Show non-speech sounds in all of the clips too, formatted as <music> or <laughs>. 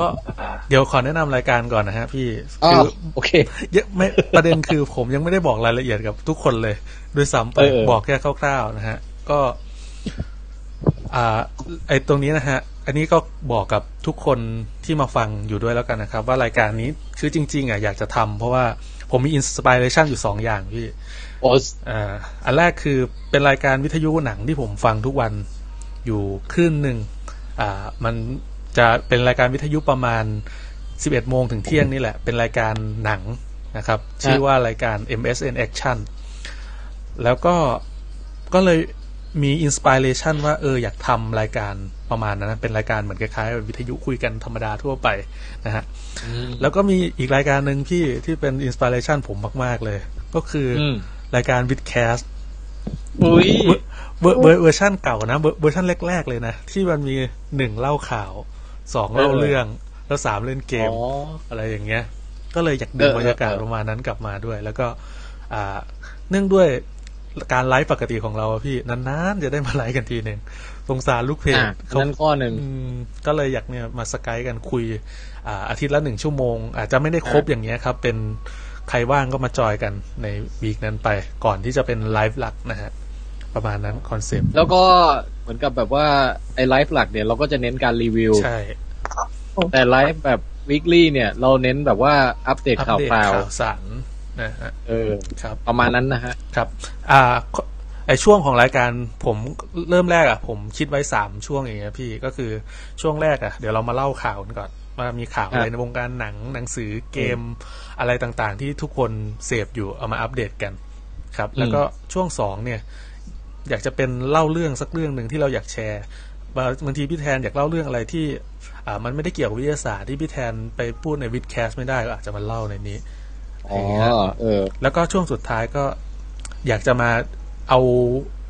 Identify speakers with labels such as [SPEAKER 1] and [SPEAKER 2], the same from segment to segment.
[SPEAKER 1] ก็เดี๋ยวขอแนะนำรายการก่อนนะฮะพี่
[SPEAKER 2] อ๋อ
[SPEAKER 1] คือ
[SPEAKER 2] โอเค
[SPEAKER 1] เยอะไม่ประเด็นคือผมยังไม่ได้บอกรายละเอียดกับทุกคนเลยด้วยซ้ำไป
[SPEAKER 2] เออเออ
[SPEAKER 1] บอกแค่คร่าวๆนะฮะ ก็ อ่า ไอตรงนี้นะฮะ อันนี้ก็บอกกับทุกคนที่มาฟังอยู่ด้วยแล้วกันนะครับ ว่ารายการนี้คือจริง ๆอ่ะอยากจะทำเพราะว่าผมมีอินสปิเรชันอยู่สองอย่างพี่
[SPEAKER 2] โอ้
[SPEAKER 1] อ่าอันแรกคือเป็นรายการวิทยุหนังที่ผมฟังทุกวันอยู่คลื่นหนึ่งอ่ามันจะเป็นรายการวิทยุประมาณ 11โมงถึงเที่ยงนี่แหละ เป็นรายการหนังนะครับ ชื่อว่ารายการ MSN Action แล้วก็ก็เลยมีอินสปิเรชันว่าเอออยากทำรายการประมาณนั้นนะเป็นรายการเหมือนคล้ายๆวิทยุคุยกันธรรมดาทั่วไปนะฮะ แล้วก็มีอีกรายการหนึ่งพี่ที่เป็นอินสปิเรชันผมมาก ๆ เลย ก็คืออ
[SPEAKER 2] ม
[SPEAKER 1] รายการวิดแคส
[SPEAKER 2] อุ้ย
[SPEAKER 1] เวอร์เวอร์เวอร์ชันเก่านะเวอร์เวอร์ชันแรก ๆ เลยนะ ที่มันมีหนึ่งเล่าข่าวสองเล่าเรื่อง แล้วสามเล่นเกม
[SPEAKER 2] อ๋อ
[SPEAKER 1] อะไรอย่างเงี้ย ก็เลยอยากดึง
[SPEAKER 2] เออเออบ
[SPEAKER 1] รรยากาศ
[SPEAKER 2] เออ
[SPEAKER 1] ประมาณนั้นกลับมาด้วย แล้วก็อ่าเนื่องด้วยการไลฟ์ปกติของเราอะพี่นานๆจะได้มาไลฟ์กันทีหนึ่งสงสารลูกเพจ
[SPEAKER 2] อ่ะ
[SPEAKER 1] เขา
[SPEAKER 2] นั่นข้อหนึ่ง
[SPEAKER 1] อืมก็เลยอยากเนี่ยมาสกายกันคุยอ่าอาทิตย์ละหนึ่งชั่วโมง อาจจะไม่ได้ครบอย่างเงี้ยครับ เป็นใครว่างก็มาจอยกันในวีคนั้นไป ก่อนที่จะเป็นไลฟ์หลักนะฮะ ประมาณนั้นคอนเซปต์
[SPEAKER 2] แล้วก็เหมือนกับแบบว่าไอ้ไลฟ์หลักเนี่ยเราก็จะเน้นการรีวิว
[SPEAKER 1] ใช่
[SPEAKER 2] แต่ไลฟ์แบบวีคลี่เนี่ย เราเน้นแบบว่าอัปเดต
[SPEAKER 1] อัป
[SPEAKER 2] ข่าว
[SPEAKER 1] เดต
[SPEAKER 2] คราว
[SPEAKER 1] ข่าวสารนะฮะ
[SPEAKER 2] เออ
[SPEAKER 1] ครับ
[SPEAKER 2] ประมาณนั้นนะฮะ
[SPEAKER 1] ครับ อ่าขไอช่วงของรายการผมเริ่มแรกอะผมคิดไว้สามช่วงอย่างเงี้ยพี่ก็คือช่วงแรกอะเดี๋ยวเรามาเล่าข่าวกันก่อนว่ามีข่าวอะไร
[SPEAKER 2] ครับ
[SPEAKER 1] ในวงการหนังหนังสือเกมอะไรต่างๆ ที่ทุกคนเสพอยู่เอามาอัปเดตกันครับ
[SPEAKER 2] อืม
[SPEAKER 1] แล้วก็ช่วงสองเนี่ย อยากจะเป็นเล่าเรื่องสักเรื่องหนึ่งที่เราอยากแชร์บางบางทีพี่แทนอยากเล่าเรื่องอะไรที่ อ่า มันไม่ได้เกี่ยวกับวิทยาศาสตร์ที่พี่แทนไปพูดในวิดแคสไม่ได้ก็อาจจะมาเล่าในนี้
[SPEAKER 2] อ๋อเออ
[SPEAKER 1] แล้วก็ช่วงสุดท้ายก็อยากจะมาเอา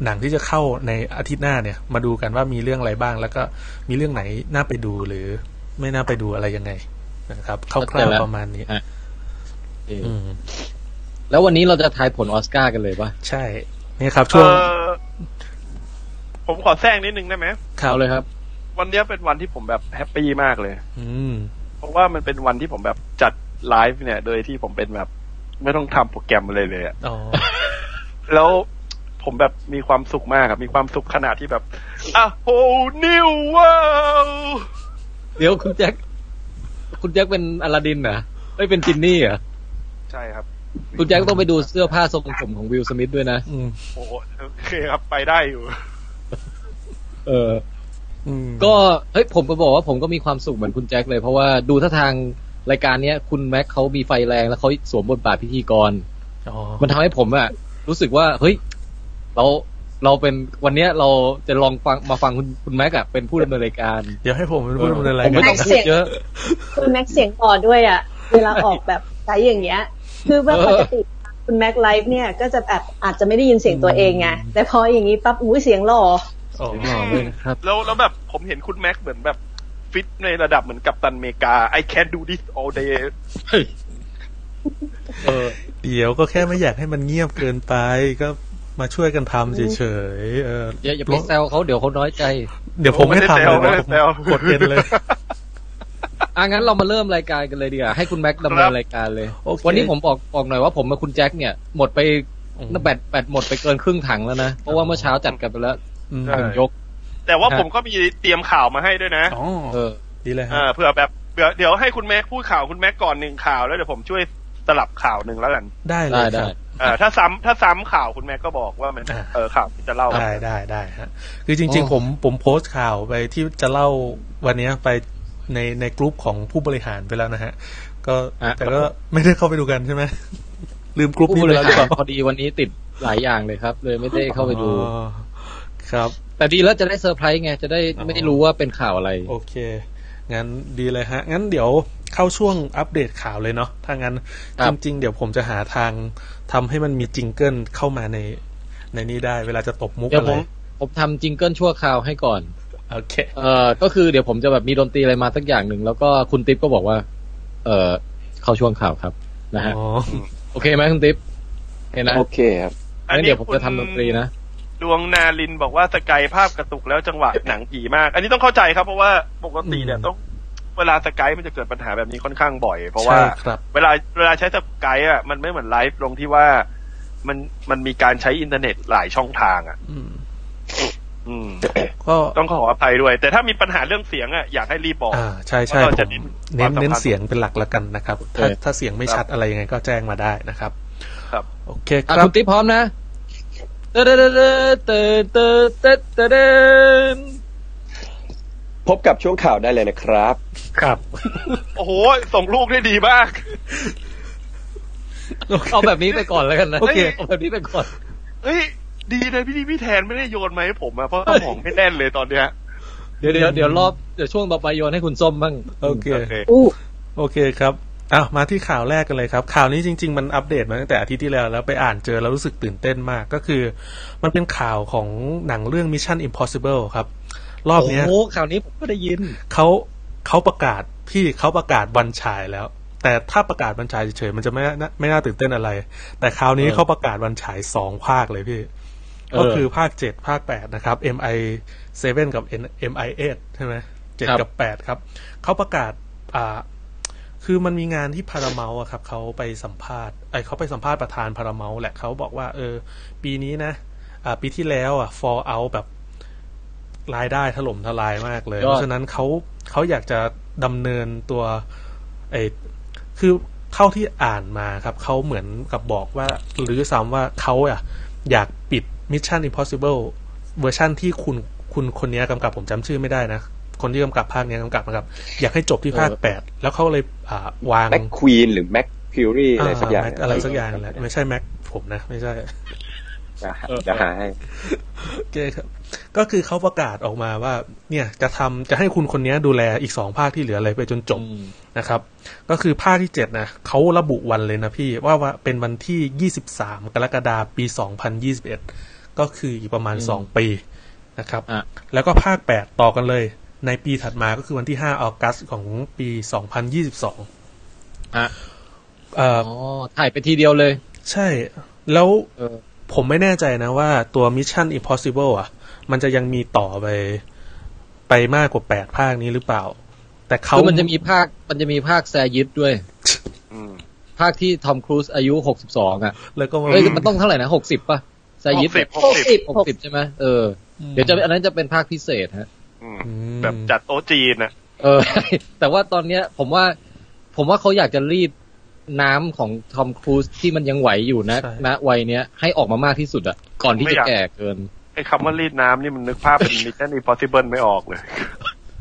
[SPEAKER 1] หนังที่จะเข้าในอาทิตย์หน้าเนี่ย มาดูกันว่ามีเรื่องอะไรบ้าง แล้วก็มีเรื่องไหนน่าไปดูหรือไม่น่าไปดูอะไรยังไงนะครับคร่าว
[SPEAKER 2] เข้าใจละ
[SPEAKER 1] ๆประมาณนี้
[SPEAKER 2] เอออ
[SPEAKER 1] อืม
[SPEAKER 2] แล้ววันนี้เราจะทายผลออสการ์กันเลยปะ
[SPEAKER 1] ใช่นี่ครับ ช่วง
[SPEAKER 3] เอ่อผมขอแทรกนิดนึงได้ไหม
[SPEAKER 1] ข่าว
[SPEAKER 2] เอา
[SPEAKER 1] เลย
[SPEAKER 2] เลยครับ
[SPEAKER 3] วันเนี้ยเป็นวันที่ผมแบบแฮปปี้มากเลย
[SPEAKER 1] อืม
[SPEAKER 3] เพราะว่ามันเป็นวันที่ผมแบบจัดไลฟ์เนี่ย โดยที่ผมเป็นแบบ ไม่ต้องทำโปรแกรมเลยเลยอะ
[SPEAKER 1] อ๋อ
[SPEAKER 3] แล้วผมแบบมีความสุขมากครับมีความสุขขนาดที่แบบอ่ะโหนิวว้าว
[SPEAKER 2] เดี๋ยวคุณแจ็คคุณแจ็คเป็นอลาดินเหรอไม่เป็นจินนี่เหรอ
[SPEAKER 3] ใช่ครับ
[SPEAKER 2] คุณแจ็คต้องไปดูเสื้อผ้าทรงผมของวิลสมิธด้วยนะ
[SPEAKER 1] อืม
[SPEAKER 3] โอ้โหโอเคครับไปได้อยู่
[SPEAKER 2] เออ
[SPEAKER 1] อืม
[SPEAKER 2] ก็เฮ้ยผมก็บอกว่าผมก็มีความสุขเหมือนคุณแจ็คเลย เพราะว่าดูท่าทางรายการเนี้ย คุณแม็กเขามีไฟแรงแล้วเขาสวมบทบาทพิธีกร
[SPEAKER 1] อ๋อ
[SPEAKER 2] มันทำให้ผมอะรู้สึกว่าเฮ้ยเราเราเป็นวันเนี้ยเราจะลองฟังมาฟังคุณคุณแม็กอะเป็นผู้ดำเนินรายการ
[SPEAKER 1] เดี๋ยวให้ผมเป็นผู้ดำเนินราย
[SPEAKER 2] ผม
[SPEAKER 1] กา
[SPEAKER 2] ไม่
[SPEAKER 1] ร
[SPEAKER 2] ต้องพูดเยอะ
[SPEAKER 4] คุณแม็กเสียงต่อด้วยอ่ะ เวลาออกแบบไลฟ์อย่างเงี้ย คือแบบปกติคุณแม็กไลฟ์เนี่ยก็จะแบบอาจจะไม่ได้ยินเสียงตัวเองไงแต่พออย่างนี้ปั๊บอุ้ยเสียงหล่อ
[SPEAKER 1] อ๋อ
[SPEAKER 2] หล่อเลยนะครับ
[SPEAKER 3] แล้วแล้วแบบผมเห็นคุณแม็กเหมือนแบบฟิตในระดับเหมือนกัปตันอเมริกา I can do this all day
[SPEAKER 2] เออ
[SPEAKER 1] เดี๋ยวก็แค่ไม่อยากให้มันเงียบเกินไปก็มาช่วยกันทำเฉยๆเออ
[SPEAKER 2] อย่าอย่าไป
[SPEAKER 1] ลด
[SPEAKER 2] แซวเขาเดี๋ยวเขาน้อยใจ
[SPEAKER 1] เดี๋ยวผมไม่ทำเลย
[SPEAKER 3] ไม่
[SPEAKER 1] นะ
[SPEAKER 3] ได้
[SPEAKER 1] ผม
[SPEAKER 3] แซวไม่ได้แซว
[SPEAKER 1] กดเอ็นเลย
[SPEAKER 2] อ่ะงั้นเรามาเริ่มรายการกันเลยดีกว่าให้คุณแม็กดำเนินรายการเลย
[SPEAKER 1] โอเค
[SPEAKER 2] วันนี้ผมบอกบอกหน่อยว่าผมกับคุณแจ็คเนี่ยหมดไป
[SPEAKER 1] อืม
[SPEAKER 2] แบตแบตหมดไปเกินครึ่งถังแล้วนะ เพราะว่าเมื่อเช้าจัดกันไปแล้ว
[SPEAKER 1] อืม
[SPEAKER 3] ใช่
[SPEAKER 2] ถังยก
[SPEAKER 3] แต่ว่า
[SPEAKER 2] ครับ
[SPEAKER 3] ผมก็มีเตรียมข่าวมาให้ด้วยนะ
[SPEAKER 1] อ๋อ
[SPEAKER 2] เออ
[SPEAKER 1] ดีเลยฮะ
[SPEAKER 3] อ่าเผื่อแบบเผื่อเดี๋ยวให้คุณแม็กพูดข่าวคุณแม็กก่อนหนึ่งข่าวแล้วเดี๋ยวผมช่วยสลับข่าวหนึ่งแล้วกัน
[SPEAKER 1] ได้เล
[SPEAKER 2] ได้
[SPEAKER 1] ยค
[SPEAKER 2] ได้
[SPEAKER 1] รับ
[SPEAKER 3] อ่าถ้าซ้ำถ้าซ้ำข่าวคุณแม็กก็บอกว่ามัน
[SPEAKER 1] อ่า
[SPEAKER 3] เออข่าวที่จะเล่า
[SPEAKER 1] ได้ได้ได้ฮะคือจริงๆ
[SPEAKER 2] โอ้
[SPEAKER 1] ผมผมโพสต์ข่าวไปที่จะเล่าวันเนี้ยไปในในกลุ่มของผู้บริหารไปแล้วนะฮะ ก็
[SPEAKER 2] อ่ะ
[SPEAKER 1] แต่ก็ไม่ได้เข้าไปดูกันใช่ไห
[SPEAKER 2] <laughs>
[SPEAKER 1] ม ลืมกลุ่ม
[SPEAKER 2] ผู้
[SPEAKER 1] นี้ไป
[SPEAKER 2] บริ
[SPEAKER 1] แล้วห
[SPEAKER 2] หา
[SPEAKER 1] รือเป
[SPEAKER 2] ร
[SPEAKER 1] ล่า
[SPEAKER 2] พอดีวันนี้ติดหลายอย่างเลยครับ เลยไม่ได้เข้าไปดู
[SPEAKER 1] อ๋อครับ
[SPEAKER 2] แต่ดีแล้วจะได้เซอร์ไพรส์ไงจะได้
[SPEAKER 1] อ๋อ
[SPEAKER 2] ไม่รู้ว่าเป็นข่าวอะไร
[SPEAKER 1] โอเค งั้นดีเลยฮะ งั้นเดี๋ยวเข้าช่วงอัปเดตข่าวเลยเนาะ ถ้างั้น
[SPEAKER 2] ครั
[SPEAKER 1] จ
[SPEAKER 2] บ
[SPEAKER 1] ริง ๆ เดี๋ยวผมจะหาทางทำให้มันมีจิงเกิลเข้ามาในในนี้ได้ เวลาจะตบมุก
[SPEAKER 2] เดี๋ยว
[SPEAKER 1] อะไร
[SPEAKER 2] ผมผมทำจิงเกิลชั่วคราวให้ก่อน
[SPEAKER 1] โอเค
[SPEAKER 2] เอ่อก็คือเดี๋ยวผมจะแบบมีดนตรีอะไรมาสักอย่างหนึ่งแล้วก็คุณติ๊บก็บอกว่า เอ่อเข้าช่วงข่าวครับนะฮะ
[SPEAKER 1] อ๋อ
[SPEAKER 2] โอเคไหมคุณติ๊บเห็นนะ
[SPEAKER 5] โอเคครับ
[SPEAKER 2] งั้นเดี๋ยวผมจะทำดนตรีนะ
[SPEAKER 3] ดวงนาลินบอกว่าสกายภาพกระตุกแล้วจังหวะหนังผีมาก อันนี้ต้องเข้าใจครับเพราะว่าปกติเนี่ย
[SPEAKER 1] อืม
[SPEAKER 3] ต้อง เวลาสกายมันจะเกิดปัญหาแบบนี้ค่อนข้างบ่อย เพราะว่า
[SPEAKER 1] ใช่ครับ
[SPEAKER 3] เวลาเวลาใช้สกายอ่ะมันไม่เหมือนไลฟ์ลงที่ว่ามันมันมีการใช้อินเทอร์เน็ตหลายช่องทางอ่ะ
[SPEAKER 1] อืม
[SPEAKER 3] อืม
[SPEAKER 1] ก็
[SPEAKER 3] ต้องขออภัยด้วย แต่ถ้ามีปัญหาเรื่องเสียงอ่ะอยากให้รีบบอก
[SPEAKER 1] อ่าใช่ใช่
[SPEAKER 3] เพราะ
[SPEAKER 1] ผม
[SPEAKER 3] เราจะเน้น
[SPEAKER 1] เน้นเน้น
[SPEAKER 3] ความสำคัญ
[SPEAKER 1] เสียงเป็นหลักละกันนะครับ ถ้า
[SPEAKER 2] เออ
[SPEAKER 1] ถ้าเสียงไม่ชัดอะไรยังไงก็แจ้งมาได้นะครับ
[SPEAKER 3] ครับ
[SPEAKER 1] โอเคค
[SPEAKER 2] อ่ะ
[SPEAKER 1] รั
[SPEAKER 2] คุ
[SPEAKER 1] บ
[SPEAKER 2] ณติ๊บพร้อมนะเตอะเตอะเตอะเตอะเตอะเตอะเตอะเตอะ
[SPEAKER 5] พบกับช่วงข่าวได้เลยนะครับ
[SPEAKER 1] ครับ
[SPEAKER 3] โอ้โห ส่งลูกได้ดีมาก
[SPEAKER 2] เอาแบบนี้ไปก่อนแล้วกันนะ
[SPEAKER 1] โอเค
[SPEAKER 2] เอาแบบนี้ไปก่อน
[SPEAKER 3] เฮ้ย ดีเลยพี่ดีพี่แทนไม่ได้โยนมาให้ผมอะเพราะสมองไม่แน่นเลยตอนเนี้ย
[SPEAKER 2] เดี๋ยวเดี๋ยวเดี๋ยวรอบเดี๋ยวช่วงต่อไปโยนให้คุณส้มบ้าง
[SPEAKER 1] โอเค
[SPEAKER 3] โอเค
[SPEAKER 4] อู้
[SPEAKER 1] โอเคครับอ้าวมาที่ข่าวแรกกันเลยครับ ข่าวนี้จริง ๆ มันอัปเดตมาตั้งแต่อาทิตย์ที่แล้วแล้วไปอ่านเจอแล้วรู้สึกตื่นเต้นมากก็คือ มันเป็นข่าวของหนังเรื่อง Mission Impossible ครับ รอบเนี้ย
[SPEAKER 2] โอ้โหข่าวนี้ผมก็ได้ยิน
[SPEAKER 1] เขาเขาประกาศพี่เขาประกาศวันฉายแล้ว แต่ถ้าประกาศวันฉายเฉยๆมันจะไม่น่าไม่น่าตื่นเต้นอะไร แต่คราวนี้
[SPEAKER 2] เออ
[SPEAKER 1] เขาประกาศวันฉายสองภาคเลยพี่
[SPEAKER 2] เออ
[SPEAKER 1] ก็คือภาคเจ็ดภาคแปดนะครับ MI 7กับ N- MI 8ใช่ไหมเจ็ด
[SPEAKER 2] ครับ
[SPEAKER 1] กับแปดครับเขาประกาศอ่า คือมันมีงานที่พาราเมลอะครับเขาไปสัมภาษณ์ไอยเขาไปสัมภาษณ์ประธานพาราเมลแหละเขาบอกว่า เออ ปีนี้นะ อ่า ปีที่แล้วอะ fall out แบบรายได้ถล่มทลายมากเลย
[SPEAKER 2] ยอด
[SPEAKER 1] เพราะฉะนั้นเขาเขาอยากจะดำเนินตัวไอคือเท่าที่อ่านมาครับ เขาเหมือนกับบอกว่า หรือซ้ำว่าเขาอะอยากปิด Mission Impossible เวอร์ชั่นที่คุณคุณคนนี้กำกับผมจำชื่อไม่ได้นะ คนที่กำกับภาคนี้กำกับนะครับ อยากให้จบที่ภาค
[SPEAKER 2] เออ
[SPEAKER 1] แปดแล้วเขาเลยอ่าวาง
[SPEAKER 5] แม็กควีนหรือแม็กพิวรี่อะไรสักอย่าง
[SPEAKER 1] แม็อะไรสักอย่างแหละไม่ใช่แม็กผมนะ ไม่ใช่
[SPEAKER 5] จะหาให้
[SPEAKER 1] โอเคครับ ก็คือเขาประกาศออกมาว่า เนี่ยจะทำจะให้คุณคนนี้ดูแลอีกสองภาคที่เหลืออะไรไปจนจบ
[SPEAKER 2] อืม
[SPEAKER 1] นะครับ ก็คือภาคที่เจ็ดนะเขาระบุวันเลยนะพี่ว่าว่าเป็นวันที่ยี่สิบสามกรกฎาคมปีสองพันยี่สิบเอ็ดก็คืออีกประมาณสองปีนะครับ
[SPEAKER 2] อ่ะ
[SPEAKER 1] แล้วก็ภาค 8 ต่อกันเลย ในปีถัดมาก็คือวันที่ 5 ออกัสของปี 2022
[SPEAKER 2] ฮะ
[SPEAKER 1] เอ่อ
[SPEAKER 2] อ๋อถ่ายไปทีเดียวเลย
[SPEAKER 1] ใช่ แล้ว
[SPEAKER 2] เออ
[SPEAKER 1] ผมไม่แน่ใจนะว่าตัว Mission Impossible อ่ะ มันจะยังมีต่อไป ไปมากกว่า 8 ภาคนี้หรือเปล่า แต่เขา
[SPEAKER 2] คือมันจะมีภาคมันจะมีภาคแซยิดด้วย
[SPEAKER 3] อืม
[SPEAKER 2] ภาคที่ทอมครูซอายุหกสิบสองอ่ะ
[SPEAKER 1] แล้วก็มา
[SPEAKER 2] เอ้ยมันต้องเท่าไหร่นะหกสิบป่ะแซ
[SPEAKER 3] ห
[SPEAKER 2] ยิด
[SPEAKER 3] กสิบห
[SPEAKER 4] ห
[SPEAKER 3] ก
[SPEAKER 4] ก
[SPEAKER 3] สิ
[SPEAKER 4] สิ
[SPEAKER 3] บบ
[SPEAKER 2] หก
[SPEAKER 4] หก
[SPEAKER 2] สิบใช่ไหมเออเดี๋ยวจะอันนั้นจะเป็นภาคพิเศษฮะ
[SPEAKER 3] อืม
[SPEAKER 1] อืม
[SPEAKER 3] แบบจัดโต๊ะจีนนะ
[SPEAKER 2] เอ <laughs> อ แต่ว่าตอนเนี้ยผมว่า ผมว่าเขาอยากจะรีดน้ำของทอมครูซที่มันยังไหวอยู่นะ
[SPEAKER 1] ใช่
[SPEAKER 2] ณวัยเนี้ยให้ออกมามากที่สุดอ่ะ ก่อนที่จะแก่เกิน
[SPEAKER 3] ไอ้คำว่ารีดน้ำนี่มันนึกภาพเป็น Mission Impossible ไม่ออกเลย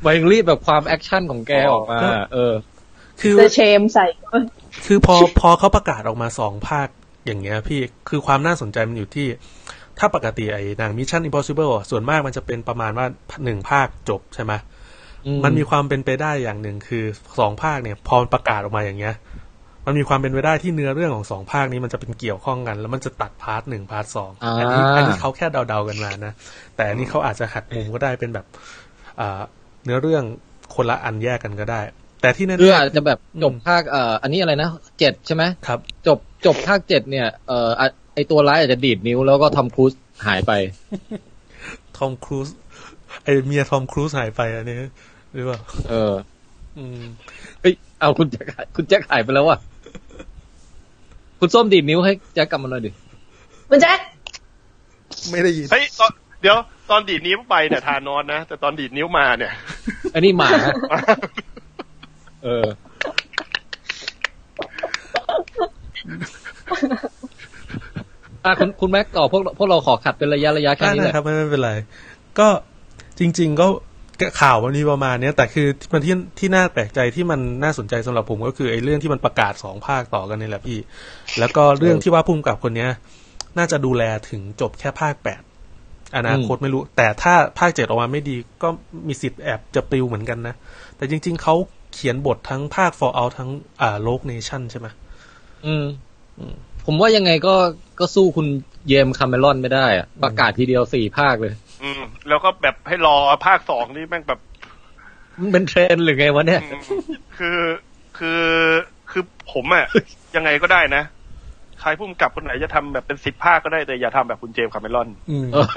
[SPEAKER 2] วัยรีดแบบความแอคชั่นของแกออกมา เออ
[SPEAKER 1] คือ
[SPEAKER 4] เดอะเชมใส่
[SPEAKER 1] คือพอพอเขาประกาศออกมาสองภาคอย่างเงี้ยพี่คือความน่าสนใจมันอยู่ที่ ถ้าปกติไอ้หนัง Mission Impossible อะส่วนมากมันจะเป็นประมาณว่าหนึ่งภาคจบใช่ไหมมันมีความเป็นไปได้อย่างหนึ่งคือสองภาคเนี่ย พอมันประกาศออกมาอย่างเงี้ย มันมีความเป็นไปได้ที่เนื้อเรื่องของสองภาคนี้มันจะเป็นเกี่ยวข้องกัน แล้วมันจะตัดพาร์ทหนึ่งพาร์ทสอง
[SPEAKER 2] อ่า
[SPEAKER 1] อันนี้อันนี้เขาแค่เดาๆกันมานะ แต่อันนี้เขาอาจจะหักมุมก็ได้เป็นแบบอ่าเนื้อเรื่องคนละอันแยกกันก็ได้ แต่ที่แน่
[SPEAKER 2] เพื่ออาจ
[SPEAKER 1] ๆ
[SPEAKER 2] จะแบบจบภาคเอ่ออันนี้อะไรนะเจ็ดใช่ไหม
[SPEAKER 1] ครับ
[SPEAKER 2] จบจบภาคเจ็ดเนี่ยเอ่ออ่ะไอตัวร้ายอาจจะดีดนิ้วแล้วก็ทอมครูซหายไป
[SPEAKER 1] ทอมครูซไอเมียทอมครูซหายไปอันนี้หรือเปล่า
[SPEAKER 2] เออ
[SPEAKER 1] อืม
[SPEAKER 2] เฮ้ยเอาคุณแจ็คคุณแจ็คหายไปแล้วอ่ะคุณส้มดีดนิ้วให้แจ็คกลับมาหน่อยดิ
[SPEAKER 4] คุณแจ็ค
[SPEAKER 1] ไม่ได้ยิน
[SPEAKER 3] เฮ้ยตอนเดี๋ยวตอนดีดนิ้วไปเนี่ยทานอนนะ แต่ตอนดีดนิ้วมาเนี่ย
[SPEAKER 2] อันนี้หมา เออ อ่ะคุณคุณแม็กต่อพวกพวกเราขอขัดเป็นระยะระยะแค่
[SPEAKER 1] ได้
[SPEAKER 2] นี้แหละ
[SPEAKER 1] นะครับไม่ไม่เป็นไร ก็จริง ๆ ก็ข่าวมันมีประมาณเนี้ยแต่คือมันที่ที่น่าแปลกใจที่มันน่าสนใจสำหรับผมก็คือไอ้เรื่องที่มันประกาศสองภาคต่อกันนี่แหละพี่ แล้วก็เรื่องที่ว่าพุ่มกับคนเนี้ย น่าจะดูแลถึงจบแค่ภาคแปดอนาคตไม่รู้ แต่ถ้าภาคเจ็ดออกมาไม่ดีก็มีสิทธิ์แอบจะปลิวเหมือนกันนะ แต่จริง ๆเขาเขียนบททั้งภาค Fallout ทั้งอ่า Rogue Nation ใช่ไหม
[SPEAKER 2] อืม ผมว่ายังไงก็ก็สู้คุณเยมคาเมรอนไม่ได้อะประกาศทีเดียวสี่ภาคเลย
[SPEAKER 3] อืม แล้วก็แบบให้รอภาคสองนี่แม่งแบบ
[SPEAKER 2] มันเป็นเทรนด์หรือไงวะเนี่ย
[SPEAKER 3] คือคือคือผมอะ <laughs> ยังไงก็ได้นะ ใครพุ่มกับคนไหนจะทำแบบเป็นสิบภาคก็ได้แต่อย่าทำแบบคุณเจมส์คาเมรอน
[SPEAKER 1] อืม
[SPEAKER 2] เออ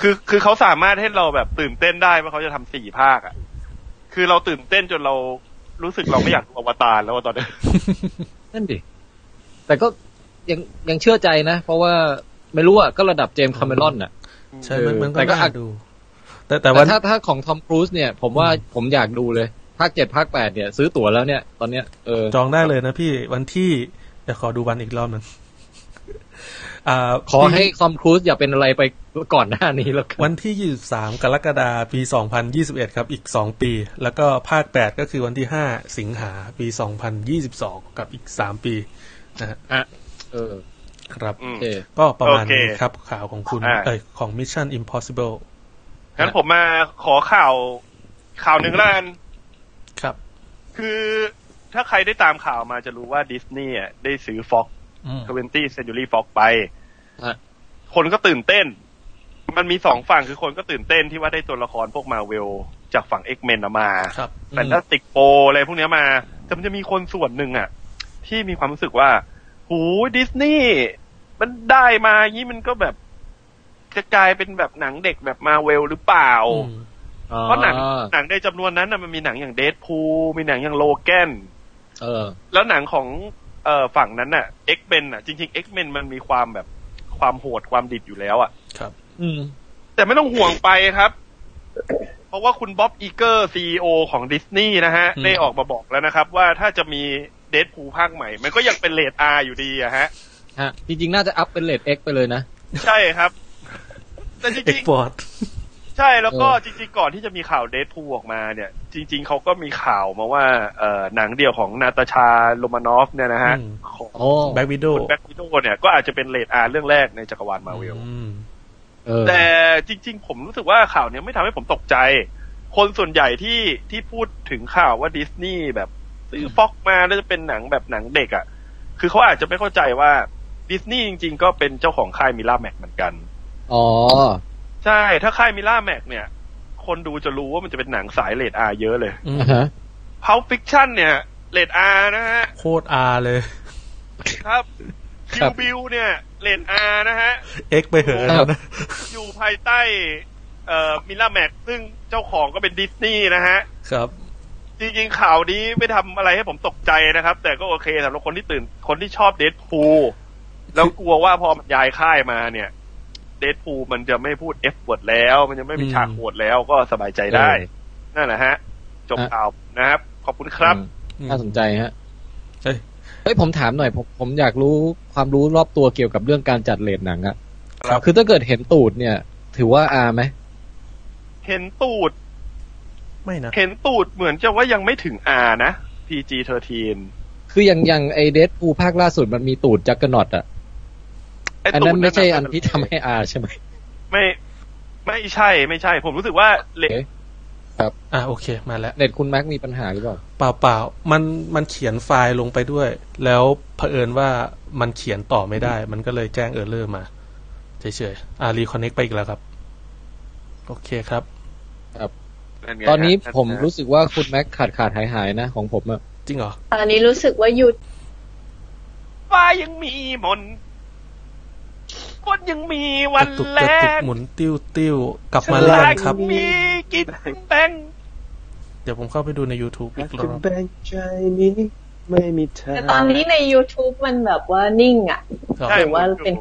[SPEAKER 3] คือคือเขาสามารถให้เราแบบตื่นเต้นได้ว่าเขาจะทำสี่ภาคอะคือเราตื่นเต้นจนเรา รู้สึกเราไม่อยากดูอวตารแล้วอะตอนนี้
[SPEAKER 2] นั่นดิ แต่ก็ยังยังเชื่อใจนะ เพราะว่าไม่รู้อ่ะ ก็ระดับเจมส์คาเมรอนน่ะ
[SPEAKER 1] ใช่
[SPEAKER 2] เออ
[SPEAKER 1] มันมันก็
[SPEAKER 2] แต่ก็
[SPEAKER 1] น่า
[SPEAKER 2] อาจ
[SPEAKER 1] ดู แต่แต่
[SPEAKER 2] แต่
[SPEAKER 1] ว่า
[SPEAKER 2] ถ้าถ้าของทอมครูซเนี่ย ผมว่า
[SPEAKER 1] อืม
[SPEAKER 2] ผมอยากดูเลย ภาคเจ็ดภาคแปดเนี่ย ซื้อตั๋วแล้วเนี่ย ตอนเนี้ยเออ
[SPEAKER 1] จองได้เลยนะพี่วันที่เดี๋ยวขอดูวันอีกรอบหนึ่ง <laughs> อ่า
[SPEAKER 2] ขอให้ทอมครูซอย่าเป็นอะไรไปก่อนหน้านี้แล้วกัน
[SPEAKER 1] วันที่ 23 กรกฎาคมปี 2021 ครับ อีก 2 ปี แล้วก็ภาค 8 ก็คือวันที่ 5 สิงหาปี 2022 กับอีก 3 ปีนะฮะ
[SPEAKER 2] เออ
[SPEAKER 1] ครับ
[SPEAKER 3] อื
[SPEAKER 2] โอ
[SPEAKER 3] ม
[SPEAKER 2] เค
[SPEAKER 1] ก็ประมาณ
[SPEAKER 3] โอเค
[SPEAKER 1] นี้ครับข่าวของคุณ
[SPEAKER 3] อ่า
[SPEAKER 1] เอยของ Mission Impossible
[SPEAKER 3] งั้นผมมาขอข่าวข่าวหนึ่งแล้วกัน
[SPEAKER 1] ครับ
[SPEAKER 3] คือถ้าใครได้ตามข่าวมาจะรู้ว่าดิสนีย์อะได้ซื้อฟ็อก
[SPEAKER 1] อืม
[SPEAKER 3] ทเวนตี้เซนจูรี่ฟ็อกไป
[SPEAKER 2] ฮะ
[SPEAKER 3] คนก็ตื่นเต้น มันมีสองฝั่งคือคนก็ตื่นเต้นที่ว่าได้ตัวละครพวกมาเวลจากฝั่งเอ็กเมนมา
[SPEAKER 1] ครับ
[SPEAKER 3] แฟนตาสติกโปอะไรพวกเนี้ยมา แต่มันจะมีคนส่วนหนึ่งอะที่มีความรู้สึกว่า หูดิสนีย์มันได้มาอย่างนี้มันก็แบบ จะกลายเป็นแบบหนังเด็กแบบมาเวลหรือเปล่า
[SPEAKER 1] ม
[SPEAKER 3] เพราะหนัง
[SPEAKER 2] อ่า
[SPEAKER 3] หนังในจำนวนนั้นนะมันมีหนังอย่างเด p พูมีหนังอย่างโลแกน
[SPEAKER 2] เออ
[SPEAKER 3] แล้วหนังของเอ่อฝั่งนั้นน่ะเอ็กเมนน่ะจริงๆเอ็กเมนมันมีความแบบความโหดความดิบอยู่แล้วอะ
[SPEAKER 1] ครับ
[SPEAKER 2] อืม
[SPEAKER 3] แต่ไม่ต้องห่วงไปครับ เพราะว่าคุณบ๊อบอีเกอร์ซีอของดิสนีย์นะฮะ
[SPEAKER 1] อืม
[SPEAKER 3] ได้ออกมาบอกแล้วนะครับ ว่าถ้าจะมีเด p พูภาคใหม่ มันก็ยังเป็นเลดอาอยู่ดีอะฮะ
[SPEAKER 2] ฮะ จริงๆ น่าจะอัพเป็นเลทเอ็กไปเลยนะ
[SPEAKER 3] ใช่ครับ แต่จ
[SPEAKER 1] เอ็
[SPEAKER 3] ริ
[SPEAKER 1] ก
[SPEAKER 3] ง
[SPEAKER 1] พอร์ต
[SPEAKER 3] ๆ ใช่แล้วก็
[SPEAKER 2] เออ
[SPEAKER 3] จริงๆ ก่อนที่จะมีข่าวเด p พูออกมาเนี่ย จริง ๆเขาก็มีข่าวมาว่าเอ่อหนังเดียวของนาตาชาโรมานอฟเนี่ยนะฮะ
[SPEAKER 1] อืม
[SPEAKER 3] ของ
[SPEAKER 2] โอ้
[SPEAKER 1] แบ็กวิดโอ
[SPEAKER 3] แบ็กวิดโดเนี่ยก็อาจจะเป็นเลดอาร์เรื่องแรกในจักรวาลมาเวล
[SPEAKER 1] ม
[SPEAKER 2] เออ
[SPEAKER 3] แต่จริง ๆ ผมรู้สึกว่าข่าวเนี้ยไม่ทำให้ผมตกใจ คนส่วนใหญ่ที่ที่พูดถึงข่าวว่าดิสนีย์แบบซื้อฟ็อกมาแล้วจะเป็นหนังแบบหนังเด็กอะ่ะ คือเขาอาจจะไม่เข้าใจว่าดิสนีย์จริง ๆ ก็เป็นเจ้าของค่ายมิล่าแม็กเหมือนกัน
[SPEAKER 2] อ๋อ
[SPEAKER 3] ใช่ ถ้าค่ายมิล่าแม็กเนี่ย คนดูจะรู้ว่ามันจะเป็นหนังสายเลดอาร์เยอะเลย
[SPEAKER 1] อืม
[SPEAKER 2] อ่าฮะ
[SPEAKER 3] เพาฟิกชั่นเนี่ยเลดอาร์นะฮะ
[SPEAKER 1] โคตรอาร์เลย
[SPEAKER 3] ครับ
[SPEAKER 2] ค
[SPEAKER 3] คิ
[SPEAKER 2] รั
[SPEAKER 3] ว
[SPEAKER 2] บ
[SPEAKER 3] บิลเนี่ยเลดอาร์นะฮะ
[SPEAKER 1] เอ็กไปเหอะ
[SPEAKER 2] ครับ
[SPEAKER 1] นะ
[SPEAKER 3] อยู่ภายใต้เอ่อมิลล่าแม็กซึ่งเจ้าของก็เป็นดิสนีย์นะฮะ
[SPEAKER 1] ครับ
[SPEAKER 3] จริงๆข่าวนี้ไม่ทำอะไรให้ผมตกใจนะครับ แต่ก็โอเคสำหรับคนที่ตื่นคนที่ชอบเด p พูแล้วกลัวว่าพอมันย้ายค่ายมาเนี่ยเด p พูมันจะไม่พูด F บทแล้ว มันจะไม่มี
[SPEAKER 1] อืม
[SPEAKER 3] ฉากโหดแล้วก็สบายใจได้ นั่นแหละฮะ จบ
[SPEAKER 2] ฮะ
[SPEAKER 3] ข่าวนะครับ ขอบคุณครับ
[SPEAKER 1] อืม
[SPEAKER 2] น่าสนใจฮะ
[SPEAKER 1] เอ้ย
[SPEAKER 2] เฮ้ยผมถามหน่อยผมผมอยากรู้ความรู้รอบตัวเกี่ยวกับเรื่องการจัดเลทหนังอะ
[SPEAKER 3] ครับ
[SPEAKER 2] คือถ้าเกิดเห็นตูดเนี่ย ถือว่าอาไหม
[SPEAKER 3] เห็นตูด
[SPEAKER 1] ไม่นะ
[SPEAKER 3] เห็นตูดเหมือนจะว่ายังไม่ถึง R นะ PG 13
[SPEAKER 2] คืออย่างอย่างไอเดดพูลภาคล่าสุดมันมีตูดจักกนอตอะอันนั้นไม่ใช่อันที่ทำให้อาใช่ไหม
[SPEAKER 3] ไม่ ไม่ใช่ไม่ใช่ ผมรู้สึกว่าเล
[SPEAKER 2] โอเค
[SPEAKER 1] อ่ะโอเคมาแล้ว
[SPEAKER 2] เน็ตคุณแม็กมีปัญหาหรือเปล่า
[SPEAKER 1] เปล่าเปล่าๆมันมันเขียนไฟล์ลงไปด้วย แล้วเผอิญว่ามันเขียนต่อไม่ได้ มันก็เลยแจ้งเออร์เลอร์มาเฉยๆอ่ารีคอนเน็กไปอีกแล้วครับ โอเคครับ
[SPEAKER 3] ไง
[SPEAKER 2] ตอนนี้
[SPEAKER 3] ฮะ
[SPEAKER 2] ผมรู้สึกว่าคุณแม็กขาดขาดหายหายนะของผมอะ
[SPEAKER 1] จริงเหรอ
[SPEAKER 4] ตอนนี้รู้สึกว่าหยุด
[SPEAKER 3] ฟ้ายังมีมนต์ฝนยังมีวัน
[SPEAKER 1] กระตุก
[SPEAKER 3] แล
[SPEAKER 1] กระตุก
[SPEAKER 3] ก
[SPEAKER 1] หมุนติ้วติ้วกลับมาเล่นครับ
[SPEAKER 3] มีกินแบง
[SPEAKER 1] เดี๋ยวผมเข้าไปดูใน YouTube อี
[SPEAKER 5] รัก
[SPEAKER 1] กร
[SPEAKER 5] จะ
[SPEAKER 1] อบ
[SPEAKER 5] แบ่งใจนี้ ไม่มีทาง
[SPEAKER 4] แต่ตอนนี้ใน YouTube มันแบบว่านิ่งอ่ะ
[SPEAKER 1] ครับ
[SPEAKER 3] ใช่
[SPEAKER 4] หรือว่าเป็น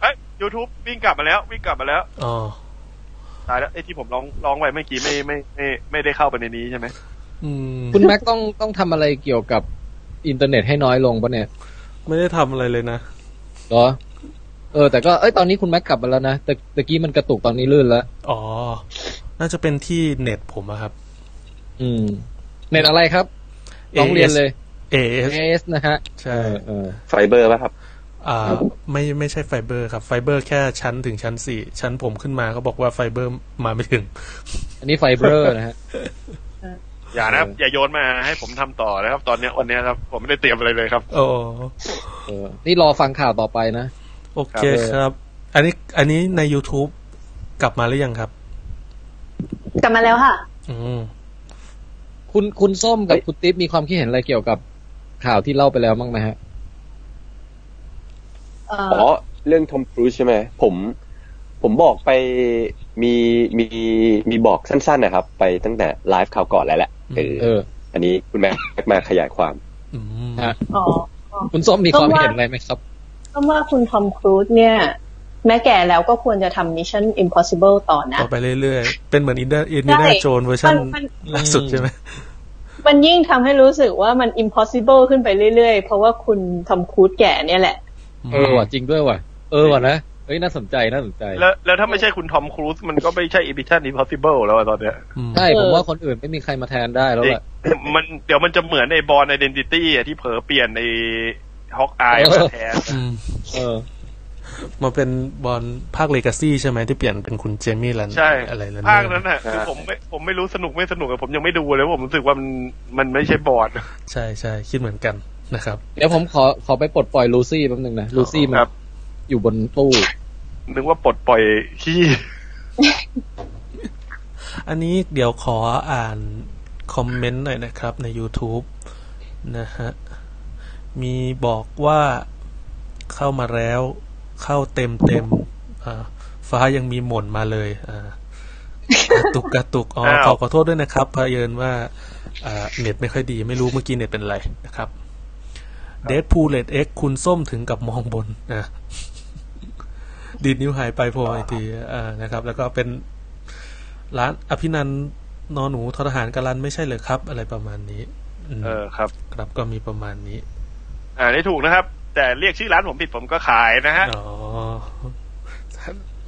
[SPEAKER 3] เอ้ย YouTube วิ่งกลับมาแล้ว วิ่งกลับมาแล้ว
[SPEAKER 1] อ๋อ
[SPEAKER 3] ตายแล้วไอ้ที่ผมร้องร้องไว้เมื่อกี้ไม่ไม่ไม่ไม่ไม่ได้เข้าไปในนี้ใช่ไหม
[SPEAKER 1] อืม
[SPEAKER 2] คุณแม็กต้องต้องทำอะไรเกี่ยวกับอินเทอร์เน็ตให้น้อยลงปะเนี่ย
[SPEAKER 1] ไม่ได้ทำอะไรเลยนะ
[SPEAKER 2] เหรอ เออ แต่ก็เอ้ยตอนนี้คุณแม็กกลับมาแล้วนะแต่ตะกี้มันกระตุกตอนนี้ลื่นแล้ว
[SPEAKER 1] อ๋อ น่าจะเป็นที่เน็ตผมอะครับ
[SPEAKER 2] อืม เน็ตอะไรครับร้องเรียนเลย
[SPEAKER 1] AS
[SPEAKER 2] AS นะฮะ
[SPEAKER 1] ใช่
[SPEAKER 2] เออเออ
[SPEAKER 5] ไฟเบอร์ป่ะครับ
[SPEAKER 1] อ่าไม่ไม่ใช่ไฟเบอร์ครับ ไฟเบอร์แค่ชั้นถึงชั้นสี่ชั้นผมขึ้นมาก็บอกว่าไฟเบอร์มาไม่ถึง
[SPEAKER 2] อันนี้ไฟเบอร์นะฮะ
[SPEAKER 3] อย่านะ
[SPEAKER 2] เออ
[SPEAKER 3] อ
[SPEAKER 2] อ
[SPEAKER 3] ย่าโยนมาให้ผมทำต่อนะครับ ตอนเนี้ยวันเนี้ยครับ ผมไม่ได้เตรียมอะไรเลยครับ
[SPEAKER 1] โอ้
[SPEAKER 2] เออ นี่รอฟังข่าวต่อไปนะ
[SPEAKER 1] โอเคครับ อันนี้อันนี้ใน YouTube กลับมาหรือยังครับ
[SPEAKER 4] กลับมาแล้วค่ะ
[SPEAKER 1] อืม
[SPEAKER 2] คุณคุณส้มกับ
[SPEAKER 5] เฮ้ย
[SPEAKER 2] คุณติ๊บมีความคิดเห็นอะไรเกี่ยวกับข่าวที่เล่าไปแล้วมั้างไหมฮะ
[SPEAKER 4] เอ่อ
[SPEAKER 5] อ๋อ เรื่องทอมครูซใช่ไหม ผม ผมบอกไปมีมีมีบอกสั้นๆนะครับ ไปตั้งแต่ไลฟ์ข่าวก่อนแล้วแหละเออ
[SPEAKER 2] เออ
[SPEAKER 5] อันนี้คุณแม็กซ์มาขยายความ
[SPEAKER 1] อืม
[SPEAKER 2] ฮะ
[SPEAKER 4] อ๋อ
[SPEAKER 2] คุณส้มมีความเห็นอะไรไหมครับ
[SPEAKER 4] ก็ว่าคุณทอมครูซเนี่ย แม้แก่แล้วก็ควรจะทำ Mission Impossible ต่อนะ
[SPEAKER 1] ต่อไปเรื่อยๆ เป็นเหมือนอินเดอินเดา
[SPEAKER 4] ใช่
[SPEAKER 1] โจนเวอร์ชัน
[SPEAKER 4] มัน
[SPEAKER 1] ล่าสุดใช่ไหม
[SPEAKER 4] มันยิ่งทำให้รู้สึกว่ามัน impossible ขึ้นไปเรื่อยๆ เพราะว่าคุณทอมครูซแก่เนี่ยแหละ
[SPEAKER 2] เออว่ะจริงด้วยว่ะ เออว่ะนะเฮ้ยน่าสนใจน่าสนใจ
[SPEAKER 3] แล้วแล้วถ้าไม่ใช่คุณทอมครูซมันก็ไม่ใช่ Mission Impossible แล้วอะตอนเนี้ย
[SPEAKER 1] อืม
[SPEAKER 2] ใช่
[SPEAKER 4] เออ
[SPEAKER 2] ผมว่าคนอื่นไม่มีใครมาแทนได้แล้ว
[SPEAKER 3] จริง
[SPEAKER 2] ล่ะ
[SPEAKER 3] มันเดี๋ยวมันจะเหมือนในบอลไอเดนติตี้ที่เผลอเปลี่ยนในฮอกอายมาแทน
[SPEAKER 1] อืม
[SPEAKER 2] เออ
[SPEAKER 1] มาเป็นบอลภาคเลกาซี่ใช่ไหมที่เปลี่ยนเป็นคุณเจมี่แลัน
[SPEAKER 3] ใช่
[SPEAKER 1] อะไรแล้ว
[SPEAKER 3] ภาคนั้นน่ะคือผมไม่ผมไม่รู้สนุกไม่สนุกอะผมยังไม่ดูเลยว่าผมรู้สึกว่ามันมันไม่ใช่บอล
[SPEAKER 1] ใช่ใช่คิดเหมือนกันนะครับ
[SPEAKER 2] เดี๋ยวผมขอขอไปปลดปล่อยลูซี่แป๊บนึงนะ ลูซี่มัน
[SPEAKER 3] ครับ
[SPEAKER 2] อยู่บนตู้
[SPEAKER 3] นึกว่าปลดปล่อยขี้
[SPEAKER 1] อันนี้เดี๋ยวขออ่านคอมเมนต์หน่อยนะครับใน YouTube นะฮะ มีบอกว่าเข้ามาแล้วเข้าเต็มเต็มอ่าฟ้ายังมีหม่นมาเลยอ่ากระตุกกระตุกอ๋อขอขอโทษด้วยนะครับเผอิญว่าอ่าเน็ตไม่ค่อยดีไม่รู้เมื่อกี้เน็ตเป็นไรนะครับเดทพูเลตเอ็กคุณส้มถึงกับมองบนนะ <laughs> ดีดนิ้วหายไปโพลไอกทีอ่านะครับ แล้วก็เป็น ร้านอภินันท์นอนหนูทรหารกาลันไม่ใช่เลยครับ อะไรประมาณนี้อืม
[SPEAKER 3] เออครับ
[SPEAKER 1] ครับก็มีประมาณนี้
[SPEAKER 3] อ่าได้ถูกนะครับ แต่เรียกชื่อร้านผมผิดผมก็ขายนะฮะ
[SPEAKER 1] อ๋อ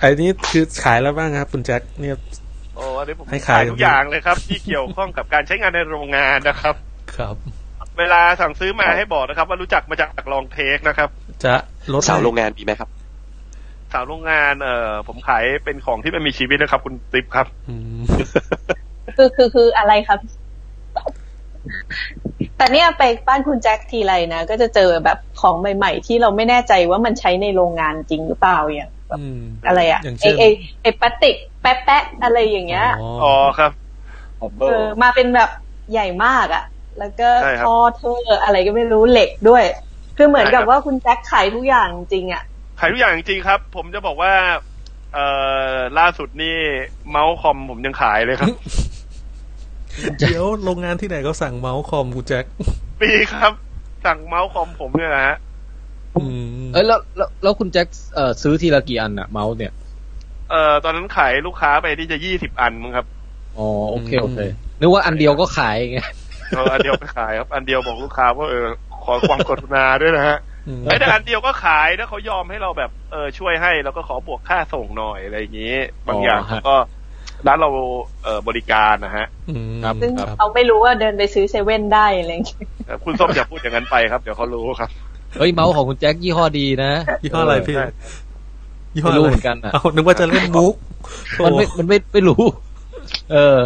[SPEAKER 1] ไอ้นี้คือขายแล้วบ้างครับคุณแจ็คเนี่ย
[SPEAKER 3] โอ้อันนี้ผม
[SPEAKER 1] ให้ขาย
[SPEAKER 3] ทุกอย่างเลยครับ ที่เกี่ยวข้องกับการใช้งานในโรงงานนะครับ
[SPEAKER 1] ครับ
[SPEAKER 3] เวลาสั่งซื้อมาให้บอกนะครับ ว่ารู้จักมาจากลองเทคนะครับ
[SPEAKER 1] จะลด
[SPEAKER 5] สาวโรงงานมีไหมครับ
[SPEAKER 3] สาวโรงงานเอ่อผมขายเป็นของที่มันมีชีวิตนะครับ คุณติ๊บครับ
[SPEAKER 1] อืม
[SPEAKER 4] คือคือคืออะไรครับ แต่เนี่ยไปบ้านคุณแจ็คทีไรนะ ก็จะเจอแบบของใหม่ๆ ที่เราไม่แน่ใจว่ามันใช้ในโรงงานจริงหรือเปล่าอย่างแบบ
[SPEAKER 1] อืม
[SPEAKER 4] อะไรอะ
[SPEAKER 1] อย่างเช่
[SPEAKER 4] ไอน ไอไอพลาสติกแป๊ะๆอะไรอย่างเงี้ย
[SPEAKER 1] อ๋อ
[SPEAKER 3] อ๋อครับ
[SPEAKER 4] เออมาเป็นแบบใหญ่มากอะ่ะ แล้วก็
[SPEAKER 3] ใช่ครับ
[SPEAKER 4] ท่อเธออะไรก็ไม่รู้เหล็กด้วย คือเหมือนกับ
[SPEAKER 3] ใช่ครับ
[SPEAKER 4] ว่าคุณแจ็คขายทุกอย่างจริงอะ่ะ
[SPEAKER 3] ขายทุกอย่างจริงๆครับ ผมจะบอกว่า เอ่อล่าสุดนี่เมาส์คอมผมยังขายเลยครับ
[SPEAKER 2] <laughs>
[SPEAKER 1] เดี๋ยวโรงงานที่ไหนเขาสั่งเมาส์คอมคุณแจ็ค
[SPEAKER 3] ปีครับ สั่งเมาส์คอมผมเนี่ยนะฮะ
[SPEAKER 1] อืม
[SPEAKER 2] เอ้ยแล้วแล้วแล้วคุณแจ็คเอ่อซื้อทีละกี่อันอะเมาส์เนี่ย
[SPEAKER 3] เอ่อตอนนั้นขายลูกค้าไปที่จะยี่สิบอันมั้งครับ
[SPEAKER 2] อ๋อโอเคโอเคนึกว่าอันเดียวก็ขายไง
[SPEAKER 3] เอออันเดียวก็ขายครับ อันเดียวบอกลูกค้าว่าเออขอความกรุณาด้วยนะฮะ
[SPEAKER 2] <laughs>
[SPEAKER 1] อืม
[SPEAKER 3] ไอ้แต่อันเดียวก็ขายถ้าเขายอมให้เราแบบเออช่วยให้แล้วก็ขอบวกค่าส่งหน่อยอะไรอย่างนี้ บางอย่าง
[SPEAKER 2] อ๋อฮะ
[SPEAKER 3] ก็ร้านเราเออบริการนะฮะ
[SPEAKER 1] อืม
[SPEAKER 2] ครับ
[SPEAKER 4] ซึ่ง
[SPEAKER 1] ครับ
[SPEAKER 4] เขาไม่รู้ว่าเดินไปซื้อเซเว่นได้อะไรอย่างเงี้ย
[SPEAKER 3] แต่คุณส้มอย่าพูดอย่างนั้นไปครับเดี๋ยวเขารู้ครับ
[SPEAKER 2] เฮ้ยเมาส์ของคุณแจ็คยี่ห้อดีนะ
[SPEAKER 1] ยี่ห้ออะไรพี่
[SPEAKER 3] ใช่
[SPEAKER 1] ยี่ห้ออะ
[SPEAKER 2] ไม่รู้
[SPEAKER 1] ไร
[SPEAKER 2] เหมือนกันอะ
[SPEAKER 1] เอานึกว่าจะเล่นมุกโอ้
[SPEAKER 2] มันไม่มันไม่ไม่รู้ เออ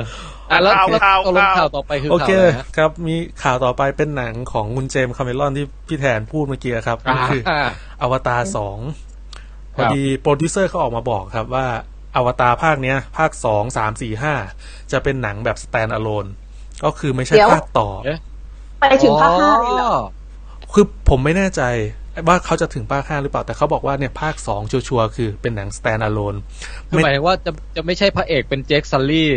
[SPEAKER 2] อ่ะแล้ว
[SPEAKER 3] ข่าว
[SPEAKER 2] แล้ว
[SPEAKER 3] ข่าว
[SPEAKER 2] ตกลง
[SPEAKER 3] ข่าว
[SPEAKER 2] ข่าวต่อไปคือ
[SPEAKER 1] โอ
[SPEAKER 2] ข่าว
[SPEAKER 1] เค
[SPEAKER 2] อะไรฮะ
[SPEAKER 1] ครับ มีข่าวต่อไปเป็นหนังของคุณเจมส์คาเมรอนที่พี่แทนพูดเมื่อกี้ครับก็คือ
[SPEAKER 2] อ่า
[SPEAKER 1] อว
[SPEAKER 2] <laughs>
[SPEAKER 1] ตารสองพ
[SPEAKER 2] ครั
[SPEAKER 1] อบ ดีโปรดิวเซอร์เขาออกมาบอกครับว่า อวตารภาคเนี้ย ภาคสองสามสี่ห้าจะเป็นหนังแบบ stand alone ก็คือไม่ใช่ภาคต่อ
[SPEAKER 4] ไปถึงภาคห้าเลยเหรอ
[SPEAKER 1] คือผมไม่แน่ใจว่าเขาจะถึงภาคห้าหรือเปล่า แต่เขาบอกว่าเนี่ยภาคสองชัวร์ๆคือเป็นหนัง stand alone
[SPEAKER 2] คือหมายถึงว่าจะจะไม่ใช่พระเอกเป็นเจคซัลลี่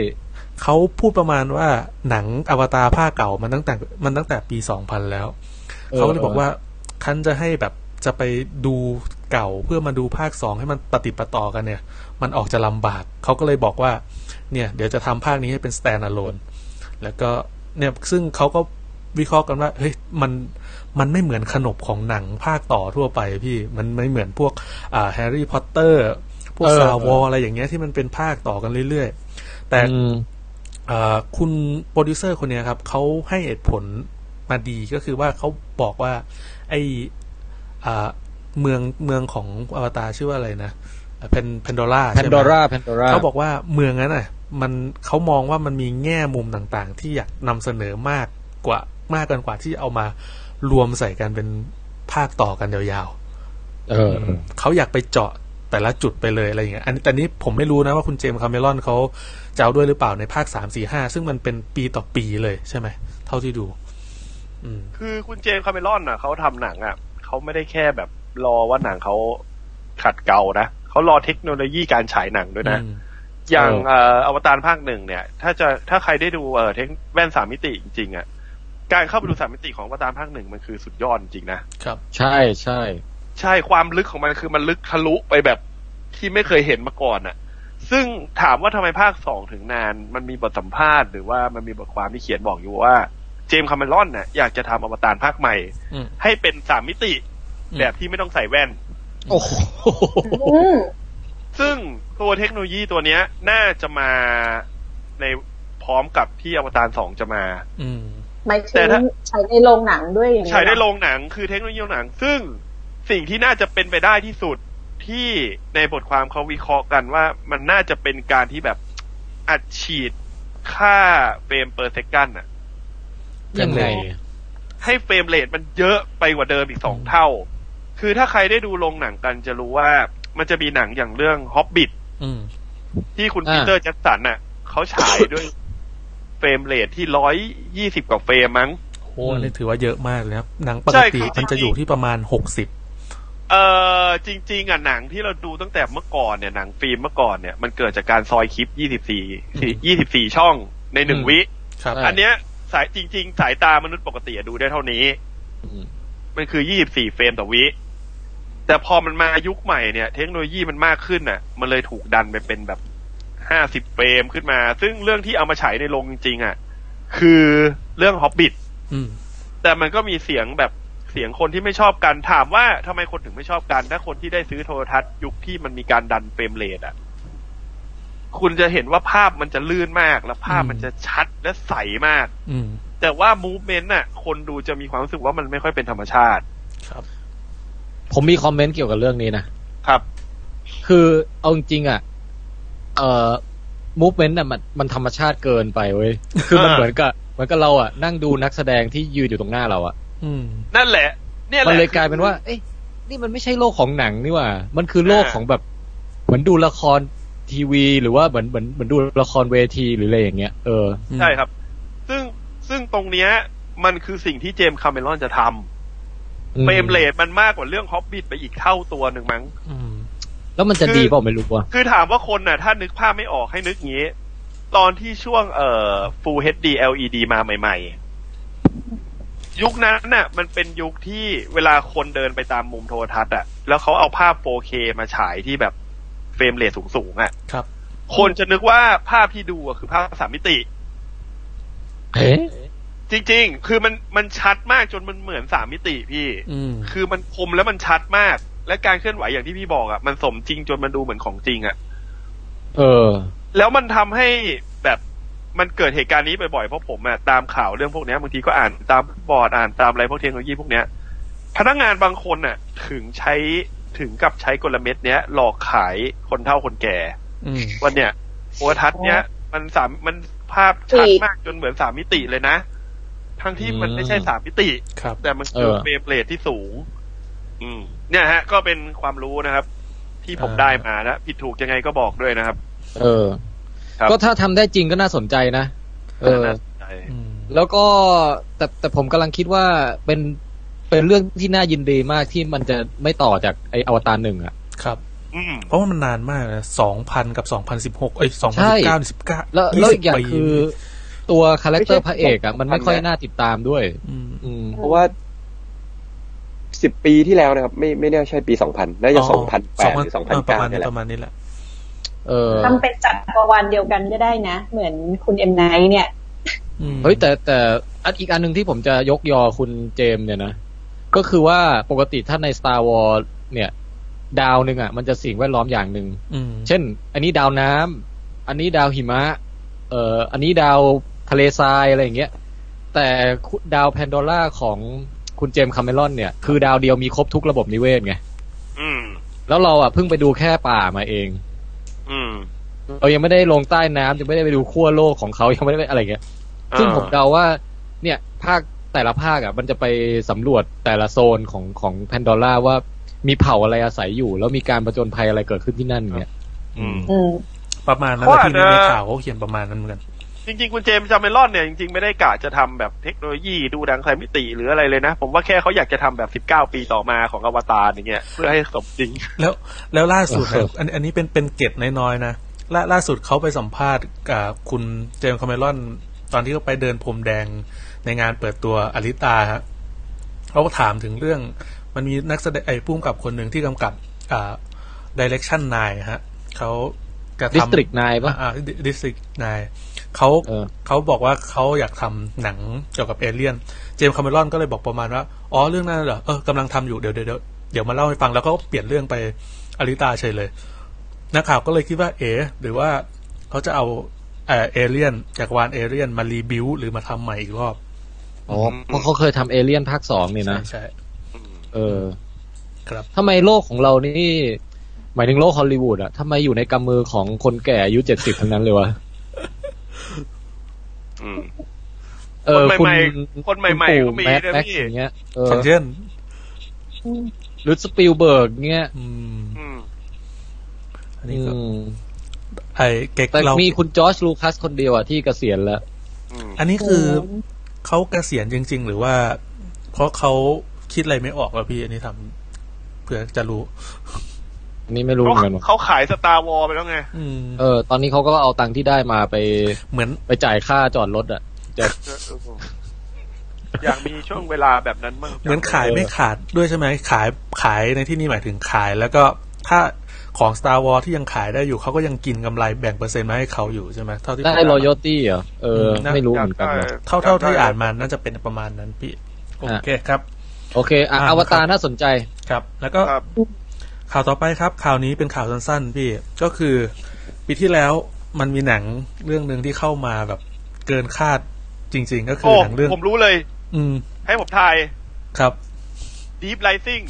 [SPEAKER 1] เขาพูดประมาณว่าหนังอวตารภาคเก่ามันตั้งแต่มันตั้งแต่ปีสองพันแล้ว
[SPEAKER 2] เออ
[SPEAKER 1] เขาเลยบอกว่าคันจะให้แบบจะไปดูเก่าเพื่อมาดูภาคสองให้มันปฏิดปะต่อกันเนี่ย มันออกจะลำบาก เขาก็เลยบอกว่า เนี่ยเดี๋ยวจะทำภาคนี้ให้เป็น stand alone แล้วก็เนี่ยซึ่งเขาก็วิเคราะห์กันว่าเฮ้ยมันมันไม่เหมือนขนบของหนังภาคต่อทั่วไปพี่มันไม่เหมือนพวกอ่าแฮร์รี่พอตเตอร์พวก
[SPEAKER 2] เออ
[SPEAKER 1] ซาวออะไรอย่างเงี้ยที่มันเป็นภาคต่อกันเรื่อยๆ แต่
[SPEAKER 2] อืม
[SPEAKER 1] เอ่อคุณโปรดิวเซอร์คนเนี้ยครับเขาให้เหตุผลมาดีก็คือว่าเขาบอกว่า ไออ่าเมืองเมืองของอวตารชื่อว่าอะไรนะเป็นเพนดอร่า
[SPEAKER 2] แพน
[SPEAKER 1] ใช่ไห
[SPEAKER 2] ด
[SPEAKER 1] ม
[SPEAKER 2] อร่าแพนดอร่า
[SPEAKER 1] เขาบอกว่าเมืองนั้นอ่ะ มันเขามองว่ามันมีแง่มุมต่างๆ ที่อยากนำเสนอมากกว่ามากเกินกว่าที่เอามารวมใส่กันเป็นภาคต่อกันยาวๆ
[SPEAKER 2] เออเออ
[SPEAKER 1] เขาอยากไปเจาะแต่ละจุดไปเลยอะไรอย่างเงี้ย อันแต่นี้ผมไม่รู้นะว่าคุณเจมส์คาเมรอนเขาจะเอาด้วยหรือเปล่าในภาคสามสี่ห้าซึ่งมันเป็นปีต่อปีเลยใช่ไหม เท่าที่ดู อืม
[SPEAKER 3] คือคุณเจมส์คาเมรอนน่ะเขาทำหนังอ่ะเขาไม่ได้แค่แบบรอว่าหนังเขาขัดเก่านะเขารอเทคโนโลยีการฉายหนังด้วยนะ อย่าง
[SPEAKER 2] เออ
[SPEAKER 3] เอ่ออวตารภาคหนึ่งเนี่ย ถ้าจะถ้าใครได้ดูเอ่อเทคแว่นสามมิติจริงๆอ่ะ การเข้าไปดูสามมิติของอวตารภาคหนึ่งมันคือสุดยอดจริงๆนะ
[SPEAKER 1] ครับ
[SPEAKER 2] ใช่ใช่
[SPEAKER 3] ใช่ความลึกของมันคือมันลึกทะลุไปแบบที่ไม่เคยเห็นมาก่อนอะซึ่งถามว่าทำไมภาคสองถึงนาน มันมีบทสัมภาษณ์หรือว่ามันมีบทความที่เขียนบอกอยู่ว่า เจมส์คาเมรอนน่ะอยากจะทำอวตารภาคใหม่
[SPEAKER 1] อืม
[SPEAKER 3] ให้เป็นสามมิติ
[SPEAKER 1] อืม
[SPEAKER 3] แบบที่ไม่ต้องใส่แว่น
[SPEAKER 2] โอ้โห
[SPEAKER 4] อืม
[SPEAKER 3] ซึ่งตัวเทคโนโลยีตัวเนี้ย น่าจะมาในพร้อมกับที่อวตารสองจะมา
[SPEAKER 1] อืม
[SPEAKER 4] หมายถึ
[SPEAKER 3] แต่
[SPEAKER 4] ง
[SPEAKER 3] ถ้า
[SPEAKER 4] ใช้ในโรงหนังด้วยอย่างเงี้ย
[SPEAKER 3] ใช้ในโรงหนังคือเทคโนโลยีหนัง ซึ่งสิ่งที่น่าจะเป็นไปได้ที่สุดที่ในบทความเขาวิเคราะห์กันว่ามันน่าจะเป็นการที่แบบอัดฉีดค่าเฟรมเปอร์เซกันอะ
[SPEAKER 2] ยังไง
[SPEAKER 3] ให้เฟรมเรทมันเยอะไปกว่าเดิมอีกสองเท่า คือถ้าใครได้ดูโรงหนังกันจะรู้ว่ามันจะมีหนังอย่างเรื่องฮอบบิ t
[SPEAKER 1] อืม
[SPEAKER 3] ที่คุณ
[SPEAKER 2] อ่า
[SPEAKER 3] ปีเตอร์แจ็คสันน่ะเขาฉายด้วย เฟรมเรทที่ร้อยยี่สิบกว่าเฟรมมั้ง
[SPEAKER 1] โอ้
[SPEAKER 2] อืม
[SPEAKER 1] นี่ถือว่าเยอะมากเลยครับ หนังป
[SPEAKER 3] ใช่
[SPEAKER 1] ก
[SPEAKER 3] ค
[SPEAKER 1] ติ
[SPEAKER 3] รับ
[SPEAKER 1] มันจะอยู่ที่ประมาณหกสิบ
[SPEAKER 3] เออจริงๆอ่ะหนังที่เราดูตั้งแต่เมื่อก่อนเนี่ยหนังฟิล์มเมื่อก่อนเนี่ยมันเกิดจากการซอยคลิป 24 24 ช่องในหนึ่ง
[SPEAKER 2] อืม
[SPEAKER 3] วิ
[SPEAKER 1] ครับ
[SPEAKER 2] ใช่
[SPEAKER 3] อันเนี้ยสายจริง ๆ สายตามนุษย์ปกติอะดูได้เท่านี้
[SPEAKER 2] อืม
[SPEAKER 3] มันคือ 24 เฟรมต่อวิ แต่พอมันมายุคใหม่เนี่ยเทคโนโลยีมันมากขึ้นน่ะ มันเลยถูกดันไปเป็นแบบ 50 เฟรมขึ้นมา ซึ่งเรื่องที่เอามาฉายในโรงจริงๆอ่ะคือเรื่องฮอบบิท
[SPEAKER 1] อืม
[SPEAKER 3] แต่มันก็มีเสียงแบบเสียงคนที่ไม่ชอบกันถามว่าทำไมคนถึงไม่ชอบกัน ถ้าคนที่ได้ซื้อโทรทัศน์ยุคที่มันมีการดันเฟรมเรทอ่ะ คุณจะเห็นว่าภาพมันจะลื่นมาก และภาพ
[SPEAKER 1] อืม
[SPEAKER 3] มันจะชัดและใสมาก
[SPEAKER 1] อืม
[SPEAKER 3] แต่ว่ามูฟเมนต์น่ะ คนดูจะมีความรู้สึกว่ามันไม่ค่อยเป็นธรรมชาติ
[SPEAKER 1] ครับ
[SPEAKER 2] ผมมีคอมเมนต์เกี่ยวกับเรื่องนี้นะ
[SPEAKER 3] ครับ
[SPEAKER 2] คือเอาจริงๆอ่ะ เอ่อ movement อ่ะมันมันธรรมชาติเกินไป
[SPEAKER 3] <laughs>
[SPEAKER 2] เว้ย คือมัน
[SPEAKER 3] อ่า
[SPEAKER 2] เหมือนกับเหมือนกับเราอ่ะนั่งดูนักแสดงที่ยืนอยู่ตรงหน้าเราอ่ะ
[SPEAKER 1] อืม
[SPEAKER 3] นั่นแหละ เนี่ยแห
[SPEAKER 2] มั
[SPEAKER 3] ละ
[SPEAKER 2] นเลยกลายเป็นว่า เอ้ยนี่มันไม่ใช่โลกของหนังนี่หว่า มันคือโลก
[SPEAKER 3] อ่า
[SPEAKER 2] ของแบบ เหมือนดูละครทีวี หรือว่าเหมือนเหมือนเหมือนดูละครเวทีหรืออะไรอย่างเงี้ย เออ
[SPEAKER 3] ใช่ครับ ซึ่งซึ่งตรงเนี้ย มันคือสิ่งที่เจมส์คาเมรอนจะท
[SPEAKER 2] อื
[SPEAKER 3] ำเฟรมเรทมันมากกว่าเรื่องฮอบบิทไปอีกเท่าตัวหนึ่งมั้ง
[SPEAKER 1] อืม
[SPEAKER 2] แล้วมันจะ
[SPEAKER 3] คือ
[SPEAKER 2] ดีเปล่าไม่รู้ว่ะ
[SPEAKER 3] คือถามว่าคนน่ะ ถ้านึกภาพไม่ออกให้นึกงี้ ตอนที่ช่วงเอ่อ Full HD LED มาใหม่ ๆ ยุคนั้นน่ะ มันเป็นยุคที่เวลาคนเดินไปตามมุมโทรทัศน์อ่ะ แล้วเขาเอาภาพ 4K มาฉายที่แบบเฟรมเรทสูง ๆ อ่ะ
[SPEAKER 1] ครับ
[SPEAKER 3] คนจะนึกว่าภาพที่ดูอะคือภาพสามมิติ
[SPEAKER 2] เอ๊ะ
[SPEAKER 3] จริง ๆ คือมันมันชัดมากจนมันเหมือนสามมิติพี่
[SPEAKER 1] อืม
[SPEAKER 3] คือมันคมและมันชัดมาก และการเคลื่อนไหวอย่างที่พี่บอกอ่ะ มันสมจริงจนมันดูเหมือนของจริงอ่ะ
[SPEAKER 2] เออ
[SPEAKER 3] แล้วมันทำให้แบบมันเกิดเหตุการณ์นี้บ่อยๆ เพราะผมอะตามข่าวเรื่องพวกเนี้ยบางทีก็อ่านตามบอร์ดอ่านตามอะไรพวกเทคโนโลยีพวกเนี้ย พนักงานบางคนน่ะ ถึงใช้ถึงกับใช้กลเม็ดเนี้ย หลอกขายคนเฒ่าคนแก่
[SPEAKER 1] อืม
[SPEAKER 3] วันเนี้ยโอทัศน์เนี้ยมันสามมันภาพชัดมากจนเหมือนสามมิติเลยนะ ทั้งที่มันไม่ใช่สามมิติ
[SPEAKER 1] ครับ
[SPEAKER 3] แต่มันคือ
[SPEAKER 2] เออ
[SPEAKER 3] เฟรมเรทที่สูง อืม เนี่ยฮะ ก็เป็นความรู้นะครับ ที่ผม
[SPEAKER 1] อ่า
[SPEAKER 3] ได้มานะผิดถูกยังไงก็บอกด้วยนะครับ
[SPEAKER 2] เออ
[SPEAKER 3] ครับ
[SPEAKER 2] ก็ถ้าทำได้จริงก็น่าสนใจนะ เออ
[SPEAKER 3] น่าสนใจ
[SPEAKER 1] อืม
[SPEAKER 2] แล้วก็แต่แต่ผมกำลังคิดว่าเป็นเป็นเรื่องที่น่ายินดีมากที่มันจะไม่ต่อจากไออวตารหนึ่งอะ
[SPEAKER 1] ครับ
[SPEAKER 3] อืม
[SPEAKER 1] เพราะว่ามันนานมากนะสองพันกับสองพันสิบหกเอ้ยสองพัน
[SPEAKER 2] ใช่
[SPEAKER 1] สิบเก้าสิบเก้า
[SPEAKER 2] แล้วแล้วอีกอย่างคือตัวคาแรคเตอร์พระเอกอะมันไม่ค่อย
[SPEAKER 5] ไม่ใช่
[SPEAKER 2] น่าติดตามด้วย
[SPEAKER 1] อืม
[SPEAKER 2] อืม
[SPEAKER 5] เพราะว่าสิบปีที่แล้วนะครับ ไม่ไม่แน่ใช่ปีสองพันน่าจะสองพันแปดหรือสองพัน
[SPEAKER 1] ประ
[SPEAKER 5] เก้า
[SPEAKER 1] มาณ
[SPEAKER 5] นี่
[SPEAKER 1] นี้ป
[SPEAKER 5] ยแหละ
[SPEAKER 1] ระมาณนี้แหละ
[SPEAKER 2] เออ
[SPEAKER 4] ทำเป็นจัดประวันเดียวกันก็ได้นะ เหมือนคุณเอ็มไนท์เนี่ย
[SPEAKER 1] อืม
[SPEAKER 2] เฮ้ยแต่แต่อันอีกอันหนึ่งที่ผมจะยกยอคุณเจมส์เนี่ยนะ ก็คือว่าปกติถ้าใน Star Wars เนี่ย ดาวหนึ่งอะมันจะสิ่งแวดล้อมอย่างหนึ่ง
[SPEAKER 1] อืม
[SPEAKER 2] เช่น อันนี้ดาวน้ำ อันนี้ดาวหิมะ เอ่อ อันนี้ดาวทะเลทรายอะไรอย่างเงี้ย แต่คุดาวแพนดอร่าของคุณเจมส์คาเมรอนเนี่ย คือดาวเดียวมีครบทุกระบบนิเวศไง
[SPEAKER 3] อืม
[SPEAKER 2] แล้วเราอ่ะเพิ่งไปดูแค่ป่ามาเอง
[SPEAKER 3] อืม
[SPEAKER 2] เรายังไม่ได้ลงใต้น้ำยังไม่ได้ไปดูขั้วโลกของเขา ยังไม่ได้ไปอะไรเงี้ย ซึ่งผมเดาว่า เนี่ย ภาคแต่ละภาคอ่ะ มันจะไปสำรวจแต่ละโซนของของแพนดอร่าว่ามีเผ่าอะไรอาศัยอยู่ แล้วมีการผจญภัยอะไรเกิดขึ้นที่นั่นเนี่ย
[SPEAKER 3] อืม
[SPEAKER 4] อืม
[SPEAKER 1] ประมาณนั้นแหละที่ใน
[SPEAKER 3] เขาอาจจะ
[SPEAKER 1] ข่าวเขาเขียนประมาณนั้นเหมือนกัน
[SPEAKER 3] จริงๆ คุณเจมส์จาเมลอนเนี่ย จริงๆ ไม่ได้กะจะทำแบบเทคโนโลยีดูดังสายมิติหรืออะไรเลยนะ ผมว่าแค่เขาอยากจะทำแบบ 19 ปีต่อมาของอวตารอย่างเงี้ย เพื่อให้สมจริง
[SPEAKER 1] แล้วแล้วล่าสุด <laughs>
[SPEAKER 2] เออ
[SPEAKER 1] นะอันอันนี้เป็นเป็นเกร็ดน้อยๆนะล่าล่าสุดเขาไปสัมภาษณ์กับคุณเจมส์คาเมรอน ตอนที่เขาไปเดินพรมแดงในงานเปิดตัวอลิตาฮะเขาก็ถามถึงเรื่อง มันมีนักแสดงไอ้ผู้กำกับคนหนึ่งที่กำกับอ่า direction 9ฮะเขากระทำ
[SPEAKER 2] ดิสตริกนายปะ
[SPEAKER 1] อ่าดิสติกนายเขา
[SPEAKER 2] เออ
[SPEAKER 1] เขาบอกว่าเขาอยากทำหนังเกี่ยวกับเอเลี่ยน เจมส์คาเมรอนก็เลยบอกประมาณว่า อ๋อ เรื่องนั้นเหรอ เออกำลังทำอยู่ เดี๋ยวเดี๋ยวเดี๋ยวเดี๋ยวมาเล่าให้ฟังแล้วก็เปลี่ยนเรื่องไปอลิตาเฉยเลย นักข่าวก็เลยคิดว่าเอ๋หรือว่าเขาจะเอาเอ่อเอเลี่ยนจากรวานเอเลี่ยนมารีบิวหรือมาทำใหม่อีกรอบ
[SPEAKER 2] อ๋อเพราะเขาเคยทำเอเลี่ยนภาคสองนี่นะ
[SPEAKER 1] ใช่
[SPEAKER 2] เออ
[SPEAKER 1] ครับ
[SPEAKER 2] ทำไมโลกของเรานี่ หมายถึงโลกฮอลลีวูดอะทำไมอยู่ในกำมือของคนแก่อายุเจ็ดสิบทั้งนั้นเลยวะ
[SPEAKER 5] อืม
[SPEAKER 2] เออ
[SPEAKER 3] คนใหม่ๆคนใหม่ๆ
[SPEAKER 2] คุณ
[SPEAKER 3] ก็
[SPEAKER 2] ปู่
[SPEAKER 3] มี
[SPEAKER 2] แมท
[SPEAKER 3] นะ
[SPEAKER 2] แม็ก
[SPEAKER 3] พี่
[SPEAKER 2] ซ์อย่างเงี้ยเอ
[SPEAKER 1] อ
[SPEAKER 2] อ
[SPEAKER 1] ย่างเช่น
[SPEAKER 2] หรือสปิลเบิร์กเงี้ย
[SPEAKER 1] อืม
[SPEAKER 3] อืม
[SPEAKER 1] อันนี้ก็
[SPEAKER 2] อืม
[SPEAKER 1] ไอ้เก๊ก
[SPEAKER 2] แต่
[SPEAKER 1] เรา
[SPEAKER 2] มีคุณจอร์จลูคัสคนเดียวอะที่เกษียณแล้ว
[SPEAKER 5] อืม
[SPEAKER 1] อันนี้คือเขาเกษียณจริง ๆ หรือว่า เพราะเขาคิดอะไรไม่ออกแล้วพี่ อันนี้ทำเผื่อจะรู้
[SPEAKER 2] อันนี่ไม่รู้เหมือนกันว่ะ
[SPEAKER 3] เขาขายสตาร์วอลไปแล้ว
[SPEAKER 1] <laughs>
[SPEAKER 3] ไง
[SPEAKER 1] อืม
[SPEAKER 2] เออ ตอนนี้เขาก็เอาตังค์ที่ได้มาไป
[SPEAKER 1] เหมือน
[SPEAKER 2] ไปจ่ายค่าจอดรถอะ
[SPEAKER 3] อยากมีช่วงเวลาแบบนั้นมั่ง
[SPEAKER 1] เหมือนขายไม่ขาดด้วยใช่ไหมขายขายในที่นี่หมายถึงขาย แล้วก็ถ้าของ Star Wars ที่ยังขายได้อยู่เขาก็ยังกินกำไรแบ่งเปอร์เซ็นต์มาให้เขาอยู่ใช่ไหมเท่าที่
[SPEAKER 2] ได้
[SPEAKER 1] ผมอ่าน
[SPEAKER 2] ร
[SPEAKER 1] มา
[SPEAKER 2] อยตี้เหรอ เออ
[SPEAKER 1] นะ
[SPEAKER 2] ไม่รู้
[SPEAKER 3] อยา
[SPEAKER 2] เห
[SPEAKER 3] ก
[SPEAKER 2] มือนกัน
[SPEAKER 3] ได้
[SPEAKER 2] ว่ะ
[SPEAKER 1] เท่าเท่าที่อ่านมาน่าจะเป็นประมาณนั้นพี่ โอเคครับ
[SPEAKER 2] โอเค อ่ะ
[SPEAKER 1] อ่ะ
[SPEAKER 2] อวตารน่าสนใจ
[SPEAKER 1] ครับ แล้วก็
[SPEAKER 3] ครับ
[SPEAKER 1] ข่าวต่อไปครับ ข่าวนี้เป็นข่าวสั้นๆ พี่ก็คือ ปีที่แล้วมันมีหนังเรื่องหนึ่งที่เข้ามาแบบเกินคาดจริง ๆ ก็คือ
[SPEAKER 3] โอ้
[SPEAKER 1] หนังเรื่อง
[SPEAKER 3] ผมรู้เลย
[SPEAKER 1] อืม
[SPEAKER 3] ให้ผมทาย
[SPEAKER 1] ครับ
[SPEAKER 3] Deep Rising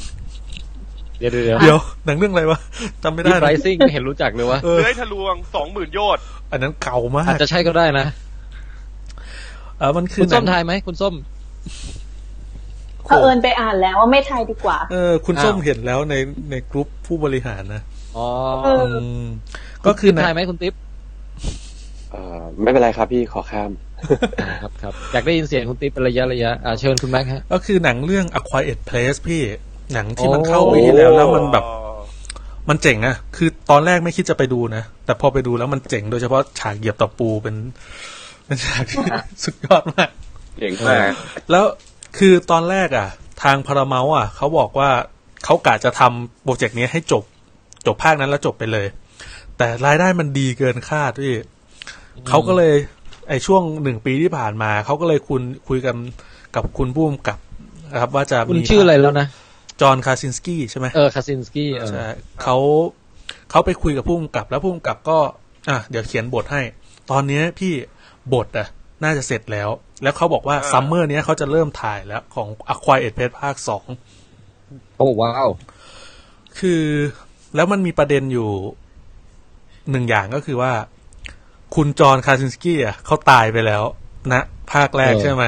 [SPEAKER 2] เดี๋ยวเดี๋ยว
[SPEAKER 1] เดี๋
[SPEAKER 2] เดี๋ยว
[SPEAKER 1] ยวหนังเรื่องอะไรวะจำไม่
[SPEAKER 2] ดี
[SPEAKER 1] ได้
[SPEAKER 2] ไบ
[SPEAKER 1] นะ
[SPEAKER 2] ซิ่งเห็นรู้จักเลยวะ
[SPEAKER 1] เออ
[SPEAKER 3] เลื้อยทะลวงสองหมื่นโยชน์
[SPEAKER 1] อันนั้นเก่ามาก
[SPEAKER 2] อาจจะใช่ก็ได้นะ
[SPEAKER 1] เออมันคื
[SPEAKER 2] คุ
[SPEAKER 1] อ
[SPEAKER 2] ณ
[SPEAKER 1] หนั
[SPEAKER 2] ส้ม
[SPEAKER 1] ง
[SPEAKER 2] ทายไหม คุณส้ม
[SPEAKER 4] เผอิญไปอ่านแล้วว่าไม่ไทยดีกว่า
[SPEAKER 1] เออคุณส้ม
[SPEAKER 2] อ้าว
[SPEAKER 1] เห็นแล้วในในกลุ่มผู้บริหารนะ
[SPEAKER 2] อ๋อ
[SPEAKER 4] เออ
[SPEAKER 1] อืมก็คือหนั
[SPEAKER 2] ทาย
[SPEAKER 1] ง
[SPEAKER 2] ไหมคุณติ๊บ
[SPEAKER 5] เอ่อไม่เป็นไรครับพี่ขอข้าม
[SPEAKER 2] อ่าครับครับ อยากได้ยินเสียงคุณติ๊บเป็นระยะระยะ อ่าเชิญคุณแม็กซ์ฮะ
[SPEAKER 1] ก็คือหนังเรื่อง A Quiet Place พี่หนังที่มัน
[SPEAKER 2] โอ้
[SPEAKER 1] เข้าปีที่แล้วแล้วมันแบบมันเจ๋งอะคือตอนแรกไม่คิดจะไปดูนะ แต่พอไปดูแล้วมันเจ๋งโดยเฉพาะฉากเหยียบตะปูเป็น <laughs> เป็นฉากที่ สุดยอดมาก
[SPEAKER 5] เจ๋งมาก
[SPEAKER 1] แล้วคือตอนแรกอ่ะ ทางพาราเม t อ่ะเขาบอกว่าเขากะจะทำโปรเจกต์นี้ให้จบ จบภาคนั้นแล้วจบไปเลย แต่รายได้มันดีเกินคาดพี่เขาก็เลยไอช่วงหนึ่งปีที่ผ่านมา เขาก็เลยคุณคุยกันกับคุณบูมกับนะครับ ว่าจะ
[SPEAKER 2] คุณ
[SPEAKER 1] มี
[SPEAKER 2] ชื่ออะไรแล้วนะ
[SPEAKER 1] จอห์นคาซินสกี้ใช่ไหม
[SPEAKER 2] เออ คาซินสกี้เออ
[SPEAKER 1] ใช่เขาเขาไปคุยกับผู้กำกับแล้วผู้กำกับก็ อ่ะเดี๋ยวเขียนบทให้ ตอนเนี้ยพี่บทอ่ะ น่าจะเสร็จแล้ว แล้วเขาบอกว่าซัมเมอร์เนี้ยเขาจะเริ่มถ่ายแล้วของ a q u i r e d p a c e ภาคสอง
[SPEAKER 2] โอ้ว้าว
[SPEAKER 1] คือแล้วมันมีประเด็นอยู่หนึ่งอย่างก็คือว่า คุณจอห์นคาซินสกี้อ่ะเขาตายไปแล้ว นะ ภาคแรกใช่ไหม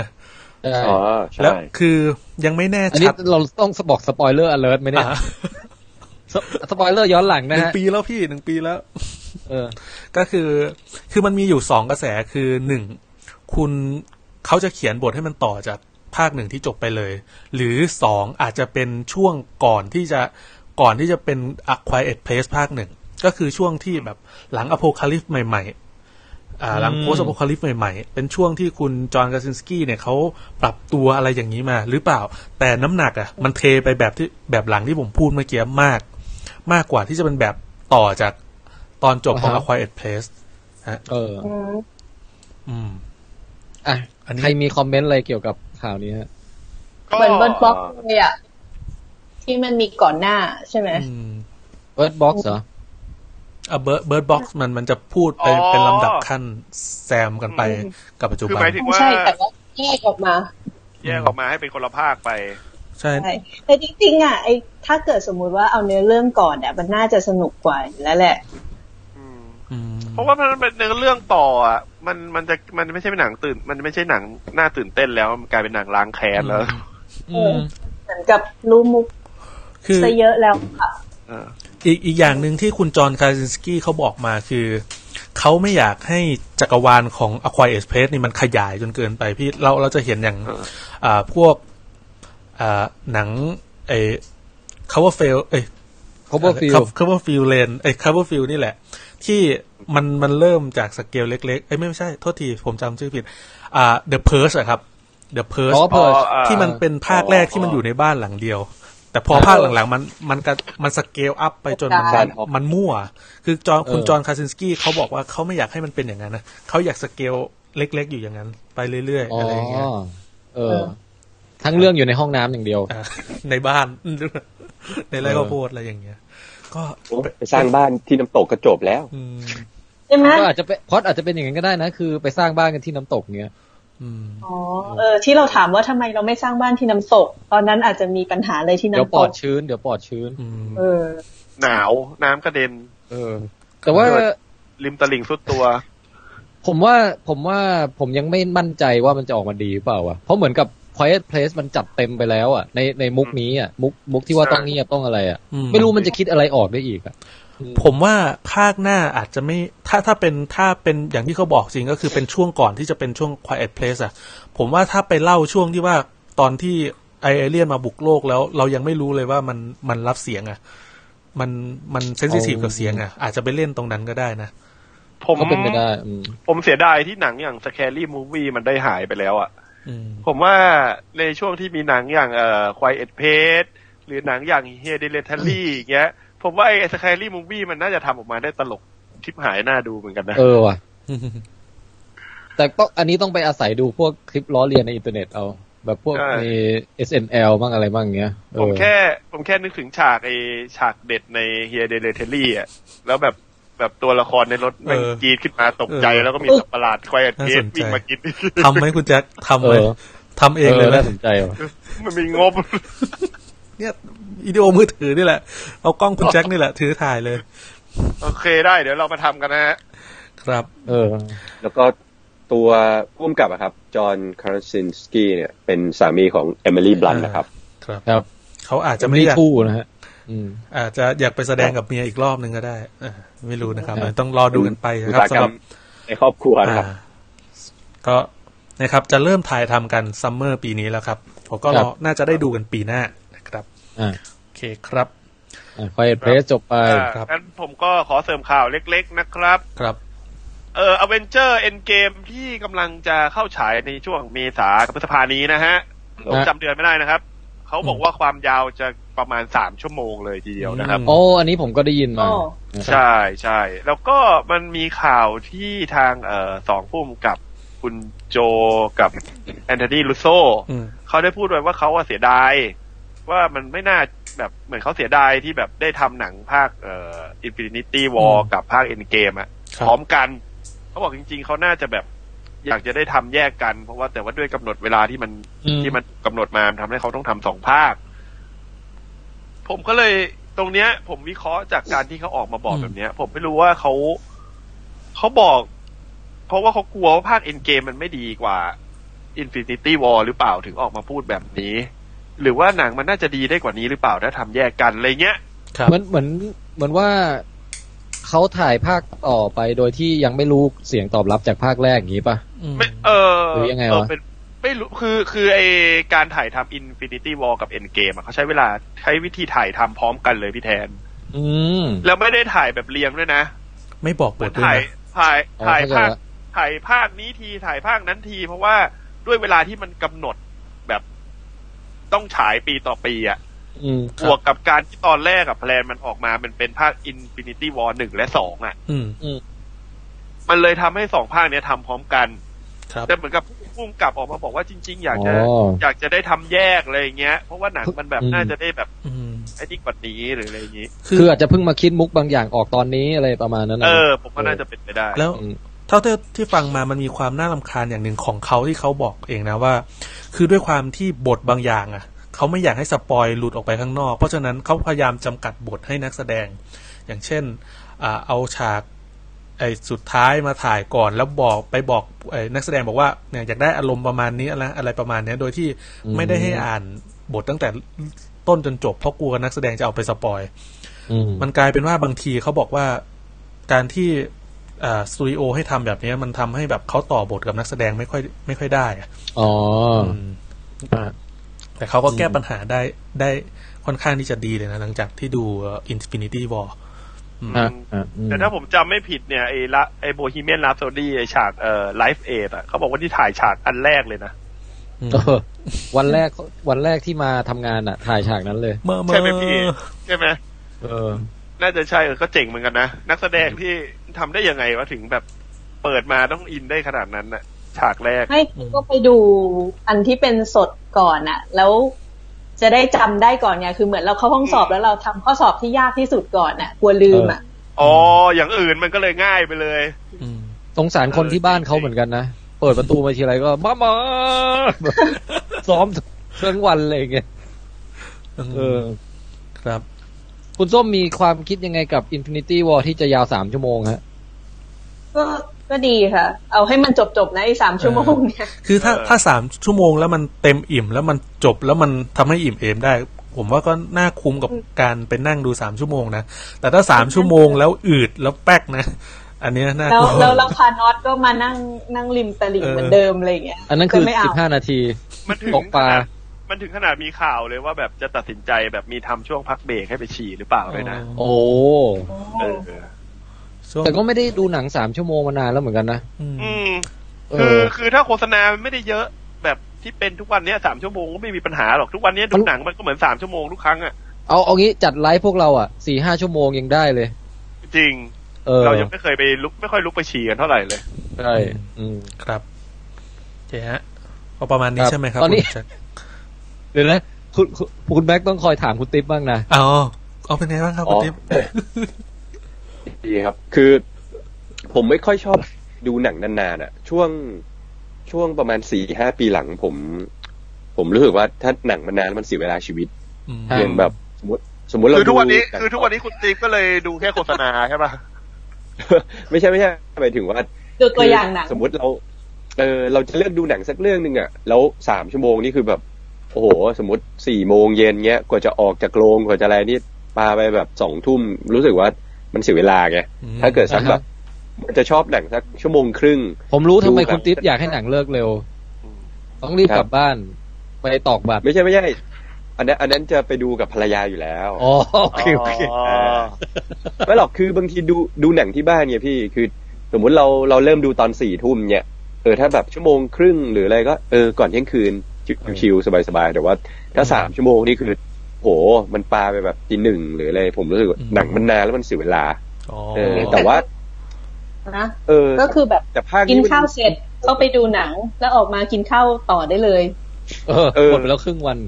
[SPEAKER 2] ใช่
[SPEAKER 5] อ๋อ
[SPEAKER 1] แล้ว
[SPEAKER 5] ใช่
[SPEAKER 1] คือยังไม่แน่
[SPEAKER 2] อันนี้
[SPEAKER 1] ชัด
[SPEAKER 2] เราต้องบอกสปอยเลอร์อเลิร์ไหมเนี่ย
[SPEAKER 1] อ่ะ
[SPEAKER 2] สสปอยเลอร์ย้อนหลัง
[SPEAKER 1] ห
[SPEAKER 2] นะ
[SPEAKER 1] นึ่ง
[SPEAKER 2] ฮะ
[SPEAKER 1] ปีแล้วพี่หนึ่งปีแล้ว
[SPEAKER 2] เออ
[SPEAKER 1] ก็คือ คือมันมีอยู่สองกระแสคือหนึ่ง คุณเขาจะเขียนบทให้มันต่อจากภาคหนึ่งที่จบไปเลย หรือสองอาจจะเป็นช่วงก่อนที่จะก่อนที่จะเป็น a q u i r e d Place ภาคหนึ่ง ก็คือช่วงที่แบบหลังอโพคาลิฟใหม่ๆ อ่า หลัง
[SPEAKER 2] อืม
[SPEAKER 1] โพสอโพคาลิฟใหม่ๆ เป็นช่วงที่คุณจอห์นกาซินสกี้เนี่ยเขาปรับตัวอะไรอย่างนี้มาหรือเปล่า แต่น้ำหนักอะ่ะ มันเทไปแบบที่แบบหลังที่ผมพูดเมื่อกี้มาก มากกว่าที่จะเป็นแบบต่อจากตอนจบของ a q u i r e d Place
[SPEAKER 2] เออ
[SPEAKER 4] อืม
[SPEAKER 1] อืม
[SPEAKER 2] อ่ะ
[SPEAKER 1] อันนี้
[SPEAKER 2] ใครมีคอมเมนต์อะไรเกี่ยวกับข่าวนี้ฮะ
[SPEAKER 4] เหมือนบนบล็อก
[SPEAKER 5] อ๋อ
[SPEAKER 4] เลยอ่ะที่มันมีก่อนหน้าใช่ไหม
[SPEAKER 1] อืม
[SPEAKER 2] Bird Box เหรอ
[SPEAKER 1] อ่ะเบิร์ดเบิร์ดบ็อกซ์มันมันจะพูดไป
[SPEAKER 3] อ๋อ
[SPEAKER 1] เป็นลำดับขั้นแซมกันไปกับปัจจุ
[SPEAKER 3] คือ
[SPEAKER 1] บัน
[SPEAKER 3] หมายถึงว่า
[SPEAKER 4] ใช่แต่ว่าแยกออกมา
[SPEAKER 3] แยกออกมาให้เป็นคนละภาคไป
[SPEAKER 1] ใช่
[SPEAKER 4] ใช่แต่จริงๆอ่ะไอ้ถ้าเกิดสมมุติว่าเอาเนื้อเรื่องก่อนอ่ะมันน่าจะสนุกกว่าอยู่แล้วแหละ
[SPEAKER 3] อืม
[SPEAKER 1] อืม
[SPEAKER 3] เพราะว่ามันเป็นเนื้อเรื่องต่ออ่ะมันมันจะมันไม่ใช่เป็นหนังตื่น มันไม่ใช่หนังน่าตื่นเต้นแล้ว มันกลายเป็นหนังล้างแค้นแล้ว
[SPEAKER 1] อืม
[SPEAKER 4] เหมือนกับรู้มุก
[SPEAKER 1] คือ
[SPEAKER 4] ซะเยอะแล้วค่ะ
[SPEAKER 3] เออ
[SPEAKER 1] อีกอีกอย่างหนึ่งที่คุณจอห์นคาซินสกี้เขาบอกมาคือ เขาไม่อยากให้จักรวาลของ a q u i r e d p a c e นี่มันขยายจนเกินไปพี่เราเราจะเห็นอย่าง อ่าพวก อ่าหนังไอ้ cover fail เอ้ย
[SPEAKER 2] Cover Field
[SPEAKER 1] คัฟเวอร์ฟิลเลนไอ้คัฟเวอร์ฟิลนี่แหละ ที่มันมันเริ่มจากสเกลเล็กๆ เอ้ยไม่ใช่ โทษที ผมจำชื่อผิด อ่า The Purge อะครับ The Purge
[SPEAKER 2] อ๋อ Purge
[SPEAKER 3] อ๋อ
[SPEAKER 1] ที่มันเป็นภาคแรกที่มันอยู่ในบ้านหลังเดียว แต่พอภาคหลังๆ มันมันก็มันสเกลอัพไปจนมัน
[SPEAKER 5] ใช่
[SPEAKER 1] มันมั่ว คือจอห์นคุณ
[SPEAKER 2] เออ
[SPEAKER 1] จอห์นคาซินสกี้เขาบอกว่าเขาไม่อยากให้มันเป็นอย่างนั้นนะเขาอยากสเกลเล็กๆ อยู่อย่างนั้น ไปเรื่อยๆ
[SPEAKER 2] อ๋อ
[SPEAKER 1] อะไรอย่างเงี้ย
[SPEAKER 2] เออ ทั้งเรื่องอยู่ในห้องน้ำอย่างเดียว
[SPEAKER 1] าในบ้าน <laughs> ในไร่ข้าวโพดอะไรอย่างเงี้ย ก็
[SPEAKER 5] ไปสร้างบ้านที่น้ำตกก็จบแล้ว
[SPEAKER 1] อืม
[SPEAKER 4] ใช่ไหม
[SPEAKER 2] ก็อาจจะเป็นพล็อดอาจจะเป็นอย่างนั้นก็ได้นะ คือไปสร้างบ้านกันที่น้ำตกเนี้ย
[SPEAKER 1] อืม
[SPEAKER 4] อ๋อเออที่เราถามว่าทำไมเราไม่สร้างบ้านที่น้ำตก ตอนนั้นอาจจะมีปัญหาเลยที่
[SPEAKER 2] เดี๋ยว
[SPEAKER 4] น้ำ
[SPEAKER 2] ป
[SPEAKER 4] ต
[SPEAKER 2] อก ดชื้น เดี๋ยวปอดชื้น
[SPEAKER 1] อืม
[SPEAKER 4] เออ
[SPEAKER 3] หนาวน้ำกระเด็น
[SPEAKER 2] เออ แต่ว่า
[SPEAKER 3] เกิด ริมตลิ่งสุดตัว
[SPEAKER 2] ผมว่าผมว่าผมยังไม่มั่นใจว่ามันจะออกมาดีหรือเปล่าวะเพราะเหมือนกับ Quiet Place มันจัดเต็มไปแล้วอ่ะในในมุกนี้อ่ะมุกมุกที่ว่า
[SPEAKER 3] ใช่
[SPEAKER 2] ต้องเงียบต้องอะไรอ่ะ
[SPEAKER 1] อืม
[SPEAKER 2] ไม่รู้มันจะคิดอะไรออกได้อีกอ่ะ
[SPEAKER 1] ผมว่าภาคหน้าอาจจะไม่ถ้าถ้าเป็นถ้าเป็นอย่างที่เขาบอกจริงก็คือเป็นช่วงก่อนที่จะเป็นช่วง Quiet Place อะผมว่าถ้าไปเล่าช่วงที่ว่าตอนที่ไอเอเลียนมาบุกโลกแล้ว เรายังไม่รู้เลยว่ามันมันรับเสียงอะมันมันเซนซิทีฟกับเสียงอะอาจจะไปเล่นตรงนั้นก็ได้นะ
[SPEAKER 3] ผม
[SPEAKER 2] ก็เป็นไปได้อืม
[SPEAKER 3] ผมเสียดายที่หนังอย่างสแครี่มูวี่มันได้หายไปแล้วอ่ะ
[SPEAKER 1] อืม <laughs>
[SPEAKER 3] ผมว่าในช่วงที่มีหนังอย่างเอ่อควายเอ็ดเพสหรือหนังอย่างเฮเดเลทารี่อย่างเงี้ย ผมว่าไอ้สแครี่มูวี่มันน่าจะทำออกมาได้ตลกทิพหายน่าดูเหมือนกันนะ
[SPEAKER 2] เออว่ะ แต่ต้องอันนี้ต้องไปอาศัยดูพวกคลิปล้อเลียนในอินเทอร์เน็ตเอา แบบพวก
[SPEAKER 3] ใช่
[SPEAKER 2] ใน SNL บ้างอะไรบ้างเงี้ยเอ
[SPEAKER 3] ผม
[SPEAKER 2] อ
[SPEAKER 3] แค่ผมแค่นึกถึงฉากไอ้ฉากเด็ดในเฮเดเลทารี่อ่ะแล้วแบบแบบตัวละครในรถแมัน
[SPEAKER 1] เออก
[SPEAKER 3] รีดขึ้นมาตกใจ
[SPEAKER 1] เออ
[SPEAKER 3] แล้วก็มีสัตว์ประหลาดควายเอ็ดเพส
[SPEAKER 1] น่าสนใจ
[SPEAKER 3] วิ่งมากิน
[SPEAKER 1] ทำไหมคุณแจ็คทำ
[SPEAKER 2] เอ
[SPEAKER 1] ไหม
[SPEAKER 2] อ
[SPEAKER 1] ทำเองเลย
[SPEAKER 2] น่า
[SPEAKER 1] นะ
[SPEAKER 2] สนใจว่ะ
[SPEAKER 3] มันมีงบ
[SPEAKER 1] เนี่ยวิดีโอมือถือนี่แหละ เอากล้องคุณแจ็คนี่แหละ ถือถ่ายเลย
[SPEAKER 3] โอเคได้เดี๋ยวเรามาทำกันนะฮะ
[SPEAKER 1] ครับ
[SPEAKER 2] เออ
[SPEAKER 5] แล้วก็ตัวร่วมกับอะครับ จอห์นคาราซินสกี้เนี่ย เป็นสามีของเอมิลี่บลันนะครับ
[SPEAKER 1] ครับ
[SPEAKER 2] ครับ
[SPEAKER 1] เขาอาจจะ
[SPEAKER 2] จะ
[SPEAKER 1] ไม่
[SPEAKER 2] ไม่
[SPEAKER 1] ได้อยาก
[SPEAKER 2] ทู่นะฮะ อืม
[SPEAKER 1] อาจจะอยากไปแสดงกับเมียอีกรอบหนึ่งก็ได้อ่าไม่รู้นะครับ
[SPEAKER 2] ครับ
[SPEAKER 1] ต้องรอดูกันไป
[SPEAKER 5] อุ
[SPEAKER 1] นะค
[SPEAKER 5] ต
[SPEAKER 1] รับ
[SPEAKER 5] สาหก
[SPEAKER 1] สำห
[SPEAKER 5] รร
[SPEAKER 1] รั
[SPEAKER 5] ม
[SPEAKER 1] บ
[SPEAKER 5] ในครอบครัวนะครับ
[SPEAKER 1] อ่าก็นะครับ จะเริ่มถ่ายทำกันซัมเมอร์ปีนี้แล้วครับผมก็รอ
[SPEAKER 2] ครับ
[SPEAKER 1] น่าจะได้ดูกันปีหน้านะครับ
[SPEAKER 2] อ่า
[SPEAKER 1] โอเคครับ
[SPEAKER 2] คอยเพรสจบไป
[SPEAKER 3] อ่า
[SPEAKER 1] ครับ
[SPEAKER 3] งั้นผมก็ขอเสริมข่าวเล็กๆนะครับ
[SPEAKER 1] ครับ
[SPEAKER 3] เอออเวนเจอร์เอ็นเกมที่กำลังจะเข้าฉายในช่วงเมษากับพฤษภานี้นะฮะ
[SPEAKER 2] ฮะ
[SPEAKER 3] จำเดือนไม่ได้นะครับ เขาบอกว่าความยาวจะประมาณสามชั่วโมงเลยทีเดียวนะครับ
[SPEAKER 2] โอ้อันนี้ผมก็ได้ยินมา
[SPEAKER 4] อ๋อ
[SPEAKER 3] ใช่ใช่แล้วก็มันมีข่าวที่ทางเอ่อสองผู้กำกับคุณโจกับแอนโทนีลูโซ
[SPEAKER 1] อืม
[SPEAKER 3] เขาได้พูดไว้ว่าเขาอะเสียดาย ว่ามันไม่น่าแบบเหมือนเขาเสียดายที่แบบได้ทำหนังภาคเอ่ออินฟินิตี้วอล
[SPEAKER 1] อืม
[SPEAKER 3] กับภาคเอ็นเกมอะ
[SPEAKER 1] ครับ
[SPEAKER 3] พร้อมกัน เขาบอกจริง ๆ เขาน่าจะแบบ อยากจะได้ทำแยกกัน เพราะว่าแต่ว่าด้วยกำหนดเวลาที่มัน
[SPEAKER 2] อืม
[SPEAKER 3] ที่มันกำหนดมามันทำให้เขาต้องทำสองภาค ผมก็เลยตรงเนี้ย ผมวิเคราะห์จากการที่เขาออกมาบอกแบบเนี้ย ผมไม่รู้ว่าเขาเขาบอก เพราะว่าเขากลัวว่าภาคเอ็นเกมมันไม่ดีกว่า Infinity War หรือเปล่าถึงออกมาพูดแบบนี้ หรือว่าหนังมันน่าจะดีได้กว่านี้หรือเปล่าถ้าทำแยกกันอะไรเงี้ย
[SPEAKER 1] ครับ
[SPEAKER 2] เหมือนเหมือนเหมือนว่าเขาถ่ายภาคต่อไปโดยที่ยังไม่รู้เสียงตอบรับจากภาคแรกอย่างนี้ป่ะ
[SPEAKER 1] อืม
[SPEAKER 3] ไม่เออ
[SPEAKER 2] หรือยังไงวะ
[SPEAKER 3] เเป็นไม่รู้คือคือไอการถ่ายทำ Infinity War กับ Endgame อะเขาใช้เวลาใช้วิธีถ่ายทำพร้อมกันเลยพี่แทน
[SPEAKER 2] อืม
[SPEAKER 3] แล้วไม่ได้ถ่ายแบบเรียงด้วยนะ
[SPEAKER 1] ไม่บอกบ
[SPEAKER 3] เหมือ
[SPEAKER 1] ท
[SPEAKER 3] น
[SPEAKER 1] ด้วย
[SPEAKER 3] ถ่าย
[SPEAKER 1] นะ
[SPEAKER 2] อ๋อ
[SPEAKER 3] ถ่ายถ่าย
[SPEAKER 2] เข้าใจ
[SPEAKER 3] ภาค
[SPEAKER 2] ละ
[SPEAKER 3] ถ่ายภาคนี้ทีถ่ายภาคนั้นที เพราะว่าด้วยเวลาที่มันกำหนดแบบต้องฉายปีต่อปีอะ
[SPEAKER 2] อืม
[SPEAKER 3] บวกกับการที่ตอนแรกอะแพลนมันออกมามันเป็นภาค Infinity War หนึ่งและสองอะ
[SPEAKER 1] อืม
[SPEAKER 3] มันเลยทำให้สองภาคเนี้ยทำพร้อมกัน
[SPEAKER 1] ครับ
[SPEAKER 3] แต่เหมือนกับพุ่มกลับออกมาบอกว่าจริง ๆ อยาก
[SPEAKER 2] อ๋
[SPEAKER 3] จะ
[SPEAKER 2] อ
[SPEAKER 3] อยากจะได้ทำแยกอะไรอย่างเงี้ย เพราะว่าหนังมันแบบ
[SPEAKER 2] อืม
[SPEAKER 3] น่าจะได้แบบ
[SPEAKER 1] อืม
[SPEAKER 3] ไอ้นี่กว่านี้หรืออะไรอย่างงี้
[SPEAKER 1] คือ
[SPEAKER 2] คืออาจจะเพิ่งมาคิดมุกบางอย่างออกตอนนี้อะไรประมาณนั้นนะ
[SPEAKER 3] เออ ผมว่าน่าจะเป็นไปได้
[SPEAKER 1] แล้ว
[SPEAKER 2] ม
[SPEAKER 1] เท่าที่ที่ฟังมามันมีความน่ารำคาญอย่างหนึ่งของเขาที่เขาบอกเองนะว่า คือด้วยความที่บทบางอย่างอ่ะเขาไม่อยากให้สปอยหลุดออกไปข้างนอก เพราะฉะนั้นเขาพยายามจำกัดบทให้นักแสดง อย่างเช่นอ่าเอาฉากไอ้สุดท้ายมาถ่ายก่อนแล้วบอกไปบอกไอ้นักแสดงบอกว่าเนี่ยอยากได้อารมณ์ประมาณนี้อะไรอะไรประมาณเนี้ยโดยที่
[SPEAKER 2] อืม
[SPEAKER 1] ไม่ได้ให้อ่านบทตั้งแต่ต้นจนจบเพราะกลัวนักแสดงจะเอาไปสปอย
[SPEAKER 2] อืม
[SPEAKER 1] มันกลายเป็นว่าบางทีเขาบอกว่าการที่อ่าสตูดิโอให้ทำแบบเนี้ยมันทำให้แบบเขาต่อบทกับนักแสดงไม่ค่อยไม่ค่อยได้อะ
[SPEAKER 2] อ๋อ
[SPEAKER 1] ม
[SPEAKER 2] อ่ะ
[SPEAKER 1] แต่เขาก็แก้
[SPEAKER 2] อืม
[SPEAKER 1] ปัญหาได้ได้ค่อนข้างที่จะดีเลยนะ หลังจากที่ดูเอ่อ Infinity War อืม
[SPEAKER 2] ฮะฮะอืม
[SPEAKER 3] แต่ถ้าผมจำไม่ผิดเนี่ยไอ้ละไอ้โบฮีเมียนลาโซดี้ไอ้ฉากเอ่อไลฟ์เอทอ่ะเขาบอกว่าที่ถ่ายฉากอันแรกเลยนะ
[SPEAKER 2] เออ <laughs> วันแรกวันแรกที่มาทำงานอ่ะ ถ่ายฉากนั้นเลย
[SPEAKER 1] เมื่อเมื่
[SPEAKER 3] ใช่ไหม
[SPEAKER 1] อ
[SPEAKER 3] พี่ ใช่ไหม
[SPEAKER 2] เออ
[SPEAKER 3] น่าจะใช่เออก็เจ๋งเหมือนกันนะ นักแสดงที่ทำได้ยังไงวะถึงแบบเปิดมาต้องอินได้ขนาดนั้นน่ะ ฉากแรก
[SPEAKER 4] ไม่ก็ไปดูอันที่เป็นสดก่อนอะแล้วจะได้จำได้ก่อนไงคือเหมือนเราเข้าห้องสอบแล้วเราทำข้อสอบที่ยากที่สุดก่อนอะกลัวลืมอะ
[SPEAKER 3] อ๋อ อย่างอื่นมันก็เลยง่ายไปเลย
[SPEAKER 1] อืม
[SPEAKER 2] สงสารคนที่บ้านเขาเหมือนกันนะ เปิดประตูมาทีไรก็บ้ามาซ้อมทั้งวันเลยไงเออ
[SPEAKER 1] ครับ
[SPEAKER 2] คุณส้มมีความคิดยังไงกับ Infinity War ที่จะยาวสามชั่วโมงฮะ
[SPEAKER 4] ก็ก็ดีค่ะ เอาให้มันจบๆนะไอ้สามชั่วโมงเนี่ย
[SPEAKER 1] คือถ้า
[SPEAKER 3] เออ
[SPEAKER 1] ถ้าสามชั่วโมงแล้วมันเต็มอิ่ม แล้วมันจบแล้วมันทำให้อิ่มเอมได้ ผมว่าก็น่าคุ้มกับการไปนั่งดูสามชั่วโมงนะ แต่ถ้าสามชั่วโมงแล้วอืดแล้วแป๊กนะ อันเนี้ยน่า
[SPEAKER 4] แล้ว
[SPEAKER 1] กลัว
[SPEAKER 4] แล้วเราพานอตก็มานั่งนั่งริมตลิ่ง
[SPEAKER 1] เออ
[SPEAKER 4] เหมือนเดิมอะไรอย่างเงี้ย
[SPEAKER 2] อันนั้นคือ
[SPEAKER 4] ก็ไม่เา
[SPEAKER 2] 15 นาที
[SPEAKER 3] มันถึง
[SPEAKER 2] ตกปลา
[SPEAKER 3] ขนดมันถึงขนาดมีข่าวเลยว่าแบบจะตัดสินใจแบบมีทำช่วงพักเบรกให้ไปฉี่หรือเปล่าเลยนะ
[SPEAKER 2] โอ้
[SPEAKER 3] เออ
[SPEAKER 1] ช่วง
[SPEAKER 2] แต่ก็ไม่ได้ดูหนังสามชั่วโมงมานานแล้วเหมือนกันนะ
[SPEAKER 1] อืม
[SPEAKER 3] อืม
[SPEAKER 2] เอ
[SPEAKER 3] คือ
[SPEAKER 2] อ
[SPEAKER 3] คือถ้าโฆษณามันไม่ได้เยอะแบบที่เป็นทุกวันเนี้ยสามชั่วโมงก็ไม่มีปัญหาหรอกทุกวันเนี้ยดู
[SPEAKER 2] มัน
[SPEAKER 3] หนังมันก็เหมือนสามชั่วโมงทุกครั้งอ่ะ
[SPEAKER 2] เอาเอางี้จัดไลฟ์พวกเราอ่ะสี่ห้าชั่วโมงยังได้เลย
[SPEAKER 3] จริง
[SPEAKER 2] เออ
[SPEAKER 3] เรายังไม่เคยไปลุกไม่ค่อยลุกไปฉี่กันเท่าไหร่เลย
[SPEAKER 2] ใช่อืม
[SPEAKER 1] ครับโอเคฮะเอาประมาณนี้
[SPEAKER 2] ครับ
[SPEAKER 1] ใช่ไหมครับ
[SPEAKER 2] ตอนนี้
[SPEAKER 1] คุณแจ็ค
[SPEAKER 2] เดี๋ยวนะคุณคุณคุณแบ็กต้องคอยถามคุณติ๊บบ้างนะ
[SPEAKER 1] อ๋อเอาเป็นไงบ้างครับคุณ
[SPEAKER 5] อ๋อ
[SPEAKER 1] ติ๊บ
[SPEAKER 5] ดีครับ คือผมไม่ค่อยชอบดูหนังนานๆอ่ะ ช่วงช่วงประมาณสี่ห้าปีหลังผม ผมรู้สึกว่าถ้าหนังมันนานมันเสียเวลาชีวิต
[SPEAKER 1] อืม
[SPEAKER 2] อ่า
[SPEAKER 5] อย่างแบบสมมติสมมติเรา
[SPEAKER 3] คือทุกวันนี้
[SPEAKER 5] ดูหง
[SPEAKER 3] คือทุกวันนี้คุณติ๊กก็เลยดูแค่โฆษณาใช่ป่ะ
[SPEAKER 5] ไม่ใช่ไม่ใช่หมายถึงว่า
[SPEAKER 4] ดูตัวอย่างหนัง
[SPEAKER 5] สมมติเรา เออเราจะเลือกดูหนังสักเรื่องหนึ่งอะแล้วสามชั่วโมงนี่คือแบบ โอ้โห สมมติสี่โมงเย็นเงี้ยกว่าจะออกจากโรงกว่าจะอะไรนี่ปาไปแบบสองทุ่มรู้สึกว่ามันเสียเวลาไงถ้าเกิดสักแบบมันจะชอบหนังสักชั่วโมงครึ่ง
[SPEAKER 2] ผมรู้ทำไม
[SPEAKER 5] ดูครับ
[SPEAKER 2] คุณติ๊บอยากให้หนังเลิกเร็ว
[SPEAKER 3] อืม
[SPEAKER 2] ต้องรีบ
[SPEAKER 5] ครับ
[SPEAKER 2] กลับบ้าน ไปตอกบัตร
[SPEAKER 5] ไม่ใช่ไม่ใช่อันนั้นอันนั้นจะไปดูกับภรรยาอยู่แล้ว
[SPEAKER 2] อ๋อโอเคโอเค
[SPEAKER 3] อ๋อ
[SPEAKER 5] ไม่หรอกคือบางทีดูดูหนังที่บ้านเนี่ยพี่คือ สมมุติเราเราเริ่มดูตอนสี่ทุ่มเนี่ยเออถ้าแบบชั่วโมงครึ่งหรืออะไรก็เออก่อนเที่ยงคืนชิวๆสบายๆแต่ว่า ถ้าสามชั่วโมงนี่คือโหมันปาไปแบบตีหนึ่งหรืออะไรผมรู้สึกว่าหนังมันนานแล้วมันเสียเวลา
[SPEAKER 1] อ๋อ
[SPEAKER 5] เออ แต่ว่า
[SPEAKER 4] นะ
[SPEAKER 5] เออ
[SPEAKER 4] ก็คือแบบ
[SPEAKER 5] แต่ภาค
[SPEAKER 4] กิน
[SPEAKER 5] นี้มัน
[SPEAKER 4] ข้าวเสร็จก็ไปดูหนัง แล้วออกมากินข้าวต่อได้เลย
[SPEAKER 2] เออ
[SPEAKER 5] เออ
[SPEAKER 2] หมดไปแล้วครึ่งวัน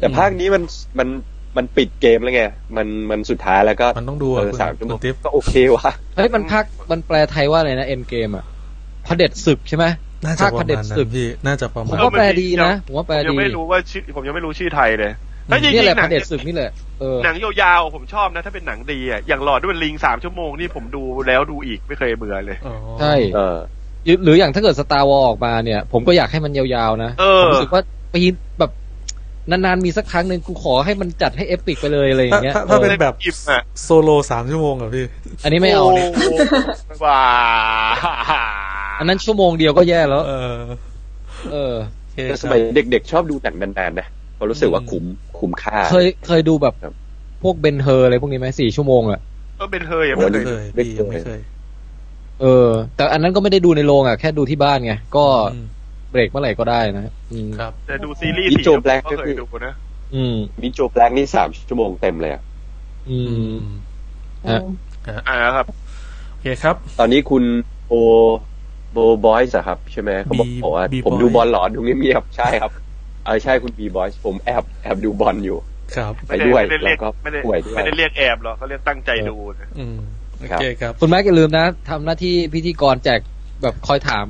[SPEAKER 5] แต่ภาคนี้มันมันมันปิดเกมแล้วไงมันมันสุดท้ายแล้วก็
[SPEAKER 1] มันต้องดูอะ
[SPEAKER 5] เออ
[SPEAKER 1] คุณ
[SPEAKER 5] สามชั่วโมง
[SPEAKER 1] คุณติ๊บ
[SPEAKER 5] ก็โอเควะ
[SPEAKER 2] เฮ้ยมันภาคมันแปลไทยว่าอะไรนะเอ็นเกมอ่ะพเผด็จศึกใช่ไหม
[SPEAKER 1] น่าจะ
[SPEAKER 2] ภาค
[SPEAKER 1] ป
[SPEAKER 2] พ
[SPEAKER 1] ระ
[SPEAKER 2] เผด็
[SPEAKER 1] มาณ
[SPEAKER 2] จ
[SPEAKER 1] นั้
[SPEAKER 2] ศึ
[SPEAKER 1] น
[SPEAKER 2] ก
[SPEAKER 1] พี่น่าจะประ
[SPEAKER 2] ผ
[SPEAKER 1] มาณ
[SPEAKER 2] มว่าแปลดีนะ ผมว่าแปล
[SPEAKER 3] ยัง
[SPEAKER 2] ดี
[SPEAKER 3] ไม่รู้ว่าชื่อผมยังไม่รู้ชื่อไทยเลยถ้าจริง
[SPEAKER 2] นี่
[SPEAKER 3] ๆ
[SPEAKER 2] แหละ
[SPEAKER 3] ห
[SPEAKER 2] ป
[SPEAKER 3] นั
[SPEAKER 2] ระ
[SPEAKER 3] ง
[SPEAKER 2] เด็นศึกนี่แหละเออ
[SPEAKER 3] หนังยาวๆผมชอบนะ ถ้าเป็นหนังดีอ่ะอย่างหลอดด้วยลิงสามชั่วโมงนี่ผมดูแล้วดูอีกไม่เคยเบื่อเลย
[SPEAKER 1] อ๋อ
[SPEAKER 2] ใช่
[SPEAKER 5] เออ
[SPEAKER 2] หรือหรืออย่างถ้าเกิดสตาร์วอลออกมาเนี่ย ผมก็อยากให้มันยาวๆนะ
[SPEAKER 3] เออ
[SPEAKER 2] ผมรู้สึกว่าปีแบบนานๆมีสักครั้งหนึ่งกูขอให้มันจัดให้เอปิกไปเลยอะไรอย่า
[SPEAKER 1] ถ้าง
[SPEAKER 2] เงี้ย
[SPEAKER 1] ถ้าถ้าเป็น
[SPEAKER 2] ออ
[SPEAKER 1] แบบ
[SPEAKER 3] อิ่มอะ
[SPEAKER 1] โซโลสามชั่วโมงเหรอะพี่
[SPEAKER 2] อันนี้ไม่เอาเนี่ย
[SPEAKER 3] โโหว้า
[SPEAKER 2] อันนั้นชั่วโมงเดียวก็แย่แล้ว
[SPEAKER 1] เออ
[SPEAKER 2] เออ
[SPEAKER 1] โอเค
[SPEAKER 5] แต่
[SPEAKER 1] ค
[SPEAKER 5] ส
[SPEAKER 1] รับ
[SPEAKER 5] มัยเด็กๆ ชอบดูหนังนานๆนะเพราะรู้สึกว่าคุ้มคุ้มค่า
[SPEAKER 2] เคยเคยดูแบบ
[SPEAKER 5] ครับ
[SPEAKER 2] พวกเบนเฮอร์อะไรพวกนี้ไหมสี่ชั่วโมงอะ
[SPEAKER 3] ก็เป็นเธอยังไม่เค
[SPEAKER 1] ไม่
[SPEAKER 3] ย
[SPEAKER 1] เคย
[SPEAKER 3] ดู
[SPEAKER 1] พี่ยังไม่เคย
[SPEAKER 2] เออ แต่อันนั้นก็ไม่ได้ดูในโรงอะแค่ดูที่บ้านไงก็
[SPEAKER 1] อืม
[SPEAKER 2] เบรกเมื่อไหร่ก็ได้นะอืม
[SPEAKER 1] ครับ
[SPEAKER 3] แต่ดูซีรีส์
[SPEAKER 5] อี
[SPEAKER 3] สี่
[SPEAKER 5] โจ
[SPEAKER 3] ชั่วโม
[SPEAKER 5] แบล็
[SPEAKER 3] ง
[SPEAKER 5] ค
[SPEAKER 3] ก็
[SPEAKER 5] ก็
[SPEAKER 3] เค
[SPEAKER 5] คื
[SPEAKER 3] ย
[SPEAKER 5] อ
[SPEAKER 3] ดูนะ
[SPEAKER 2] อืม
[SPEAKER 5] มิโจแบล็กนี่สามชั่วโมงเต็มเลยอะ
[SPEAKER 2] อื
[SPEAKER 1] อื
[SPEAKER 2] ม
[SPEAKER 1] ม
[SPEAKER 2] ฮะ
[SPEAKER 3] อ่าครับ
[SPEAKER 1] โอเคครับ
[SPEAKER 5] ตอนนี้คุณโบโบบอยส์อะครับ ใช่ไหมเขาบอก
[SPEAKER 1] B-
[SPEAKER 5] ว่า
[SPEAKER 1] B
[SPEAKER 5] ผม
[SPEAKER 1] Boys
[SPEAKER 5] ดูบอลหลอนดูเงียบๆใช่ครับเออใช่คุณบีบอยส์ผมแอบแอบดูบอลอยู่
[SPEAKER 1] ครับ
[SPEAKER 5] ไปด้วย
[SPEAKER 3] ไม่ได้เรีย
[SPEAKER 5] แล้
[SPEAKER 3] ก
[SPEAKER 5] วก็
[SPEAKER 3] ไม่ได้
[SPEAKER 5] ป่วยด้วย
[SPEAKER 3] ไม่ได้เรียกแอบหรอกเขาเรียกตั้งใจดูนะ
[SPEAKER 1] อืมโอ
[SPEAKER 5] ครับ
[SPEAKER 1] เคครับ
[SPEAKER 2] คุณแม็กอย่าลืมนะทำหน้าที่พิธีกรแจกแบบคอยถาม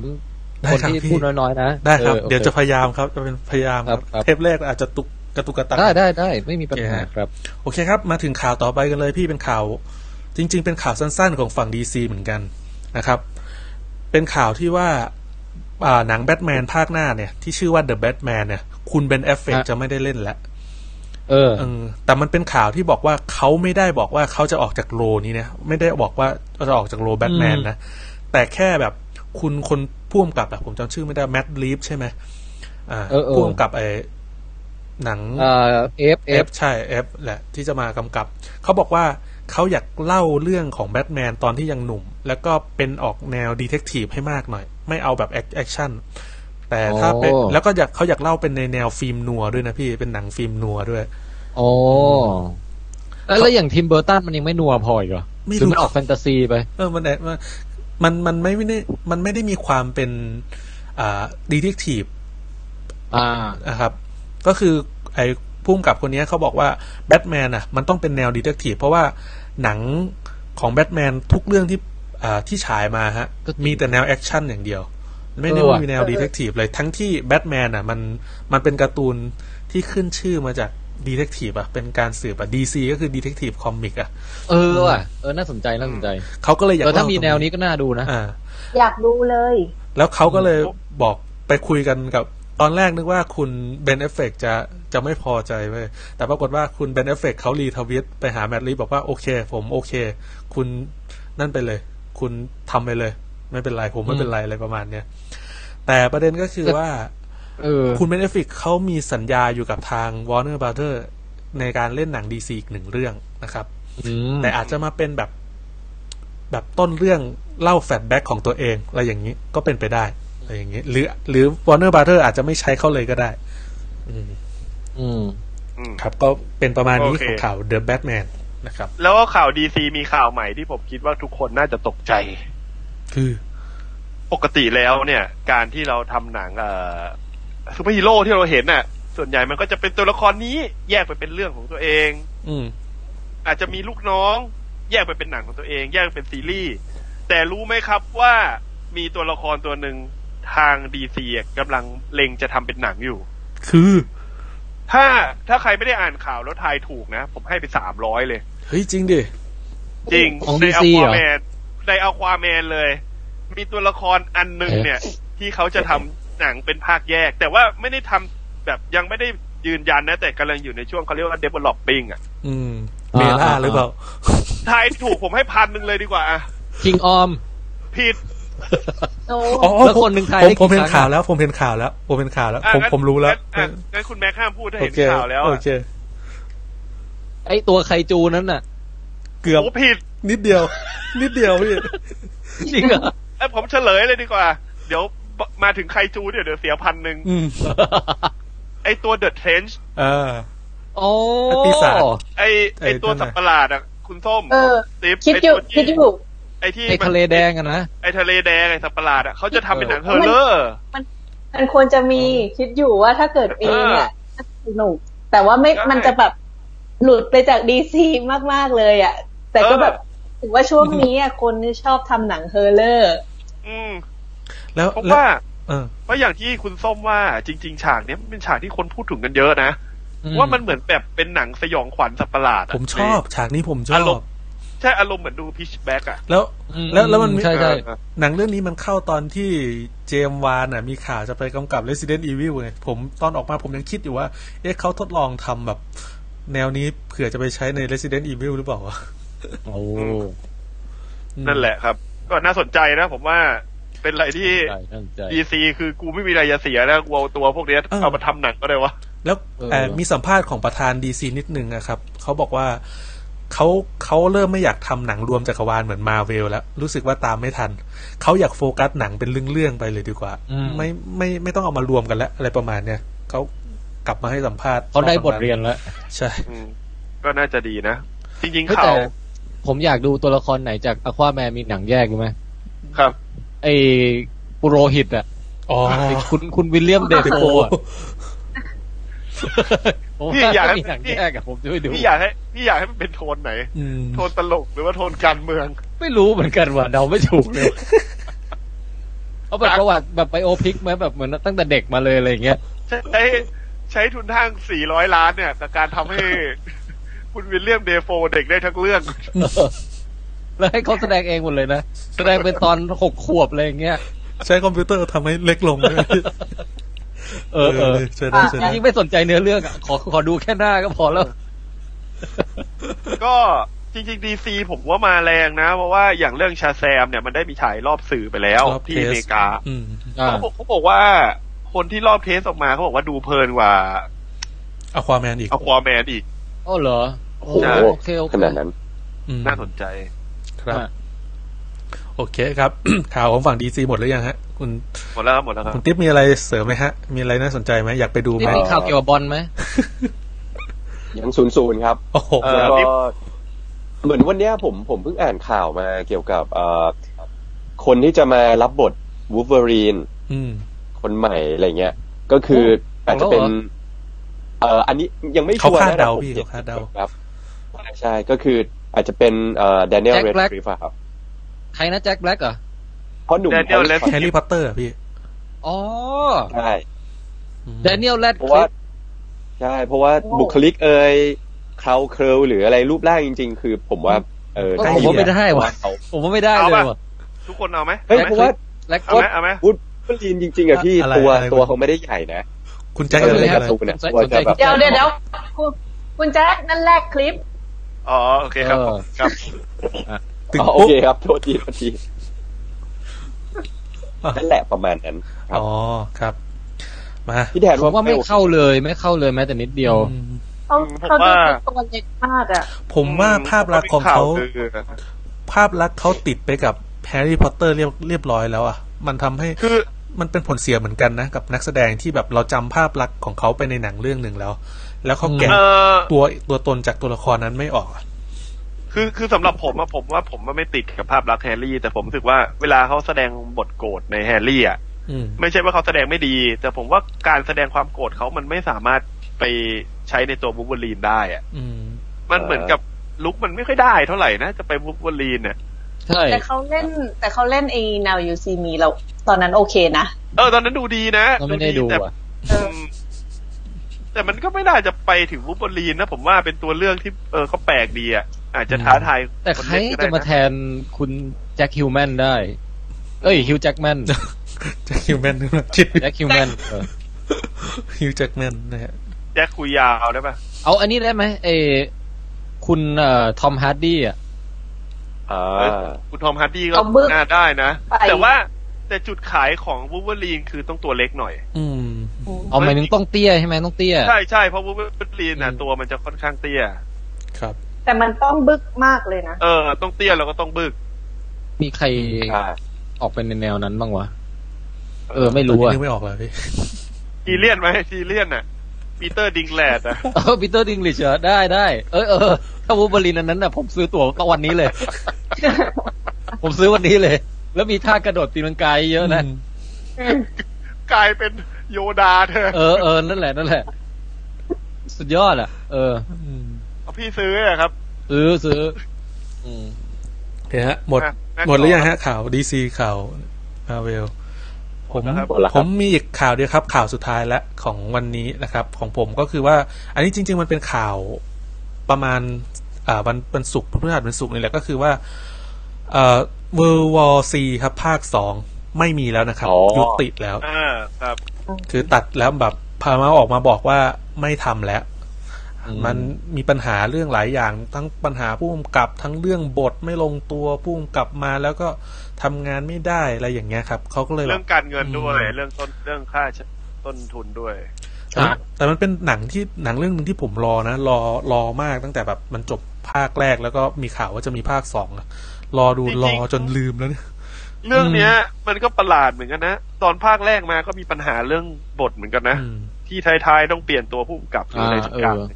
[SPEAKER 1] ได้
[SPEAKER 2] คน
[SPEAKER 1] ครับ
[SPEAKER 2] ที่
[SPEAKER 1] พี่
[SPEAKER 2] พูดน้อยๆนะ
[SPEAKER 1] ได้ครับ
[SPEAKER 2] ออโอ
[SPEAKER 1] เดี๋ยวจะพยายามครับ จะเป็นพยายาม
[SPEAKER 2] ครับครับ
[SPEAKER 1] เทปแรกอาจจะตุกกระตุกกระตัก
[SPEAKER 2] ได้ได้ได้ไม่มีปัญหา
[SPEAKER 1] โอเคฮะ
[SPEAKER 2] ครับ
[SPEAKER 1] โอเคครับ มาถึงข่าวต่อไปกันเลยพี่เป็นข่าว จริง ๆ เป็นข่าวสั้น ๆ ของฝั่งดีซีเหมือนกันนะครับ เป็นข่าวที่ว่าอ่าหนังแบทแมนภาคหน้าเนี่ย ที่ชื่อว่าเดอะแบทแมนเนี่ย คุณเบนแอฟเฟก
[SPEAKER 2] ฮะ
[SPEAKER 1] จะไม่ได้เล่นแล้ว
[SPEAKER 2] เออ
[SPEAKER 1] เออแต่มันเป็นข่าวที่บอกว่าเขาไม่ได้บอกว่าเขาจะออกจากโรนี้นะไม่ได้บอกว่าจะออกจากโรแบทแมนนะ แต่แค่แบบคุณคนพ่วงกับอะผมจำชื่อไม่ได้แมดลีฟใช่ไหมอ่า
[SPEAKER 2] เออเออ
[SPEAKER 1] พ่วงกับไอ้หนัง
[SPEAKER 2] เอ่อเอฟเอ
[SPEAKER 1] เอ
[SPEAKER 2] ฟ
[SPEAKER 1] ฟใช่เอฟแหละ ที่จะมากำกับ เขาบอกว่า เขาอยากเล่าเรื่องของแบทแมนตอนที่ยังหนุ่ม แล้วก็เป็นออกแนวดีเทคทีฟให้มากหน่อย ไม่เอาแบบแอคชั่น แต่ถ้าเป็น
[SPEAKER 2] โอ้
[SPEAKER 1] แล้วก็อยากเขาอยากเล่าเป็นในแนวฟิล์มนัวด้วยนะพี่เป็นหนังฟิล์มนัวด้วย
[SPEAKER 2] อ๋อแล้วแล้วอย่างทิมเบอร์ตันมันยังไม่นัวพออีกเหรอ
[SPEAKER 1] ไม่รู้
[SPEAKER 2] หรือมันออกแฟนตาซีไป
[SPEAKER 1] เออมันแอบมันมันมันไม่ได้มันไม่ได้มีความเป็น อ่าดีเทคทีฟ
[SPEAKER 2] อ่า
[SPEAKER 1] นะครับ ก็คือไอ้พุ่มกับคนเนี้ยเขาบอกว่าแบทแมนอ่ะมันต้องเป็นแนวดีเทคทีฟเพราะว่าหนังของแบทแมนทุกเรื่องที่อ่าที่ฉายมาฮะ
[SPEAKER 2] ก็จริง
[SPEAKER 1] มีแต่แนวแอคชั่นอย่างเดียว ไม่ได้
[SPEAKER 2] เออว่ะ
[SPEAKER 1] มีแนวดีเทคทีฟเลย ทั้งที่แบทแมนอ่ะมันมันเป็นการ์ตูนที่ขึ้นชื่อมาจากดีเทคทีฟอ่ะ เป็นการสืบอ่ะดีซีก็คือดีเทคทีฟคอมิกอ่ะ
[SPEAKER 2] เออว่ะเออน่าสนใจน่าสนใจ
[SPEAKER 1] เขาก็เลยอยาก
[SPEAKER 2] เออถ้า
[SPEAKER 1] เล่
[SPEAKER 2] มีแนวนี้
[SPEAKER 1] ตรง
[SPEAKER 2] ก็น่าดูนะ
[SPEAKER 1] อ่า
[SPEAKER 4] อยากดูเลย
[SPEAKER 1] แล้วเขาก็เลยบอกไปคุยกันกับตอนแรกนึกว่าคุณเบนเอฟเฟกจะจะไม่พอใจเว้ยแต่ปรากฏว่าคุณเบนเอฟเฟกเขารีทวิตไปหาแมดลีบอกว่าโอเค ผมโอเค คุณนั่นไปเลย คุณทำไปเลย ไม่เป็นไร ผมไม่เป็นไรอะไรประมาณเนี้ยแต่ประเด็นก็คือว่า
[SPEAKER 2] เออ
[SPEAKER 1] คุณเบนเอฟเฟกเขามีสัญญาอยู่กับทางวอร์เนอร์บาร์เทอร์ในการเล่นหนังดีซีอีกหนึ่งเรื่องนะครับ
[SPEAKER 2] อืม
[SPEAKER 1] แต่อาจจะมาเป็นแบบแบบต้นเรื่องเล่าแฟลชแบ็กของตัวเองอะไรอย่างนี้ก็เป็นไปได้อะไรอย่างนี้ หรือหรือวอร์เนอร์บาร์เทอร์อาจจะไม่ใช้เข้าเลยก็ได้ อืม
[SPEAKER 2] อืม
[SPEAKER 3] อืม
[SPEAKER 1] ครับก็เป็นประมาณนี้
[SPEAKER 3] โอเค
[SPEAKER 1] ของข่าว The Batman นะครับ
[SPEAKER 3] แล้วก็ข่าวดีซีมีข่าวใหม่ที่ผมคิดว่าทุกคนน่าจะตกใจ
[SPEAKER 1] คือ
[SPEAKER 3] ปกติแล้วเนี่ย การที่เราทำหนังเอ่อซูเปอร์ฮีโร่ที่เราเห็นน่ะ ส่วนใหญ่มันก็จะเป็นตัวละครนี้แยกไปเป็นเรื่องของตัวเอง
[SPEAKER 1] อืม
[SPEAKER 3] อาจจะมีลูกน้อง แยกไปเป็นหนังของตัวเอง แยกไปเป็นซีรีส์แต่รู้ไหมครับว่ามีตัวละครตัวหนึ่งทางดีซีกำลังเล็งจะทำเป็นหนังอยู่
[SPEAKER 1] คือ
[SPEAKER 3] ถ้าถ้าใครไม่ได้อ่านข่าวแล้วทายถูกนะ ผมให้ไปสามร้อยเลย
[SPEAKER 1] เฮ้ยจริงดิ
[SPEAKER 3] จริง
[SPEAKER 2] ของ
[SPEAKER 3] ใน
[SPEAKER 2] DC เหรอ
[SPEAKER 3] แมนในอควาแมนเลย มีตัวละครอันหนึ่งเนี่ย ที่เขาจะทำหนังเป็นภาคแยก แต่ว่าไม่ได้ทำแบบยังไม่ได้ยืนยันนะ แต่กำลังอยู่ในช่วงเขาเรียกว่า developing อ่ะ
[SPEAKER 1] อืม เมล่า
[SPEAKER 2] อ่า
[SPEAKER 1] หรือเปล่า
[SPEAKER 3] ทายถูกผมให้พันหนึ่งเลยดีกว่าอ่ะ
[SPEAKER 2] คิงออม
[SPEAKER 3] ผิด
[SPEAKER 4] โอ้
[SPEAKER 1] อ๋อ
[SPEAKER 2] แล้วคนหนึ่งถ่า
[SPEAKER 1] ผ
[SPEAKER 2] ยได้
[SPEAKER 1] ม
[SPEAKER 2] กี่
[SPEAKER 1] ผมเห็น
[SPEAKER 2] ครั้งอะ
[SPEAKER 1] ข่าวแล้วผมเห็นข่าวแล้ว ผมเห็นข่าวแล้ว
[SPEAKER 3] อ่ะ
[SPEAKER 1] ผม
[SPEAKER 3] งั้น
[SPEAKER 1] ผมรู้แล้ว
[SPEAKER 3] งั้นอ่ะงั้นคุณแม็กห้ามพูดถ้า
[SPEAKER 1] โอ
[SPEAKER 3] เห็น
[SPEAKER 1] เค
[SPEAKER 3] ข่าวแล้ว
[SPEAKER 1] โอ
[SPEAKER 3] อะ
[SPEAKER 1] เค
[SPEAKER 2] ไอตัวไคจูนั้นน่ะ
[SPEAKER 1] เกือบ
[SPEAKER 3] โอ้ผิด
[SPEAKER 1] นิดเดียว นิดเดียวพี่
[SPEAKER 2] จริงเหรอ
[SPEAKER 3] ไอ้ยผมเฉลยเลยดีกว่า เดี๋ยวมาถึงใครจูเดี๋ยวเดี๋ยวเสียพันหนึ่ง
[SPEAKER 1] อืม
[SPEAKER 3] ไอ้ตัวเดอะเทนช์
[SPEAKER 1] อ่า
[SPEAKER 2] โอ้
[SPEAKER 1] ปีศาจ
[SPEAKER 3] ไอ้ไอ้
[SPEAKER 1] ไอ้ตั
[SPEAKER 3] ตัว ว
[SPEAKER 1] ไหน
[SPEAKER 3] สับประหลาดอ่ะคุณส้ม
[SPEAKER 4] เออ
[SPEAKER 3] ติ๊บ
[SPEAKER 4] คิด
[SPEAKER 3] ไอ้
[SPEAKER 4] อ
[SPEAKER 3] ตัวที่
[SPEAKER 4] ยู่คิดอยู่
[SPEAKER 3] ไอ้ที่
[SPEAKER 2] ไอ
[SPEAKER 3] มัน
[SPEAKER 2] ทะเลแดงอะนะ
[SPEAKER 3] ไอ้ทะเลแดงไอ้สับประหลาดอ่ะเขาจะทำเป็นหนัง
[SPEAKER 2] เออ
[SPEAKER 3] เฮอร์เลอร์
[SPEAKER 4] มันควรจะมีคิดอยู่ว่าถ้าเกิดมีเนี่ยสนุกแต่ว่าไม่
[SPEAKER 3] ใช่
[SPEAKER 4] มันจะแบบหลุดไปจากดีซีมาก ๆ เลยอะ่ะ แต่ก็
[SPEAKER 3] เออ
[SPEAKER 4] แบบถือว่าช่วงนี้อะคนนี่ชอบทำหนังเฮอร์เลอร์
[SPEAKER 3] อืม
[SPEAKER 1] แล้ว
[SPEAKER 3] เพราะ
[SPEAKER 1] แล้ว
[SPEAKER 3] ว่า
[SPEAKER 1] เออ
[SPEAKER 3] เพราะอย่างที่คุณส้มว่าจริง ๆ ฉากเนี้ยมันเป็นฉากที่คนพูดถึงกันเยอะนะ ว่ามันเหมือนแบบเป็นหนังสยองขวัญสับประหลาดะ
[SPEAKER 1] ผมชอบฉากนี้ผมชอ
[SPEAKER 3] ารม
[SPEAKER 1] บ
[SPEAKER 3] ณ์ ใช่อารมณ์เหมือนดูพิชแบ็กอ่ะ
[SPEAKER 1] แล้ว
[SPEAKER 2] อืม
[SPEAKER 1] แล้วแล้วมันมี
[SPEAKER 2] ใช่ใช่
[SPEAKER 3] เออ
[SPEAKER 1] หนังเรื่องนี้มันเข้าตอนที่เจมส์วานน่ะมีข่าวจะไปกำกับ Resident Evil ไงผมตอนออกมาผมยังคิดอยู่ว่า เอ๊ะเขาทดลองทำแบบ แนวนี้เผื่อจะไปใช้ใน Resident Evil หรือเปล่าวะ
[SPEAKER 2] โอ้
[SPEAKER 1] อืม
[SPEAKER 3] นั่นแหละครับ ก็น่าสนใจนะผมว่าเป็นอะไรที่
[SPEAKER 2] ใช่น่าสนใจ
[SPEAKER 3] ดีซีคือกูไม่มีอะไรจะเสียนะกูเอาตัวพวกเนี้ยเอามาทำหนังก็ได้วะ
[SPEAKER 1] แล้ว
[SPEAKER 2] เออ
[SPEAKER 1] เอ่อมีสัมภาษณ์ของประธาน DC นิดนึงนะครับ เขาบอกว่าเขาเขาเริ่มไม่อยากทำหนังรวมจักรวาลเหมือนมาเวลแล้ว รู้สึกว่าตามไม่ทัน เขาอยากโฟกัสหนังเป็นเรื่องๆไปเลยดีกว่า
[SPEAKER 2] อืม
[SPEAKER 1] ไม่ไม่ไม่ต้องเอามารวมกันแล้ว อะไรประมาณเนี้ยเขากลับมาให้สัมภาษณ์
[SPEAKER 2] เขาได้บทเรียนแล้ว
[SPEAKER 1] ใช่
[SPEAKER 3] อืมก็น่าจะดีนะ จริงๆ
[SPEAKER 2] เฮ้ย
[SPEAKER 3] ข่า
[SPEAKER 2] แต่
[SPEAKER 3] ว
[SPEAKER 2] ผมอยากดูตัวละครไหนจากอควาแมนมีหนังแยกรู้ไหม
[SPEAKER 3] ครับ
[SPEAKER 2] ไอปุโรหิตอะ
[SPEAKER 1] อ๋อ
[SPEAKER 2] ไอ้คุณคุณวิลเลียมเด
[SPEAKER 1] โอ้
[SPEAKER 2] โฟ
[SPEAKER 1] โห
[SPEAKER 2] อะผมว่
[SPEAKER 3] พี่อยากให้
[SPEAKER 2] มีหนังแยกอะผมจะไปดู
[SPEAKER 3] พี่อยากให้พี่อยากให้มันเป็นโทนไหน
[SPEAKER 1] อืม
[SPEAKER 3] โทนตลกหรือว่าโทนการเมือง
[SPEAKER 2] ไม่รู้เหมือนกันว่ะเดาไม่ถูกเลย เอาแบบประวัติแบบไบโอพิกไหมแบบเหมือนตั้งแต่เด็กมาเลยอะไรอย่างเงี้ย
[SPEAKER 3] ใช้ใช้ทุนทาง 400 ล้านเนี่ยกับการทำให้
[SPEAKER 1] <laughs>
[SPEAKER 3] คุณวิลเลียมเดโฟเด็กได้ทั้งเรื่อง
[SPEAKER 2] แล้วให้เขาแสดงเองหมดเลยนะ แสดงเป็นตอนหกขวบอะไรอย่างเงี้ย
[SPEAKER 1] ใช้คอมพิวเตอร์ทำให้เล็กลงเลย
[SPEAKER 2] เออเออ
[SPEAKER 1] ใช่ได้ใช่ได้
[SPEAKER 2] ยิ่งไม่สนใจเนื้อเรื่องอะขอขอดูแค่หน้าก็พอแล้ว
[SPEAKER 3] ก็จริงๆดีซีผมว่ามาแรงนะ เพราะว่าอย่างเรื่องชาแซมเนี่ยมันได้มีฉายรอบสื่อไปแล้ว
[SPEAKER 1] รอบ
[SPEAKER 3] ที่
[SPEAKER 1] ทส
[SPEAKER 3] อเมริกา
[SPEAKER 1] อืม
[SPEAKER 2] อ่า
[SPEAKER 3] เขาบอกเขาบอกว่า คนที่รอบเทสออกมาเขาบอกว่าดูเพลินกว่า
[SPEAKER 1] เอาความแมนอีก
[SPEAKER 3] อควาแมนอีก
[SPEAKER 2] อ้อเหรอ โอ้โห
[SPEAKER 5] โอ้
[SPEAKER 2] โอเคโอเค
[SPEAKER 5] ขนาดนั้น
[SPEAKER 1] อืม
[SPEAKER 3] น่าสนใจ
[SPEAKER 1] ครับ โอเคครับ <coughs> ข่าวของฝั่งดีซีหมดหรือยังฮะ คุณ
[SPEAKER 3] หมดแล้วครับหมดแล้วครับ
[SPEAKER 1] คุณติ๊บมีอะไรเสริมไหมฮะ มีอะไรน่าสนใจไหมอยากไปดูไห
[SPEAKER 2] นี่
[SPEAKER 1] ม
[SPEAKER 2] มีข่าวเกี่ยวกับบอลไหม
[SPEAKER 5] ยังศูนย์ศูนย์ครับ
[SPEAKER 1] โอ้โห
[SPEAKER 3] เออ
[SPEAKER 5] แล้ว
[SPEAKER 3] ติ๊
[SPEAKER 5] ก็
[SPEAKER 3] บ
[SPEAKER 5] เหมือนวันเนี้ยผมผมเพิ่งอ่านข่าวมาเกี่ยวกับเอ่อคนที่จะมารับบทวูฟเวอรีน
[SPEAKER 1] อืม
[SPEAKER 5] คนใหม่อะไรเงี้ย ก็คืออาจจะเป็น เอ่ออันนี้ยังไม่ชัวร์
[SPEAKER 1] เขาคาด
[SPEAKER 5] นะ
[SPEAKER 1] เดา
[SPEAKER 5] ผม
[SPEAKER 1] พี่
[SPEAKER 5] ห็น
[SPEAKER 1] เขาคาดเดา
[SPEAKER 5] ครับใช่ก็คืออาจจะเป็นเอ่อแดเนียลเรดคลิฟครับ
[SPEAKER 2] ใครนะแจ็คแบล็กเหรอ
[SPEAKER 5] เพราะหนุ่ม
[SPEAKER 3] Daniel
[SPEAKER 5] แฮร์รี่พอต
[SPEAKER 1] แฮร์รี่พอตเตอร์พี่
[SPEAKER 2] อ๋อ
[SPEAKER 5] ใช่
[SPEAKER 1] อืม
[SPEAKER 2] แดเนียลแรด
[SPEAKER 5] เพราะ
[SPEAKER 2] คลิ
[SPEAKER 5] ว่า
[SPEAKER 2] ป
[SPEAKER 5] ใช่เพราะว่าบุคลิกเอ่ยเคราเคลวหรืออะไรรูปร่างจริง ๆ คือผมว่า เออ
[SPEAKER 2] ก็ผมว่าไม่ได้ว่ะ
[SPEAKER 5] เขา
[SPEAKER 2] ผมว่าไม่ได้
[SPEAKER 3] เอา
[SPEAKER 2] เล
[SPEAKER 3] ป่ะ
[SPEAKER 2] ยว่ะ
[SPEAKER 3] ทุกคนเอาไหม
[SPEAKER 5] เฮ้ยเพราะว่า
[SPEAKER 2] แรดค
[SPEAKER 3] เอา
[SPEAKER 2] ลิป
[SPEAKER 3] ไหมเอาไหม
[SPEAKER 5] วูดเบอร์ลินจริงๆอะพี่
[SPEAKER 1] อะไร
[SPEAKER 5] ตัว
[SPEAKER 1] อะไร
[SPEAKER 5] ตัวเขาไม่ได้ใหญ่นะ
[SPEAKER 1] คุณแจ็ค
[SPEAKER 2] เออ
[SPEAKER 1] เลยอะ
[SPEAKER 2] ครับ
[SPEAKER 1] ไร
[SPEAKER 5] ซูนอะ
[SPEAKER 2] สนใจ
[SPEAKER 5] ตัวจะ
[SPEAKER 2] ส
[SPEAKER 5] แบบ
[SPEAKER 2] นใจ
[SPEAKER 4] เดี๋ยวเดี๋ยวเดี๋ยวคุณคุณแจ็คนั่นแรกคลิป
[SPEAKER 3] อ๋อโอเคครับ
[SPEAKER 2] เออ
[SPEAKER 3] ครับ
[SPEAKER 1] ตึง
[SPEAKER 5] อ๋อโอ
[SPEAKER 1] ปุ๊บ
[SPEAKER 5] เคครับโทษทีโทษทีนั่นแหละประมาณนั้นครับ
[SPEAKER 1] อ๋อครับ มา
[SPEAKER 5] พี่แทน
[SPEAKER 2] ผมว่าไม่เข้าเลยไม่เข้าเลยแม้แต่นิดเดียว
[SPEAKER 1] อืม
[SPEAKER 4] เขาเขาดูเป็นตัวเล็กมากอ่ะ
[SPEAKER 1] ผมว่าภาพลักษณ์ของเขา
[SPEAKER 3] ผมว่มีข่วคือ
[SPEAKER 1] ภาพลักษณ์เขาติดไปกับแฮร์รี่พอตเตอร์เรียบเรียบร้อยแล้วอ่ะ มันทำให้
[SPEAKER 3] คือ
[SPEAKER 1] มันเป็นผลเสียเหมือนกันนะ กับนักแสดงที่แบบเราจำภาพลักษณ์ของเขาไปในหนังเรื่องหนึ่งแล้ว แล้วเขาแกะ
[SPEAKER 3] เออ
[SPEAKER 1] ตัวตัวตนจากตัวละครนั้นไม่ออกอะ
[SPEAKER 3] คือคือสำหรับผมอะผมว่าผมว่าไม่ติดกับภาพลักษณ์แฮร์รี่ แต่ผมรู้สึกว่าเวลาเขาแสดงบทโกรธในแฮร์รี่อะ
[SPEAKER 1] อืม
[SPEAKER 3] ไม่ใช่ว่าเขาแสดงไม่ดี แต่ผมว่าการแสดงความโกรธเขามันไม่สามารถไปใช้ในตัวบูล์ฟเวอรีนได้อะ
[SPEAKER 1] อืม
[SPEAKER 3] มันเหมือนกับลุกมันไม่ค่อยได้เท่าไหร่นะจะไปบูล์ฟเวอรีนเนี่ย
[SPEAKER 2] ใช่
[SPEAKER 4] แต่เขาเล่นแต่เขาเล่นไอ้ Now You See Me เราตอนนั้นโอเคนะ
[SPEAKER 3] เออตอนนั้นดูดีนะ
[SPEAKER 2] ก็ไม่ได้ดู
[SPEAKER 3] แต่
[SPEAKER 2] อ่ะ
[SPEAKER 3] อืมแต่มันก็ไม่น่าจะไปถึงบูล์ฟเวอรีนนะผมว่าเป็นตัวเลือกที่เออก็แปลกดีอะอาจจะท้าทาย
[SPEAKER 2] แต่
[SPEAKER 3] น
[SPEAKER 2] ใคร
[SPEAKER 3] เล่นก็ได้
[SPEAKER 2] จะ
[SPEAKER 3] นะ
[SPEAKER 2] มาแทนคุณแจ็คฮิวแมนได้ เอ้ยฮิวแจ็คแมน
[SPEAKER 1] จะฮิวแมนหรือเปล่าจิต
[SPEAKER 2] แจ็คฮิวแมน
[SPEAKER 1] ฮิวแจ็คแมนนะฮะ
[SPEAKER 3] แจ็คคุยยาวได้ปะ
[SPEAKER 2] เอาอันนี้ได้ไหมเออคุณเอ่อทอมฮาร์ดี้อ่ะ
[SPEAKER 5] อ่า
[SPEAKER 3] เออคุณทอมฮาร์ดี้ก็
[SPEAKER 4] เอาบึ้ง
[SPEAKER 3] น่าได้นะ
[SPEAKER 4] ไป
[SPEAKER 3] แต่ว่าแต่จุดขายของวูเวอรีนคือต้องตัวเล็กหน่อย
[SPEAKER 1] อืม
[SPEAKER 2] เอาหมายถึงต้องเตี้ยใช่ไหมต้องเตี้ย
[SPEAKER 3] ใช่ใช่เพราะวูเวอรีนน่ะ
[SPEAKER 1] อืม
[SPEAKER 3] ตัวมันจะค่อนข้างเตี้ย
[SPEAKER 1] ครับ
[SPEAKER 4] แต่มันต้องบึกมากเลยนะ
[SPEAKER 3] เออ ต้องเตี้ยแล้วก็ต้องบึก
[SPEAKER 2] มีใคร
[SPEAKER 5] อ่า
[SPEAKER 2] ออกเป็นในแนวนั้นบ้างวะ เออไม่
[SPEAKER 1] ต
[SPEAKER 2] รู้
[SPEAKER 1] อน
[SPEAKER 2] อ่ะ
[SPEAKER 1] นี้นึกไม่ออกเลยพี่
[SPEAKER 3] ทีเลียนไหมทีเลียนน่ะ ปีเตอร์ดิงแลดอ่ะ
[SPEAKER 2] เออปีเตอร์ดิงลิชเหรอได้ได้เออเออถ้าวูบอลินอันนั้นน่ะผมซื้อตั๋วตอนวันนี้เลย ผมซื้อวันนี้เลย แล้วมีท่ากระโดดตีลังกายเยอะนะ
[SPEAKER 3] กลายเป็นโยดาเธอ
[SPEAKER 2] เออเออนั่นแหละนั่นแหละ สุดยอดอ่ะ เออ
[SPEAKER 1] อืม
[SPEAKER 3] เอาพี่ซื้ออะครับ
[SPEAKER 2] ซื้อซื้อ อืม
[SPEAKER 1] โอเคฮะ หมด
[SPEAKER 3] อ่ะแม็กซ์
[SPEAKER 1] หมดหรือยังฮะ ข่าวดีซีข่าวมาเวล ผม
[SPEAKER 3] หมดแล้วครับ
[SPEAKER 5] หมดละค
[SPEAKER 1] ผ
[SPEAKER 5] รั
[SPEAKER 1] ม
[SPEAKER 5] บ
[SPEAKER 1] มีอีกข่าวเดียวครับ ข่าวสุดท้ายและของวันนี้นะครับ ของผมก็คือว่า อันนี้จริง ๆ มันเป็นข่าวประมาณอ่าวันวันศุกร์พฤหัสวันศุกร์นี่แหละก็คือว่าเอ่อเวอร์วอซีครับ ภาคสองไม่มีแล้วนะครับ ยุติแล้ว
[SPEAKER 3] อ่าครับ
[SPEAKER 1] คือตัดแล้วแบบพามาออกมาบอกว่าไม่ทำแล้ว
[SPEAKER 2] อืม
[SPEAKER 1] มันมีปัญหาเรื่องหลายอย่าง ทั้งปัญหาผู้กำกับ ทั้งเรื่องบทไม่ลงตัวผู้กำกับมาแล้วก็ทำงานไม่ได้อะไรอย่างเงี้ยครับเขาก็เลยแบ
[SPEAKER 3] เรื่อบ งการเงินด้วย
[SPEAKER 1] อืม
[SPEAKER 3] เรื่องต้นเรื่องค่าต้นทุนด้วย
[SPEAKER 1] แต่มันแต่มันเป็นหนังที่หนังเรื่องหนึงที่ผมรอนะ รอรอมากตั้งแต่แบบมันจบภาคแรกแล้วก็มีข่าวว่าจะมีภาคสองอะรอดู
[SPEAKER 3] จริงๆ
[SPEAKER 1] รอจนลืมแล้วเนี่ย
[SPEAKER 3] เรื่องเนี้ย มันก็ประหลาดเหมือนกันนะ ตอนภาคแรกมาก็มีปัญหาเรื่องบทเหมือนกันนะ
[SPEAKER 1] อืม
[SPEAKER 3] ที่ท้ายๆต้องเปลี่ยนตัวผู้กำกับหรืออะไรสักอย่าง
[SPEAKER 2] อ่าเออ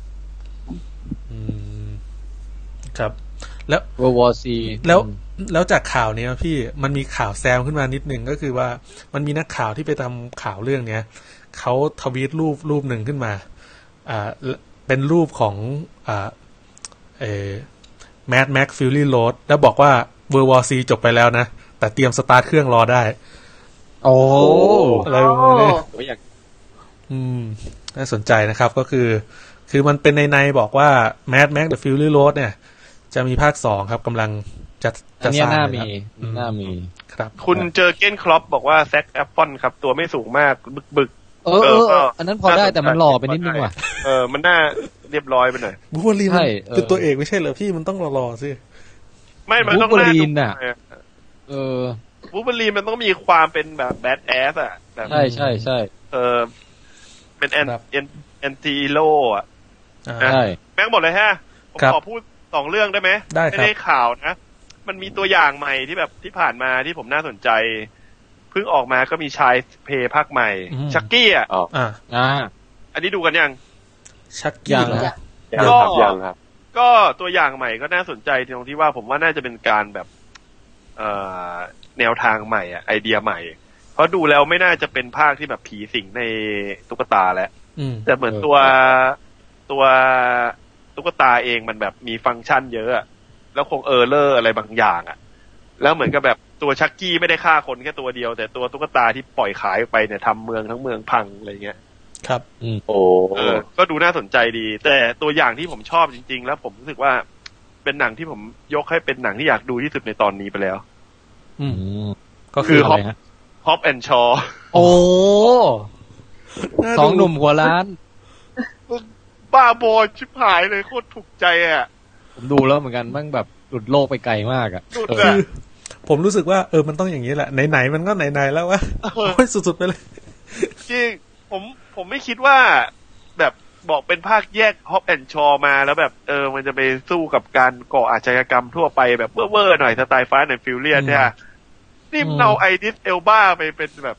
[SPEAKER 1] อืมครับ แล้ว
[SPEAKER 2] วอวอซี
[SPEAKER 1] แล้วแล้วจากข่าวเนี้ยพี่มันมีข่าวแซมขึ้นมานิดนึงก็คือว่ามันมีนักข่าวที่ไปทำข่าวเรื่องเนี้ยเขาทวีตรูปรูปหนึ่งขึ้นมา อ่าและเป็นรูปของอ่าเอแมดแม็กฟิลลี่โรดแล้วบอกว่าเวอร์วอซีจบไปแล้วนะ แต่เตรียมสตาร์ทเครื่องรอได้
[SPEAKER 2] โอ้
[SPEAKER 1] อะไรประมาณนี้
[SPEAKER 5] ผมอยาก
[SPEAKER 1] อืม น่าสนใจนะครับก็คือ คือมันเป็นในในๆบอกว่า Mad Max The Fury Road เนี่ย จะมีภาคสองครับกำลังจะ
[SPEAKER 2] อั
[SPEAKER 1] จะ
[SPEAKER 2] น
[SPEAKER 1] ส
[SPEAKER 2] เนี้ย
[SPEAKER 1] ร้าง
[SPEAKER 2] หน้า
[SPEAKER 1] เลย
[SPEAKER 2] มี
[SPEAKER 1] ครับอืม
[SPEAKER 2] หน้ามี
[SPEAKER 1] ครับ
[SPEAKER 3] คุณเจอเก้นครอปบอกว่าแซคแอปเปิลครับ ตัวไม่สูงมาก บึกบึก
[SPEAKER 2] เออเออ
[SPEAKER 3] เอ
[SPEAKER 2] เอ
[SPEAKER 3] อก็
[SPEAKER 2] ออันนั้นพอได้แต่มันหล่อไปนิดนึงว่ะ
[SPEAKER 3] ๆเออ มันน่าเรียบร้อยไปหน่อย
[SPEAKER 1] บูล์ฟเวอรีน
[SPEAKER 2] ใช่
[SPEAKER 1] มัน
[SPEAKER 2] เออ
[SPEAKER 1] คือตัวเอกไม่ใช่เหรอพี่มันต้องรอๆสิ
[SPEAKER 3] ไม่ มันต้อง
[SPEAKER 2] วูล์ฟเวอ
[SPEAKER 3] น่า
[SPEAKER 2] รี
[SPEAKER 3] ดู
[SPEAKER 2] นน่ะ เออ
[SPEAKER 3] วูล์ฟเวอรีนมันต้องมีความเป็นแบบแบดแอสอ่ะแบบ
[SPEAKER 2] ใช่ใช่ใช่
[SPEAKER 3] เออเป็นแอน
[SPEAKER 1] ครับ
[SPEAKER 3] แอนแอนติโลอ่ะ
[SPEAKER 1] อ่า
[SPEAKER 3] อ่ะ
[SPEAKER 2] ใช่
[SPEAKER 3] แม็กหมดเลยฮะ ผม
[SPEAKER 1] ครับ
[SPEAKER 3] ขอพูด สองเรื่องได้ไหม
[SPEAKER 1] ได้ครับ
[SPEAKER 3] ไม่ได้ข่าวนะ มันมีตัวอย่างใหม่ที่แบบที่ผ่านมาที่ผมน่าสนใจ เพิ่งออกมาก็มีชายเพลย์ภาคใหม่
[SPEAKER 1] อืม
[SPEAKER 3] ชักกี้อ่ะ
[SPEAKER 1] อ่า
[SPEAKER 2] อ่า
[SPEAKER 3] อันนี้ดูกันยัง
[SPEAKER 1] ชัก
[SPEAKER 2] ยั
[SPEAKER 1] กี้
[SPEAKER 2] ง
[SPEAKER 1] เหรอฮะ
[SPEAKER 5] ยังครับยังครับ
[SPEAKER 3] ก็ตัวอย่างใหม่ก็น่าสนใจตรงที่ว่าผมว่าน่าจะเป็นการแบบเอ่อแนวทางใหม่อะไอเดียใหม่ เพราะดูแล้วไม่น่าจะเป็นภาคที่แบบผีสิงในตุ๊กตาแล้ว
[SPEAKER 1] อืม
[SPEAKER 3] แต่เหมือนตัวตัวตุ๊กตาเองมันแบบมีฟังก์ชันเยอะอะแล้วคงเออร์เลอร์อะไรบางอย่างอะแล้วเหมือนกับแบบตัวชักกี้ไม่ได้ฆ่าคนแค่ตัวเดียว แต่ตัวตุ๊กตาที่ปล่อยขายออกไปเนี่ยทำเมืองทั้งเมืองพังอะไรเงี้ย
[SPEAKER 1] ครับ
[SPEAKER 5] โอ้
[SPEAKER 3] เออก็ดูน่าสนใจดี แต่ตัวอย่างที่ผมชอบจริง ๆ แล้วผมรู้สึกว่าเป็นหนังที่ผมยกให้เป็นหนังที่อยากดูที่สุดในตอนนี้ไปแล้ว
[SPEAKER 1] อื
[SPEAKER 2] อื
[SPEAKER 1] ม
[SPEAKER 2] ม
[SPEAKER 1] ก็คื
[SPEAKER 3] คื
[SPEAKER 1] อ อ
[SPEAKER 3] ฮอปฮอปแอนชอ
[SPEAKER 2] โอ้สองหนุ่มหัวล้าน
[SPEAKER 3] บ้าบอชิบหายเลยโคตรถูกใจอ่ะ
[SPEAKER 2] ผมดูแล้วเหมือนกันแมันแบบหลุดโลกไปไกลมากอะ
[SPEAKER 3] หลุด
[SPEAKER 2] เอ
[SPEAKER 3] อะ
[SPEAKER 2] อ
[SPEAKER 1] คือผมรู้สึกว่าเออมันต้องอย่างนี้แหละไหนๆมันก็ไหนๆแล้ววะโอ้ยสุดๆไปเลย
[SPEAKER 3] จริงผมผมไม่คิดว่าแบบบอกเป็นภาคแยกฮอปแอนชอมาแล้วแบบเออมันจะไปสู้กับการก่ออาชญากรรมทั่วไปแบบเว่อร์ๆหน่อยสไตล์ฟ้าหน่อยฟิลเลียนเนี่ยนี่มันเอาไอดิสเอลบ้าไปเป็นแบบ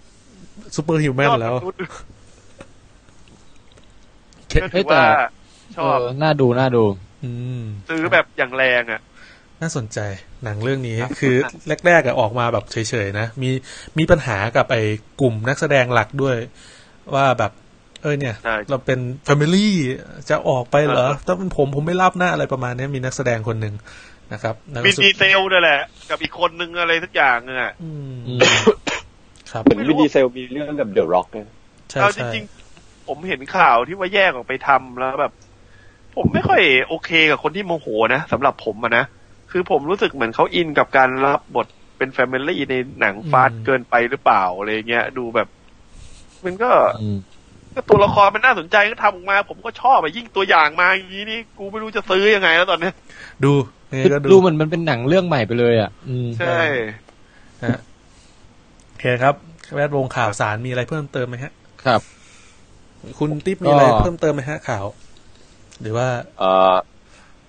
[SPEAKER 1] ซูเปอร์ฮิวแม
[SPEAKER 3] ย
[SPEAKER 1] น
[SPEAKER 3] อด
[SPEAKER 1] แล้ว
[SPEAKER 3] มนุษย์ก็
[SPEAKER 2] เฮ้
[SPEAKER 3] ถื
[SPEAKER 2] ย
[SPEAKER 3] อ
[SPEAKER 2] แต่
[SPEAKER 3] ว่าช
[SPEAKER 2] เอ
[SPEAKER 3] อบ
[SPEAKER 2] อน่าดูน่าดู
[SPEAKER 1] อืม
[SPEAKER 3] ซื้อแบบอย่างแรงอ่ะ
[SPEAKER 1] น่าสนใจหนังเรื่องนี้คือแรกๆอะออกมาแบบเฉยๆนะ มีมีปัญหากับไอ้กลุ่มนักแสดงหลักด้วย ว่าแบบ เอ้ยเนี่ย
[SPEAKER 3] ใช่
[SPEAKER 1] เราเป็น Family จะออกไปเหรอ
[SPEAKER 3] เออ
[SPEAKER 1] ถ้าเป็นผมผมไม่รับหน้าอะไรประมาณเนี้ยมีนักแสดงคนหนึ่งนะครับแล้วก็
[SPEAKER 3] วิน
[SPEAKER 1] สุด
[SPEAKER 3] ดีเซลนี่ยแหละ กับอีกคนนึงอะไรสักอย่างนึงอ่ะ
[SPEAKER 1] อืม
[SPEAKER 2] อืม
[SPEAKER 1] ครับ
[SPEAKER 5] เหมือน
[SPEAKER 3] ไม่รู้
[SPEAKER 5] วินดีเซลมีเรื่องกับเดอะร็อกนะ
[SPEAKER 1] ใช่
[SPEAKER 3] เอาจ
[SPEAKER 1] ใช่
[SPEAKER 3] ริงๆ ผมเห็นข่าวที่ว่าแยกออกไปทำแล้วแบบ ผมไม่ค่อยโอเคกับคนที่โมโหนะสำหรับผมอะนะ คือผมรู้สึกเหมือนเขาอินกับการรับบทเป็นแฟมิลี่ในหนังฟาสต์เกินไปหรือเปล่าอะไรเงี้ย ดูแบบ มันก็
[SPEAKER 2] อืม
[SPEAKER 3] ก็ตัวละครมันน่าสนใจก็ทำออกมา ผมก็ชอบอะยิ่งตัวอย่างมาอย่างนี้นี่กูไม่รู้จะซื้อยังไงแล้วตอนเนี้ย
[SPEAKER 1] ดูนี่ก็
[SPEAKER 2] ดู
[SPEAKER 1] ดู
[SPEAKER 2] เหมือนมันเป็นหนังเรื่องใหม่ไปเลยอ่ะ อืม
[SPEAKER 3] ใช่
[SPEAKER 1] ฮะโอเคครับแวดวงข่าวสารมีอะไรเพิ่มเติมไหมฮะ
[SPEAKER 2] ครับ
[SPEAKER 1] คุณติ๊บมีอะไร
[SPEAKER 2] ก็
[SPEAKER 1] เพิ่มเติมไหมฮะข่าว หรือว่า
[SPEAKER 5] เออ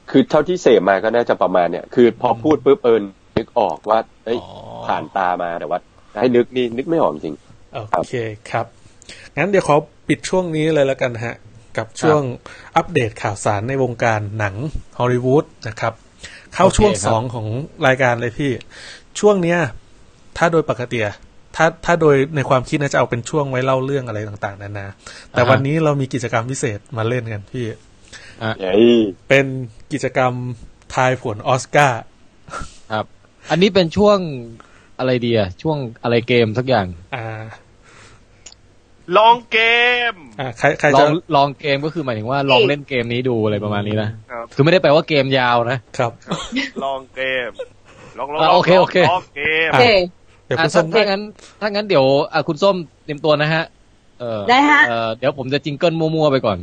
[SPEAKER 5] คือเท่าที่เสพมาก็น่าจะประมาณเนี่ย คือพอพูดปุ๊บเอิญนึกออกว่าเอ้ย
[SPEAKER 1] อ๋อ
[SPEAKER 5] ผ่านตามาแต่ว่าให้นึกนี่นึกไม่ออกจริง
[SPEAKER 1] โอเคครับ งั้นเดี๋ยวขอปิดช่วงนี้เลยแล้วกันฮะ กับช่วงอัปเดตข่าวสารในวงการหนังฮอลลีวูดนะครับ เข้าช่วง
[SPEAKER 2] โอเคครับ
[SPEAKER 1] สองของรายการเลยพี่ ช่วงเนี้ย ถ้าโดยปกติอะถ้าถ้าโดยในความคิดนะจะเอาเป็นช่วงไว้เล่าเรื่องอะไรต่างๆนานาแต่วันนี้เรามีกิจกรรมพิเศษมาเล่นกันพี่
[SPEAKER 5] เย้ย
[SPEAKER 1] เป็นกิจกรรมทายผลออสการ์
[SPEAKER 2] ครับ อันนี้เป็นช่วงอะไรดีอะช่วงอะไรเกมสักอย่าง
[SPEAKER 1] อ่า
[SPEAKER 3] ลองเกม
[SPEAKER 1] อ่าใครใคร
[SPEAKER 2] ล
[SPEAKER 1] จะ
[SPEAKER 2] องลองเกมก็คือหมายถึงว่าลองเล่นเกมนี้ดูอะไรประมาณนี้นะ
[SPEAKER 3] ครับ
[SPEAKER 2] คือไม่ได้แปลว่าเกมยาวนะ
[SPEAKER 1] ครับ
[SPEAKER 3] ลองเกม ลองลอง
[SPEAKER 2] อ่ะโอเคโอเค
[SPEAKER 3] ลองเกม
[SPEAKER 4] โอเค
[SPEAKER 1] เดี๋ยว
[SPEAKER 2] อ่ะ
[SPEAKER 1] คุณส้
[SPEAKER 2] ถ้าม ถ้างั้นถ้างั้นเดี๋ยวอ่ะคุณส้มเตรียมตัวนะฮะ เออ
[SPEAKER 4] ได้ฮะ
[SPEAKER 2] เออเดี๋ยวผมจะจิงเกิลมั่วๆไปก่อน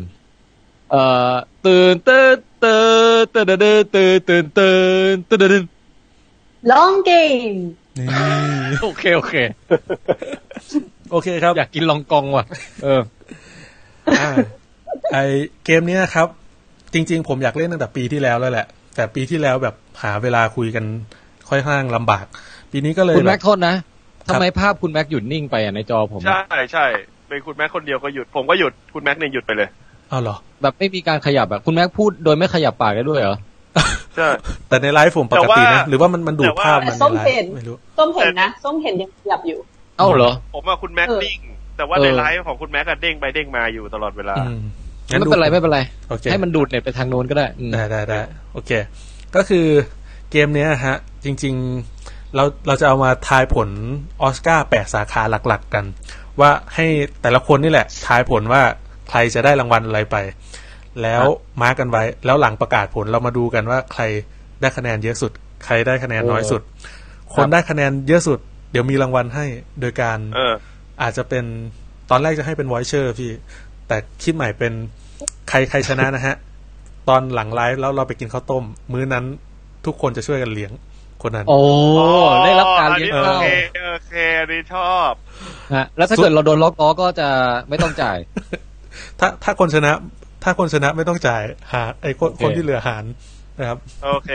[SPEAKER 2] เอ่อตื่นเต้นตื่นตื่นตื่นตื่นตื่นตื่นตื่นตื่น
[SPEAKER 4] ลองเกม
[SPEAKER 1] นี่
[SPEAKER 2] โอเคโอเค
[SPEAKER 1] โอเคครับ
[SPEAKER 2] อยากกินลองกองว่ะ เออ
[SPEAKER 1] อ่าไอเกมเนี้ยครับ จริง ๆ ผมอยากเล่นตั้งแต่ปีที่แล้วแล้วแหละ แต่ปีที่แล้วแบบหาเวลาคุยกันค่อยข้างลำบาก ปีนี้ก็เลย
[SPEAKER 2] คุณ
[SPEAKER 1] แบ
[SPEAKER 2] แม็
[SPEAKER 1] บ
[SPEAKER 2] กโทษนะทำไมภาพคุณแม็กหยุดนิ่งไปอ่ะในจอผม
[SPEAKER 3] ใช่ใช่เป็นคุณแม็กคนเดียวก็หยุด ผมก็หยุดคุณแม็กเนี่ยหยุดไปเลย
[SPEAKER 1] เอาเหรอ
[SPEAKER 2] แบบไม่มีการขยับอ่ะ คุณแม็กพูดโดยไม่ขยับปากได้ด้วยเหรอ
[SPEAKER 3] ใช่
[SPEAKER 1] แต่ในไลฟ์ผมปกตินะ หรือว่ามันมันดูดภาพมันในไล
[SPEAKER 4] แต่ว่าส้มเห็น
[SPEAKER 1] ฟ์ไม่รู้
[SPEAKER 4] ส้มเห็นนะ ส้มเห็นยังขยับอยู่
[SPEAKER 2] เอ้าเหรอ
[SPEAKER 3] ผมว่าคุณแม็ก
[SPEAKER 4] เออ
[SPEAKER 3] นิ่ง แต่ว่าใน
[SPEAKER 2] เออ
[SPEAKER 3] ไลฟ์ของคุณแม็กก็เด้งไปเด้งมาอยู่ตลอดเวลา
[SPEAKER 1] อืม
[SPEAKER 2] ไม่เป็นไรไม่เป็นไร
[SPEAKER 1] โอเค
[SPEAKER 2] ให้มันดูดเน็ตไปทางโน้นก็ได้อืม
[SPEAKER 1] ได้ได้ได้โอเค ก็คือเกมเนี้ยฮะ จริง ๆ เราเราจะเอามาทายผลออสการ์แปดสาขาหลัก ๆ กัน ว่าให้แต่ละคนนี่แหละ ทายผลว่าใครจะได้รางวัลอะไรไป แล้วมาร์กกันไว้ แล้วหลังประกาศผลเรามาดูกันว่าใครได้คะแนนเยอะสุด ใครได้คะแนนน้อยสุด คนได้คะแนนเยอะสุด เดี๋ยวมีรางวัลให้โดยการ
[SPEAKER 3] เออ
[SPEAKER 1] อาจจะเป็นตอนแรกจะให้เป็นวอยเชอร์พี่ แต่คิดใหม่เป็นใครใครชนะนะฮะ ตอนหลังไลฟ์แล้วเราไปกินข้าวต้ม มื้อนั้นทุกคนจะช่วยกันเลี้ยงคนนั้น
[SPEAKER 2] โอ้ได้รับการเลี้ยง
[SPEAKER 3] อันนี้
[SPEAKER 2] ข้า
[SPEAKER 3] โอ
[SPEAKER 2] ว
[SPEAKER 3] เคโอเคอันนี้ชอบ
[SPEAKER 2] ฮะแล้วถ้า
[SPEAKER 1] สุด
[SPEAKER 2] เกิดเราโดนล็อกล้อก็จะไม่ต้องจ่าย
[SPEAKER 1] ถ้าถ้าคนชนะ ถ้าคนชนะไม่ต้องจ่ายหาไอ้คน
[SPEAKER 2] โอเค
[SPEAKER 1] คนที่เหลือหาร นะครับ
[SPEAKER 3] โอเค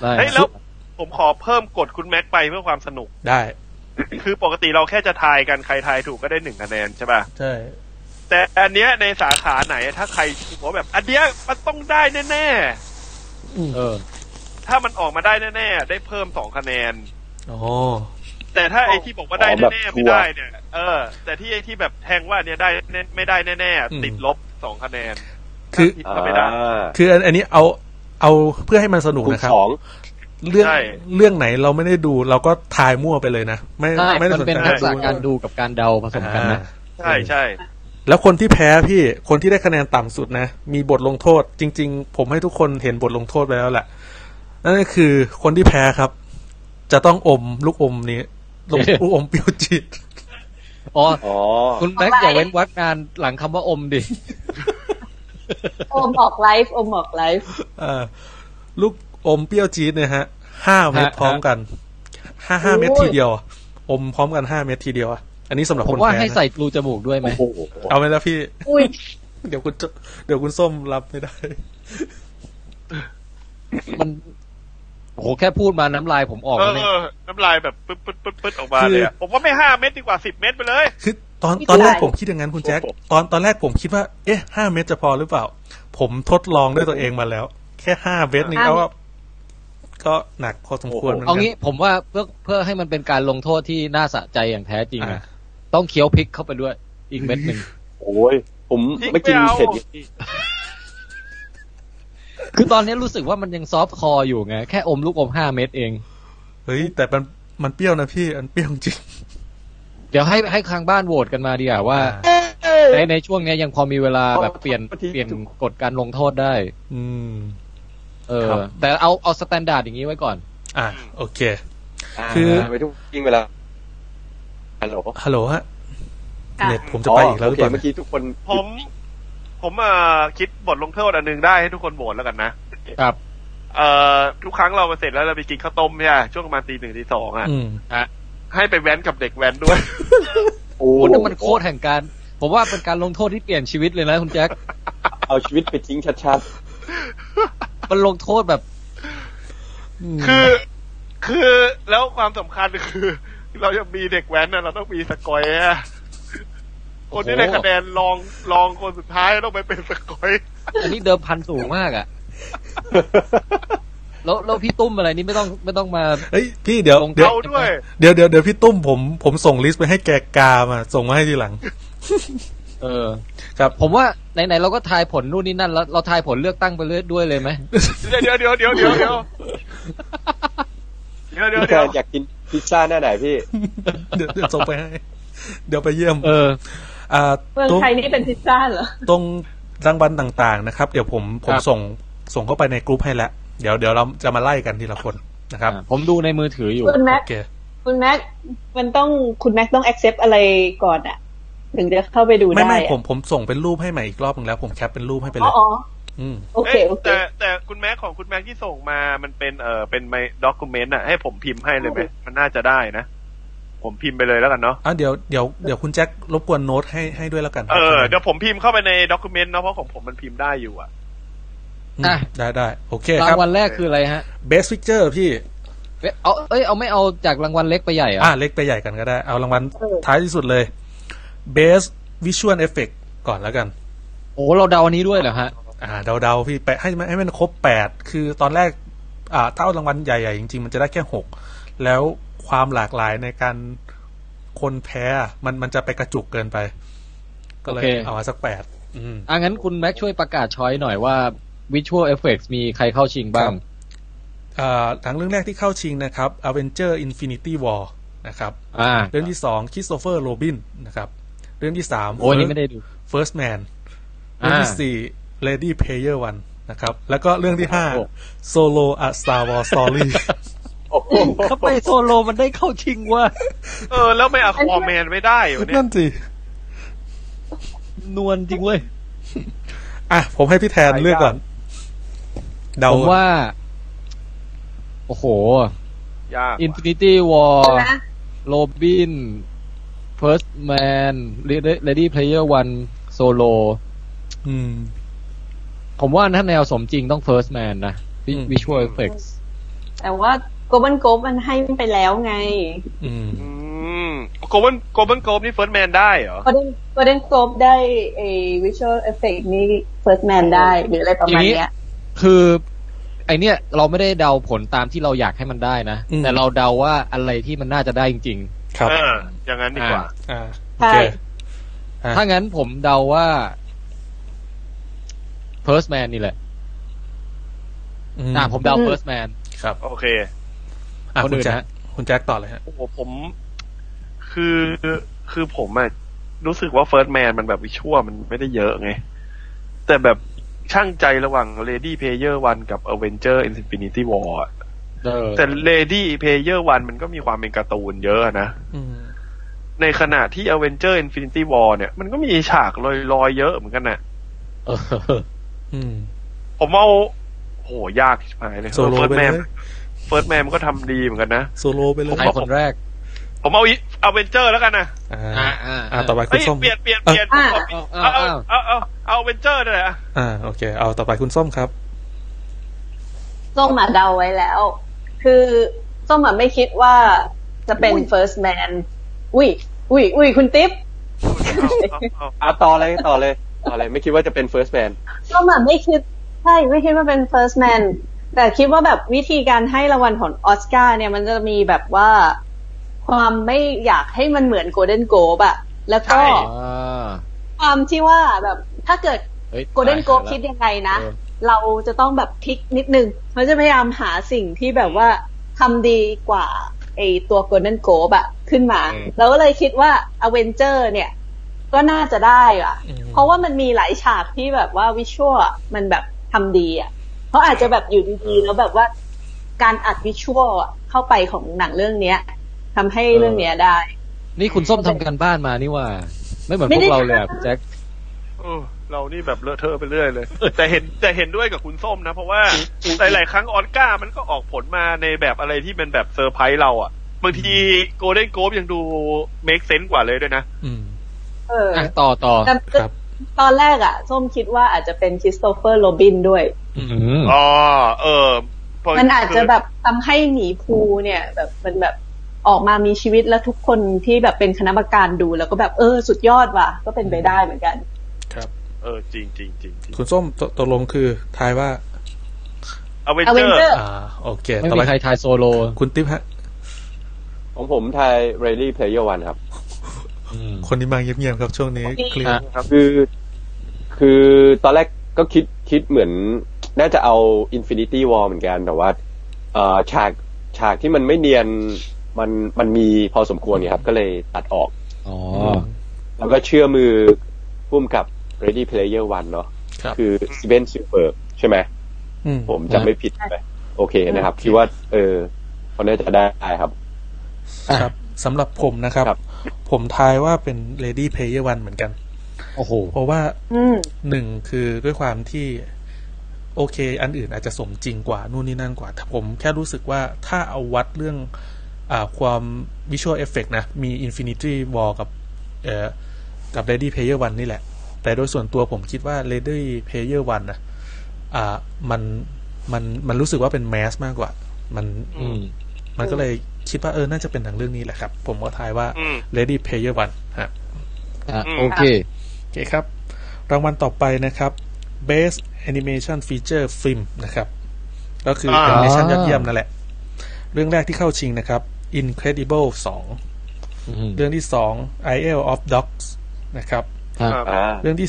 [SPEAKER 2] ได้
[SPEAKER 3] เฮ้ยแล้วผมขอเพิ่มกดคุณแม็กไปเพื่อความสนุก
[SPEAKER 1] ได้
[SPEAKER 3] คือปกติเราแค่จะทายกันใครทายถูกก็ได้หนึ่งคะแนนใช่ป่ะ
[SPEAKER 1] ใช่
[SPEAKER 3] แต่อันเนี้ยในสาขาไหนถ้าใครบอกว่าแบบอันเนี้ยมันต้องได้แน่
[SPEAKER 2] เออ
[SPEAKER 3] ๆ ถ้ามันออกมาได้แน่ๆ ได้เพิ่มสองคะแนน
[SPEAKER 1] โอ้
[SPEAKER 3] แต่ถ้าไอที่บอกว่าได้
[SPEAKER 5] อ๋อแบบ
[SPEAKER 3] แน่ๆ
[SPEAKER 5] ชั
[SPEAKER 3] ไม่
[SPEAKER 5] วร์
[SPEAKER 3] ได้เนี่ย เออ แต่ที่ไอที่แบบแทงว่าเนี่ยได้แน่ไม่ได้แน่ๆ ติดลบสองคะแนน
[SPEAKER 1] คือ
[SPEAKER 3] ผิดก็ไม่ได้
[SPEAKER 1] คืออันอันนี้เอาเอาเพื่อให้มันสนุก
[SPEAKER 5] คุณ
[SPEAKER 1] นะครับ
[SPEAKER 5] สอง
[SPEAKER 1] เรื่อง
[SPEAKER 3] ใช่
[SPEAKER 1] เรื่องไหนเราไม่ได้ดูเราก็ทายมั่วไปเลยนะ ไม่
[SPEAKER 2] ใช่
[SPEAKER 1] ไม่ได้ส
[SPEAKER 2] มัน
[SPEAKER 1] น
[SPEAKER 2] เป็น
[SPEAKER 1] ใจ
[SPEAKER 2] ทักษะการดูกับการเดาผสมกัน
[SPEAKER 1] อ่า
[SPEAKER 2] นะ
[SPEAKER 3] ใช่ใช่
[SPEAKER 1] แล้วคนที่แพ้พี่คนที่ได้คะแนนต่ำสุดนะ มีบทลงโทษ จริง ๆ ผมให้ทุกคนเห็นบทลงโทษไปแล้วแหละนั่นก็คือคนที่แพ้ครับ จะต้องอมลูกอม
[SPEAKER 2] <laughs>
[SPEAKER 1] นี้ลูก ลูกอมเปรี้ยวจีด
[SPEAKER 2] อ๋อ
[SPEAKER 5] อ๋อ
[SPEAKER 2] คุณแม็กซ์อย่าเว้นวักงานหลังคำว่าอมดิ
[SPEAKER 4] โอมออกไลฟ์โอมออกไลฟ์
[SPEAKER 1] เอ่อลูกอมเปรี้ยวจีดเนี่ยฮะห้าเม็ด
[SPEAKER 2] ฮะ
[SPEAKER 1] พร้อมกันห้าห้าเม็ดทีเดียวอะอมพร้อมกันห้าเม็ดทีเดียวอะอันนี้สำหรับ
[SPEAKER 2] ผ
[SPEAKER 1] ค
[SPEAKER 2] ม
[SPEAKER 1] น
[SPEAKER 2] ว่า
[SPEAKER 1] แพ้
[SPEAKER 2] ให้
[SPEAKER 1] นะ
[SPEAKER 2] ใส่รูจมูกด้วยไหม
[SPEAKER 5] โอ้โห
[SPEAKER 1] เอาไหมล่ะพี่ <laughs>
[SPEAKER 4] อุ้ย
[SPEAKER 1] เดี๋ยวคุณจะเดี๋ยวคุณส้มรับไม่ได้
[SPEAKER 2] มันโอ้โหแค่พูดมาน้ำลายผมออก
[SPEAKER 3] เอ
[SPEAKER 2] แล้วเนี่ย
[SPEAKER 3] อน้ำลายแบบปึ๊ดปึ๊ดปึ๊ดปึ๊ดออกมาเลยอะผมว่าไม่ห้าเม็ดดีกว่าสิบเม็ดไปเลย
[SPEAKER 1] คือตอนตอนแรกผมคิดอย่างนั้นคุณแจ็คตอนตอนแรกผมคิดว่า เอ๊ะห้าเมตรจะพอหรือเปล่า ผมทดลองด้วยตัวเองมาแล้ว แค่ห้าเมตรนี่ก็ว่าก็หนักพอสมควรเหมือน
[SPEAKER 2] เอา
[SPEAKER 1] กั
[SPEAKER 2] งี้ผมว่าเพื่อเพื่อให้มันเป็นการลงโทษที่น่าสะใจอย่างแท้จริง
[SPEAKER 1] อ่ะ
[SPEAKER 2] อะต้องเคี้ยวพริกเข้าไปด้วย อีกเม็ดหนึ่ง
[SPEAKER 5] โอ้ย ผมไม่กินเผ็ดอย่างนี้
[SPEAKER 2] คือตอนนี้รู้สึกว่ามันยังซอฟต์คออยู่ไง แค่อมลูกอมห้าเม็ดเอง
[SPEAKER 1] เฮ้ย แต่มันมันเปรี้ยวนะพี่มันเปรี้ยวจริง
[SPEAKER 2] เดี๋ยวให้ให้ทางบ้านโหวตกันมาดีกว่าว่า ในในช่วงเนี้ยยังพอมีเวลาแบบเปลี่ยนเปลี่ยนกฎการลงโทษได้
[SPEAKER 1] อืม
[SPEAKER 2] เออ
[SPEAKER 1] ครับ
[SPEAKER 2] แต่เอาเอาสแตนดาร์ดอย่างนี้ไว้ก่อน
[SPEAKER 1] อ่ะโอเค คื
[SPEAKER 5] คือ อไปทุกยิ่งเวลาฮัลโหล
[SPEAKER 1] ฮัลโหลฮะ
[SPEAKER 4] ค่ะ
[SPEAKER 1] เน็ตผมจะไปอีกแล้วหรือเปล่า
[SPEAKER 5] โคเมื่อกี้ทุกคน
[SPEAKER 3] ผม ผมเอ่อคิดบทลงโทษอันหนึ่งได้ให้ทุกคนโหวตแล้วกันนะ
[SPEAKER 2] ครับ
[SPEAKER 3] เอ่อทุกครั้งเราไปเสร็จแล้วเราไปกินข้าวต้มเนี่ยช่วงประมาณตีหนึ่งตีสองอ่ะ
[SPEAKER 1] อืม
[SPEAKER 3] ให้ไปแว้นกับเด็กแว้นด้วย
[SPEAKER 5] โอ้
[SPEAKER 2] โอ้นั่นมันโคตรแห่งการ ผมว่าเป็นการลงโทษที่เปลี่ยนชีวิตเลยนะคุณแจ็ค <laughs>
[SPEAKER 5] เอาชีวิตไปทิ้งชัด
[SPEAKER 2] มันลงโทษแบบ
[SPEAKER 3] คือ คือแล้วความสำคัญคือ เราจะมีเด็กแว้นนะเราต้องมีสกอยอะคนที่ได้คะแนนรองรองคนสุดท้ายต้องไปเป็นสกอย
[SPEAKER 2] อันนี้เดิมพันสูงม <laughs> ากอะ่ะ
[SPEAKER 5] ๆ
[SPEAKER 2] แล้วแล้วพี่ตุ้มอะไรนี่ไม่ต้องไม่ต้องมา
[SPEAKER 1] เฮ้ยพี่เดี๋ยว
[SPEAKER 2] ลง
[SPEAKER 1] เดี๋ยว
[SPEAKER 3] เอาด้วย
[SPEAKER 1] เดี๋ยวเดี๋ยวเดี๋ยวพี่ตุ้มผมผมส่งลิสต์ไปให้แกกามาส่งมาให้ทีหลัง
[SPEAKER 2] เออ
[SPEAKER 1] ครับ
[SPEAKER 2] ผมว่าไหนๆเราก็ทายผลนู่นนี่นั่นแล้วเราทายผลเลือกตั้งไปเรื่อยด้วยเลยไหม
[SPEAKER 3] เดี๋ยวเดี๋ยวเดี๋ยวเดี๋ยวเดี๋ยวเดี๋ยวเดี๋ยว
[SPEAKER 5] พี่
[SPEAKER 3] เดี๋
[SPEAKER 5] กาย ร
[SPEAKER 3] ว
[SPEAKER 5] อยากกินพิซซ่าหน้าไหนพี่
[SPEAKER 1] เดี๋ยวเดี๋ยวส่งไปให้ เดี๋ยวไปเยี่ยม
[SPEAKER 2] เออ
[SPEAKER 1] อ่า
[SPEAKER 4] เมือง
[SPEAKER 1] ตรง
[SPEAKER 4] ไทยนี่เป็นพิซซ่าเหรอ
[SPEAKER 1] ตรงรางวัลต่างๆนะครับ เดี๋ยวผมผม
[SPEAKER 2] ครับ
[SPEAKER 1] ส่งส่งเข้าไปในกรุ๊ปให้แล้วเดี๋ยวเดี๋ยวเราจะมาไล่กันทีละคนนะครับ
[SPEAKER 2] อ่ะผมดูในมือถืออยู่
[SPEAKER 4] คุณแม็ก
[SPEAKER 1] โอเค
[SPEAKER 4] คุณแม็ก มันต้องคุณแม็กต้อง accept อะไรก่อนอะถึงจะเข้าไปดู
[SPEAKER 1] ไม่
[SPEAKER 4] ได้
[SPEAKER 1] ไม่
[SPEAKER 4] อะ
[SPEAKER 1] ผมผมส่งเป็นรูปให้ใหม่อีกรอบหนึงแล้ว ผมแคปเป็นรูปให้ไปเล
[SPEAKER 4] อ๋อย อ๋อ
[SPEAKER 1] ม
[SPEAKER 4] โอเค
[SPEAKER 3] เอ๊ะ
[SPEAKER 4] โอเค
[SPEAKER 3] แต่แต่คุณแม็กของคุณแม็กที่ส่งมามันเป็นเออเป็นไมด็อกิเมนต์อ่ะให้ผมพิมพ์ให้เลยไหมมันน่าจะได้นะ ผมพิมพ์ไปเลยแล้วกันเนาะ
[SPEAKER 1] อ่ะเดี๋ยวเดี๋ยวเดี๋ยวคุณแจ็ครบกวนโน้ตให้ให้ด้วยแล้วกัน
[SPEAKER 3] เออเดี๋ยวผมพิมพ์เข้าไปในด็อกิเมนต์เนาะเพราะของผมมันพิมพ์ได้อยู่อ่ะ
[SPEAKER 1] อืม
[SPEAKER 2] อ่ะ
[SPEAKER 1] ได้ได้โอเค
[SPEAKER 2] รา
[SPEAKER 1] ครับ
[SPEAKER 2] งวัลแรกคืออะไรฮะ
[SPEAKER 1] best picture พี่
[SPEAKER 2] เอ้ยเอาเอ้ยเอาไม่เอาจากรางวัลเล็กไปใหญ่เหร
[SPEAKER 1] อ่ะ
[SPEAKER 2] อ่ะ
[SPEAKER 1] เล็กไปใหญ่กันก็ได้ เอารางวัลท้ายที่สุดเลย best visual effect ก่อนแล้วกัน
[SPEAKER 2] โอ้เราเดาอันนี้ด้วยเหรอฮะ
[SPEAKER 1] อ่าเดาๆพี่ไปให้มันให้มันครบแปดคือตอนแรก อ่าถ้าเอารางวัลใหญ่ๆ จริง ๆ มันจะได้แค่หกแล้วความหลากหลายในการคนแพ้อะมันมันจะไปกระจุกเกินไป ก็เลย
[SPEAKER 2] โอเค
[SPEAKER 1] เอามาสักแปดอืม
[SPEAKER 2] อ่ะงั้นคุณแม็กช่วยประกาศช้อยหน่อยว่า Visual Effects มีใครเข้าชิง
[SPEAKER 1] ค
[SPEAKER 2] บ้า
[SPEAKER 1] รั
[SPEAKER 2] ง
[SPEAKER 1] บ อ่าหนังเรื่องแรกที่เข้าชิงนะครับ Avenger Infinity War นะครับ
[SPEAKER 2] อ่า
[SPEAKER 1] เรื่องที่สองคิสโตเฟอร์โรบินนะครับ เรื่องที่สาม
[SPEAKER 2] โอ้ยนี่ไม่ได้ดู
[SPEAKER 1] First Man เรื่องที่
[SPEAKER 2] อ่า
[SPEAKER 1] สี่ Lady Player One นะครับ แล้วก็เรื่องที่ห้า
[SPEAKER 2] โอ้
[SPEAKER 1] Solo A Star Wars Story
[SPEAKER 5] โอ้โห
[SPEAKER 2] ทำไมโซโลมันได้เข้าชิงวะ
[SPEAKER 3] เออ แล้วไม่เอาคอมเมนไม่ได้อยู่เนี่ย
[SPEAKER 1] นั่นสิ
[SPEAKER 2] นวลจริงเว้ย
[SPEAKER 1] อ่ะ ผมให้พี่แทนเลือกก่อน เดา
[SPEAKER 2] ผมว่า โอ้โห
[SPEAKER 3] ยากว่ะ
[SPEAKER 2] Infinity War
[SPEAKER 4] ใช่ไหม
[SPEAKER 2] Robin First Man Ready Player One Solo
[SPEAKER 1] อืม
[SPEAKER 2] ผมว่าถ้าแนวสมจริงต้อง First Man นะ
[SPEAKER 1] อืม
[SPEAKER 2] วิชวลเอฟเฟกต์
[SPEAKER 4] แต่ว่าโกบันโกบมันให้มันไปแล้วไง
[SPEAKER 1] อืม
[SPEAKER 3] อืมโกลบอลโกลบอลโกลบนี่เฟิร์สแมนได้เหรอ
[SPEAKER 4] ก็ได้ก็ได้โกบได้ไอ้วิชวลเอฟเฟกนี้เฟิร์สแมนได้หรืออะไรประมาณเนี้ย
[SPEAKER 2] คือไอเนี้ยเราไม่ได้เดาผลตามที่เราอยากให้มันได้นะ
[SPEAKER 1] อืม
[SPEAKER 2] แต่เราเดาว่าอะไรที่มันน่าจะได้จริง
[SPEAKER 1] ครับ
[SPEAKER 3] อ่า อย่างนั้นดีกว่า
[SPEAKER 1] อ่าโอ
[SPEAKER 4] ใช่
[SPEAKER 1] เค
[SPEAKER 2] ๆ
[SPEAKER 1] อ่ะ
[SPEAKER 2] ถ้างั้นผมเดาว่าเพิร์สแมนนี่แหละ
[SPEAKER 1] อื
[SPEAKER 2] อ่าผมเดา
[SPEAKER 4] อืม
[SPEAKER 2] เพิร์สแมน
[SPEAKER 1] ครับ
[SPEAKER 3] โอเค
[SPEAKER 1] อ่ะ
[SPEAKER 2] คน
[SPEAKER 1] คุ
[SPEAKER 2] อื่
[SPEAKER 1] ณ
[SPEAKER 2] น
[SPEAKER 1] แจ็ค
[SPEAKER 2] ฮะ
[SPEAKER 1] คุณแจ็คต่อเลยฮะ
[SPEAKER 3] โอ้โหผม คือคือผมอะรู้สึกว่าเฟิร์สแมนมันแบบวิชวลมันไม่ได้เยอะไง แต่แบบช่างใจระหว่าง Lady Player One กับ Avenger Infinity War อะ
[SPEAKER 2] เออ
[SPEAKER 3] แต่ Lady Player One มันก็มีความเป็นการ์ตูนเยอะนะ
[SPEAKER 1] อืม
[SPEAKER 3] ในขณะที่ Avenger Infinity War เนี่ย มันก็มีฉากลอยๆเยอะเหมือนกันนะ
[SPEAKER 2] เออ
[SPEAKER 1] อืม
[SPEAKER 3] ผมเอาโหยากชิบหายเลย
[SPEAKER 1] โซ
[SPEAKER 3] เฟิ
[SPEAKER 1] โล
[SPEAKER 3] ร์ส
[SPEAKER 1] ไป
[SPEAKER 3] แม
[SPEAKER 1] เล
[SPEAKER 3] น
[SPEAKER 1] ย
[SPEAKER 3] เฟิร์สแมนมันก็ทำดีเหมือนกันนะ
[SPEAKER 1] โซโลไปเลย
[SPEAKER 2] ใครคนแรก
[SPEAKER 3] ผมเอาเอาเวนเจอร์แล้วกันนะ
[SPEAKER 1] อ่า
[SPEAKER 2] อ่าอ่า
[SPEAKER 1] อ่าต่อไปคุ
[SPEAKER 3] เอ้
[SPEAKER 1] ณ
[SPEAKER 3] ย
[SPEAKER 1] ส้ม
[SPEAKER 3] เปลี่ยนเปลี่ยนเปลี่ยน
[SPEAKER 4] อ่ะ
[SPEAKER 3] ผมขอ
[SPEAKER 2] อ่ะ
[SPEAKER 3] เอา
[SPEAKER 2] อ่ะ
[SPEAKER 3] เอาเอาเอาเวนเจอร์นี่นแหละ
[SPEAKER 1] อ่าโอเค เอาต่อไปคุณส้มครับ
[SPEAKER 4] ส้มอ่ะเดาไว้แล้ว คือส้มอ่ะไม่คิดว่าจะเป็น first man อุ้ยอุ้ยอุ้ยคุณติ๊บ
[SPEAKER 3] เอาเอาเอา
[SPEAKER 5] อ่ะต่อเลยต่อเลยต่อเลยไม่คิดว่าจะเป็น first man
[SPEAKER 4] ก็แบบไม่คิดใช่ไม่คิดว่าเป็น first man แต่คิดว่าแบบวิธีการให้รางวัลของออสการ์เนี่ยมันจะมีแบบว่าความไม่อยากให้มันเหมือน golden globe อะแล้วก็
[SPEAKER 2] อ่า
[SPEAKER 4] ความที่ว่าแบบถ้าเกิด
[SPEAKER 2] ฮ้ย
[SPEAKER 4] golden globe คิดยังไงนะ
[SPEAKER 2] เออ
[SPEAKER 4] เราจะต้องแบบพลิกนิดนึงเขาจะพยายามหาสิ่งที่แบบว่าทำดีกว่าไอตัว golden globe อะขึ้นมา
[SPEAKER 2] อืม
[SPEAKER 4] เราก็เลยคิดว่า avenger เนี่ย ก็น่าจะได้อะ
[SPEAKER 1] อืม
[SPEAKER 4] เพราะว่ามันมีหลายฉากที่แบบว่าวิชวลอะมันแบบทำดีอะเขาอาจจะแบบอยู่ดีๆ แล้วแบบว่าการอัดวิชวลอะเข้าไปของหนังเรื่องเนี้ยทำให้เรื่องเนี้ยได้
[SPEAKER 2] นี่คุณส้มทำการบ้านมานี่ว่า ไม่เหมือน
[SPEAKER 4] ไม่
[SPEAKER 2] พวก
[SPEAKER 4] ได้
[SPEAKER 2] เราเลยอะแจ็ค
[SPEAKER 3] เออเรานี่แบบเลอะเทอะไปเรื่อยเลย แต่เห็นแต่เห็นด้วยกับคุณส้มนะ เพราะว่าหลายๆครั้งออสการ์มันก็ออกผลมาในแบบอะไรที่เป็นแบบเซอร์ไพรส์เราอ่ะบางทีโกลเด้นโกลบยังดูเมคเซน s ์กว่าเลยด้วยนะ
[SPEAKER 1] อืม
[SPEAKER 4] เออ
[SPEAKER 2] อ่ะต่อต่อ
[SPEAKER 4] แต่
[SPEAKER 1] ครับ
[SPEAKER 4] ตอนแรกอะส้มคิดว่าอาจจะเป็นคริสโตเฟอร์โรบินด้วย
[SPEAKER 2] อม
[SPEAKER 3] อ๋อ เออพ
[SPEAKER 4] มันอาจจะแบบทำให้หมีภูเนี่ย แบบมันแบบออกมามีชีวิตแล้วทุกคนที่แบบเป็นคณะกรรมการดูแล้วก็แบบเออสุดยอดว่ะ ก็เป็นไปได้เหมือนกัน
[SPEAKER 1] ครับ
[SPEAKER 3] เออจริงจริงจริงจริง
[SPEAKER 1] คุณส้มตตกลงคือทายว่า
[SPEAKER 3] อเวนเจอร์
[SPEAKER 4] Avenger
[SPEAKER 1] อ่า โอเค
[SPEAKER 2] ไม่
[SPEAKER 1] ต่อ
[SPEAKER 2] มี
[SPEAKER 1] ไป
[SPEAKER 2] ใครทายโซโล
[SPEAKER 1] คุณติ๊บฮะ
[SPEAKER 5] ของผมทาย ready player one ครับ
[SPEAKER 2] อืม
[SPEAKER 1] คนนี้มาเงียบๆครับช่วงนี้เคลีย
[SPEAKER 2] ฮะ
[SPEAKER 1] ร์
[SPEAKER 3] ครับ
[SPEAKER 5] คือ คือตอนแรกก็คิดคิดเหมือน น่าจะเอา Infinity War เหมือนกัน แต่ว่าเอ่อฉากฉากที่มันไม่เนียนมันมันมีพอสมควรเนี่ยครับ ก็เลยตัดออก
[SPEAKER 2] อ๋อ
[SPEAKER 5] แล้วก็เชื่อมือพุ่มกับ Ready Player One เนาะ
[SPEAKER 1] ครับ
[SPEAKER 5] คือสเวนซิลเบิร์กใช่ไหม
[SPEAKER 1] อืม
[SPEAKER 5] ผม
[SPEAKER 2] ครับ
[SPEAKER 5] จำไม่ผิดไปโอเคนะครับ คิดว่า เออเขาน่าจะได้ครับ
[SPEAKER 1] ครับสำหรับผมนะครับ
[SPEAKER 5] ครับ
[SPEAKER 1] ผมทายว่าเป็น Lady Player One เหมือนกัน
[SPEAKER 2] โอ้โห
[SPEAKER 1] เพราะว่า
[SPEAKER 4] อืม
[SPEAKER 1] หนึ่งคือด้วยความที่ โอเค อันอื่นอาจจะสมจริงกว่า นู่นนี่นั่นกว่าแต่ผมแค่รู้สึกว่าถ้าเอาวัดเรื่องอาความวิชวลเอฟเฟกนะ มี Infinity War กับเอ่อกับ Lady Player One นี่แหละ แต่โดยส่วนตัวผมคิดว่า Lady Player One นะอ่ามันมันมันรู้สึกว่าเป็นแมสมากกว่า มัน
[SPEAKER 2] อืม
[SPEAKER 1] มันก็เลยคิดว่าเออ น่าจะเป็นหนังเรื่องนี้แหละครับ ผมก็ทายว่า
[SPEAKER 3] อืม
[SPEAKER 1] Lady Player One ฮะ
[SPEAKER 2] อ่ะ
[SPEAKER 3] อืม
[SPEAKER 2] โอเค
[SPEAKER 1] โอเคครับ รางวัลต่อไปนะครับ Best Animation Feature Film นะครับ ก็คือ
[SPEAKER 3] อ่า
[SPEAKER 1] Animation ยอดเยี่ยมนั่นแหละ เรื่องแรกที่เข้าชิงนะครับ Incredible 2
[SPEAKER 2] อืม
[SPEAKER 1] เรื่องที่ 2 Isle of Dogs นะครับ
[SPEAKER 2] ฮะ
[SPEAKER 3] ครับ
[SPEAKER 5] อ่า
[SPEAKER 1] เรื่องที่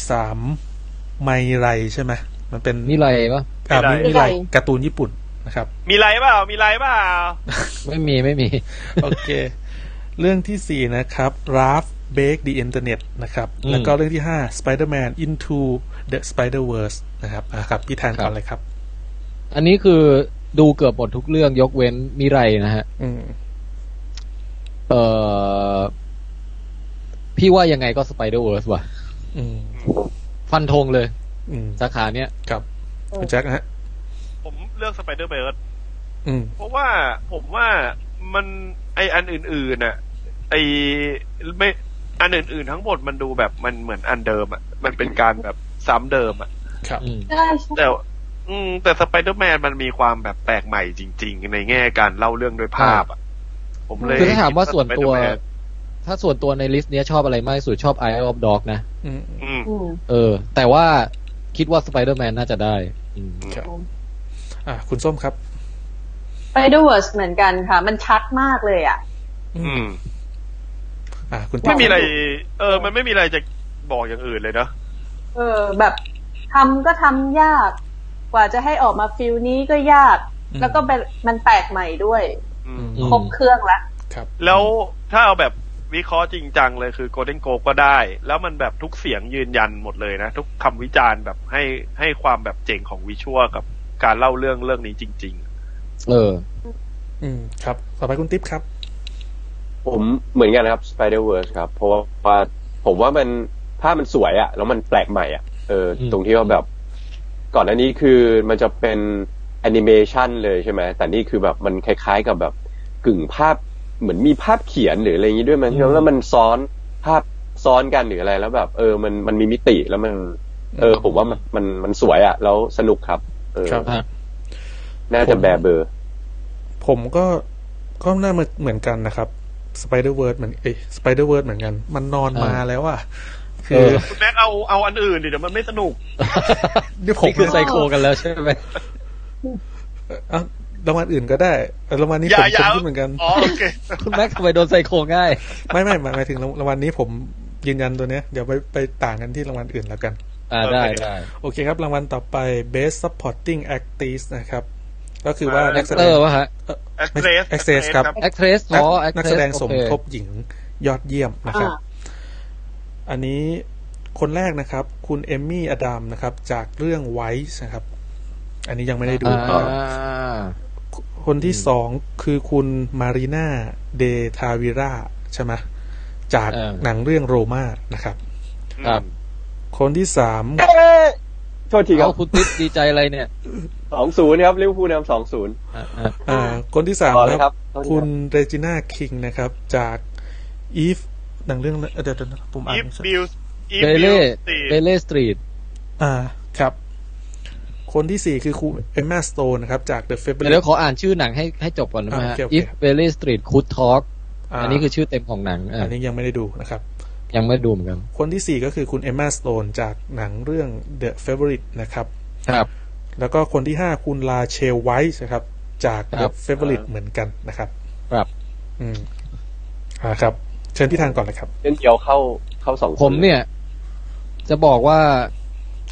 [SPEAKER 1] 3 ไมไรใช่ไหมมันเป็น
[SPEAKER 2] นี่ไรปะ
[SPEAKER 1] อ่า
[SPEAKER 3] มิไร
[SPEAKER 1] มิไรการ์ตูนญี่ปุ่นนะครับ
[SPEAKER 3] มีไรเปล่ามีไรเปล่า
[SPEAKER 2] ไม่มีไม่มี
[SPEAKER 1] โอเค เรื่องที่สี่นะครับ Ralph Break the Internet นะครับ
[SPEAKER 2] อืม
[SPEAKER 1] แล้วก็เรื่องที่ห้า Spider-Man Into the Spider-Verse นะครับอ่ะครับ พี่แทน
[SPEAKER 2] ครับ
[SPEAKER 1] ก่อนเลยครับ
[SPEAKER 2] อันนี้คือดูเกือบหมดทุกเรื่องยกเว้นมิไรนะฮะ
[SPEAKER 1] อืม
[SPEAKER 2] เอ่อ พี่ว่ายังไงก็สไปเดอร์เวิร์สว่ะ
[SPEAKER 1] อืม
[SPEAKER 2] ฟันธงเลย
[SPEAKER 1] อืม
[SPEAKER 2] สาขาเนี้ย
[SPEAKER 1] ครับ
[SPEAKER 4] เออ
[SPEAKER 1] คุณแจ็คนะฮะ
[SPEAKER 3] ผมเลือกสไปเดอร์เบิร์ด
[SPEAKER 1] อืม
[SPEAKER 3] เพราะว่าผมว่ามันไออันอื่นๆน่ะไอไม่อันอื่นๆทั้งหมดมันดูแบบมันเหมือนอันเดิมอ่ะมันเป็นการแบบซ้ำเดิมอ่ะ
[SPEAKER 1] ครับ
[SPEAKER 2] อืม
[SPEAKER 4] ใช่ใช่
[SPEAKER 3] แต่ อืม แต่สไปเดอร์แมนมันมีความแบบแปลกใหม่จริง ๆ ในแง่การเล่าเรื่องด้วยภาพอ่ะ ผมเลย
[SPEAKER 2] คือถ้าถามว่าส่วนตัว
[SPEAKER 3] คิด Spider-Man
[SPEAKER 2] ถ้าส่วนตัวในลิสต์เนี้ยชอบอะไรมากที่สุดชอบ Eye of Dog นะ
[SPEAKER 1] อืม
[SPEAKER 3] อืม
[SPEAKER 4] อืม
[SPEAKER 2] เออ แต่ว่าคิดว่า Spider-Man น่าจะได้อืม
[SPEAKER 1] ครับ อ่าคุณส้มครับ
[SPEAKER 4] ไปดูเวิร์สเหมือนกันค่ะ มันชัดมากเลยอ่ะ
[SPEAKER 3] อืม
[SPEAKER 1] อ่าคุณ
[SPEAKER 3] ไม่มีอะไร
[SPEAKER 1] ติ๊ก
[SPEAKER 3] เออ มันไม่มีอะไรจะบอกอย่างอื่นเลยเนอะ
[SPEAKER 4] เออแบบทำก็ทำยาก กว่าจะให้ออกมาฟิลนี้ก็ยาก แล้วก็เป็นมันแปลกใหม่ด้วย
[SPEAKER 3] อืม
[SPEAKER 2] อืม
[SPEAKER 4] ครบเครื่องละ
[SPEAKER 1] ครับ
[SPEAKER 3] แล้วถ้าเอาแบบวิเคราะห์จริงจังเลยคือโกลเด้นโกก็ได้ แล้วมันแบบทุกเสียงยืนยันหมดเลยนะ ทุกคำวิจารณ์แบบให้ให้ความแบบเจ๋งของวิชวลกับการเล่าเรื่องเรื่องนี้จริง
[SPEAKER 2] เออ
[SPEAKER 1] อืมครับ ต่อไปคุณติ๊บครับ
[SPEAKER 5] ผมเหมือนกันนะครับ Spider Verse ครับ เพราะว่าผมว่ามันภาพมันสวยอะแล้วมันแปลกใหม่อะเอออ
[SPEAKER 2] ม
[SPEAKER 5] ตรงที่ว่าแบบ ก่อนหน้านี้คือมันจะเป็นแอนิเมชันเลยใช่ไหมแต่นี่คือแบบมันคล้ายๆกับแบบกึ่งภาพเหมือนมีภาพเขียนหรืออะไรอย่างนี้ด้วยมั้งแล้วมันซ้อนภาพซ้อนกันหรืออะไรแล้วแบบ เออมันมันมีมิติแล้วมัน เออ ผมว่ามันมันมันสวยอะแล้วสนุกครับ เออ
[SPEAKER 1] ครับ
[SPEAKER 2] ฮะ
[SPEAKER 5] น่าจะแบร์เบอร์
[SPEAKER 1] ผมก็ก็น่ามาเหมือนกันนะครับสไปเดอร์เวิร์ดเหมือนเอ้สไปเดอร์เวิร์ดเหมือนกัน มันนอนมาแล้วอ่ะคื
[SPEAKER 2] เอ
[SPEAKER 1] อ
[SPEAKER 2] อ
[SPEAKER 3] ๆ คุณแม็กเอาเอาอันอื่นดิเดี๋ยวมันไม่สนุก
[SPEAKER 1] นี่ผม
[SPEAKER 2] นี่คือไซโคกันแล้วใช่ไหม
[SPEAKER 1] เอ้ารางวัลอื่นก็ได้เออรางวัลนี้
[SPEAKER 3] อ
[SPEAKER 1] ผ
[SPEAKER 3] ย่าม
[SPEAKER 1] ผม
[SPEAKER 3] อย่า
[SPEAKER 1] คิดเหมือนกัน
[SPEAKER 3] อ๋อโอเค
[SPEAKER 2] คุณแม็กซ์ทำไมโดนไซโคง่าย
[SPEAKER 1] ไม่ไม่หมายหมายถึงรางวัลนี้ผมยืนยันตัวเนี้ยเดี๋ยวไปไปต่างกันที่รางวัลอื่นแล้วกัน
[SPEAKER 2] อ่า
[SPEAKER 3] โอเค
[SPEAKER 2] ได้ได้
[SPEAKER 1] โอเคครับ รางวัลต่อไป best supporting actress นะครับ ก็คือว่า
[SPEAKER 3] อ่า
[SPEAKER 1] นักแส
[SPEAKER 2] เต
[SPEAKER 1] ด
[SPEAKER 2] อง ร์วะฮะ
[SPEAKER 3] แอคเซส
[SPEAKER 1] Access ครับ
[SPEAKER 2] แอคเทรส
[SPEAKER 1] นัก
[SPEAKER 2] อ๋อแอค
[SPEAKER 1] นัก
[SPEAKER 2] เทร
[SPEAKER 1] แส
[SPEAKER 2] ส
[SPEAKER 1] ดงสมทบหญิงยอดเยี่ยมนะครับ
[SPEAKER 4] อ่า
[SPEAKER 1] อันนี้คนแรกนะครับ คุณเอมมี่อดัมนะครับ จากเรื่องไวส์นะครับ อันนี้ยังไม่ได้ดู
[SPEAKER 2] อ่า
[SPEAKER 1] คนที่สองคือคุณมารีนาเดทาวิราใช่ไหมจาก
[SPEAKER 2] เออ
[SPEAKER 1] หนังเรื่องโรมานะครับ
[SPEAKER 2] ครับ
[SPEAKER 1] คนที่สาม
[SPEAKER 5] โทษทีครั
[SPEAKER 2] เขา
[SPEAKER 5] บ
[SPEAKER 2] คุณติ๊บดีใจอะไรเนี่ย
[SPEAKER 5] สองศูนย์ครับลิเวอร์พูลนำสองศูนย์
[SPEAKER 2] อ่ะอ่ะ
[SPEAKER 1] อ่าคนที่สาม
[SPEAKER 5] ต่อเลย
[SPEAKER 1] ค
[SPEAKER 5] ครั
[SPEAKER 1] รับบ
[SPEAKER 5] ต่อเลยครับ
[SPEAKER 1] คุณเรจิน่าคิงนะครับ จากอีฟหนังเรื่องเอ่อเดี๋ยวเดี๋ยวนะผมอ่าน
[SPEAKER 3] อีฟ
[SPEAKER 1] ไม่ชัด
[SPEAKER 3] บิลส์อีฟ
[SPEAKER 2] เบ
[SPEAKER 3] บิล
[SPEAKER 2] เล่
[SPEAKER 3] ส์สี่
[SPEAKER 2] เบเล่สตรีท
[SPEAKER 1] อ่าครับ คนที่สี่คือคุณเอมมาสโตนนะครับ จาก The f a v o r i t
[SPEAKER 2] เดี๋ยวขออ่านชื่อหนังให้ให้จบก่อนนะ
[SPEAKER 1] อ่า
[SPEAKER 2] ฮะ
[SPEAKER 1] โอเคโอเค
[SPEAKER 2] If b e l l y Street Could Talk
[SPEAKER 1] า
[SPEAKER 2] อันนี้คือชื่อเต็มของหนังอ่ะ
[SPEAKER 1] อันนี้ยังไม่ได้ดูนะครับ
[SPEAKER 2] ยังไม่ดูเหมือนกัน
[SPEAKER 1] คนที่สี่ก็คือคุณเอมมาสโตนจากหนังเรื่อง The Favorite นะครับ
[SPEAKER 2] ครับ
[SPEAKER 1] แล้วก็คนที่ห้าคุณลาเชลไวส์นะครับ จาก
[SPEAKER 2] ครั
[SPEAKER 1] The
[SPEAKER 2] บ
[SPEAKER 1] Favorite เหมือนกันนะครับ
[SPEAKER 2] ครับ
[SPEAKER 1] อืมอ่าครับ เชิญพี่ทางก่อนเลยครับ
[SPEAKER 5] เล่นเดียวเข้าเข้าสอง
[SPEAKER 2] ผมเนี่ย จะบอกว่า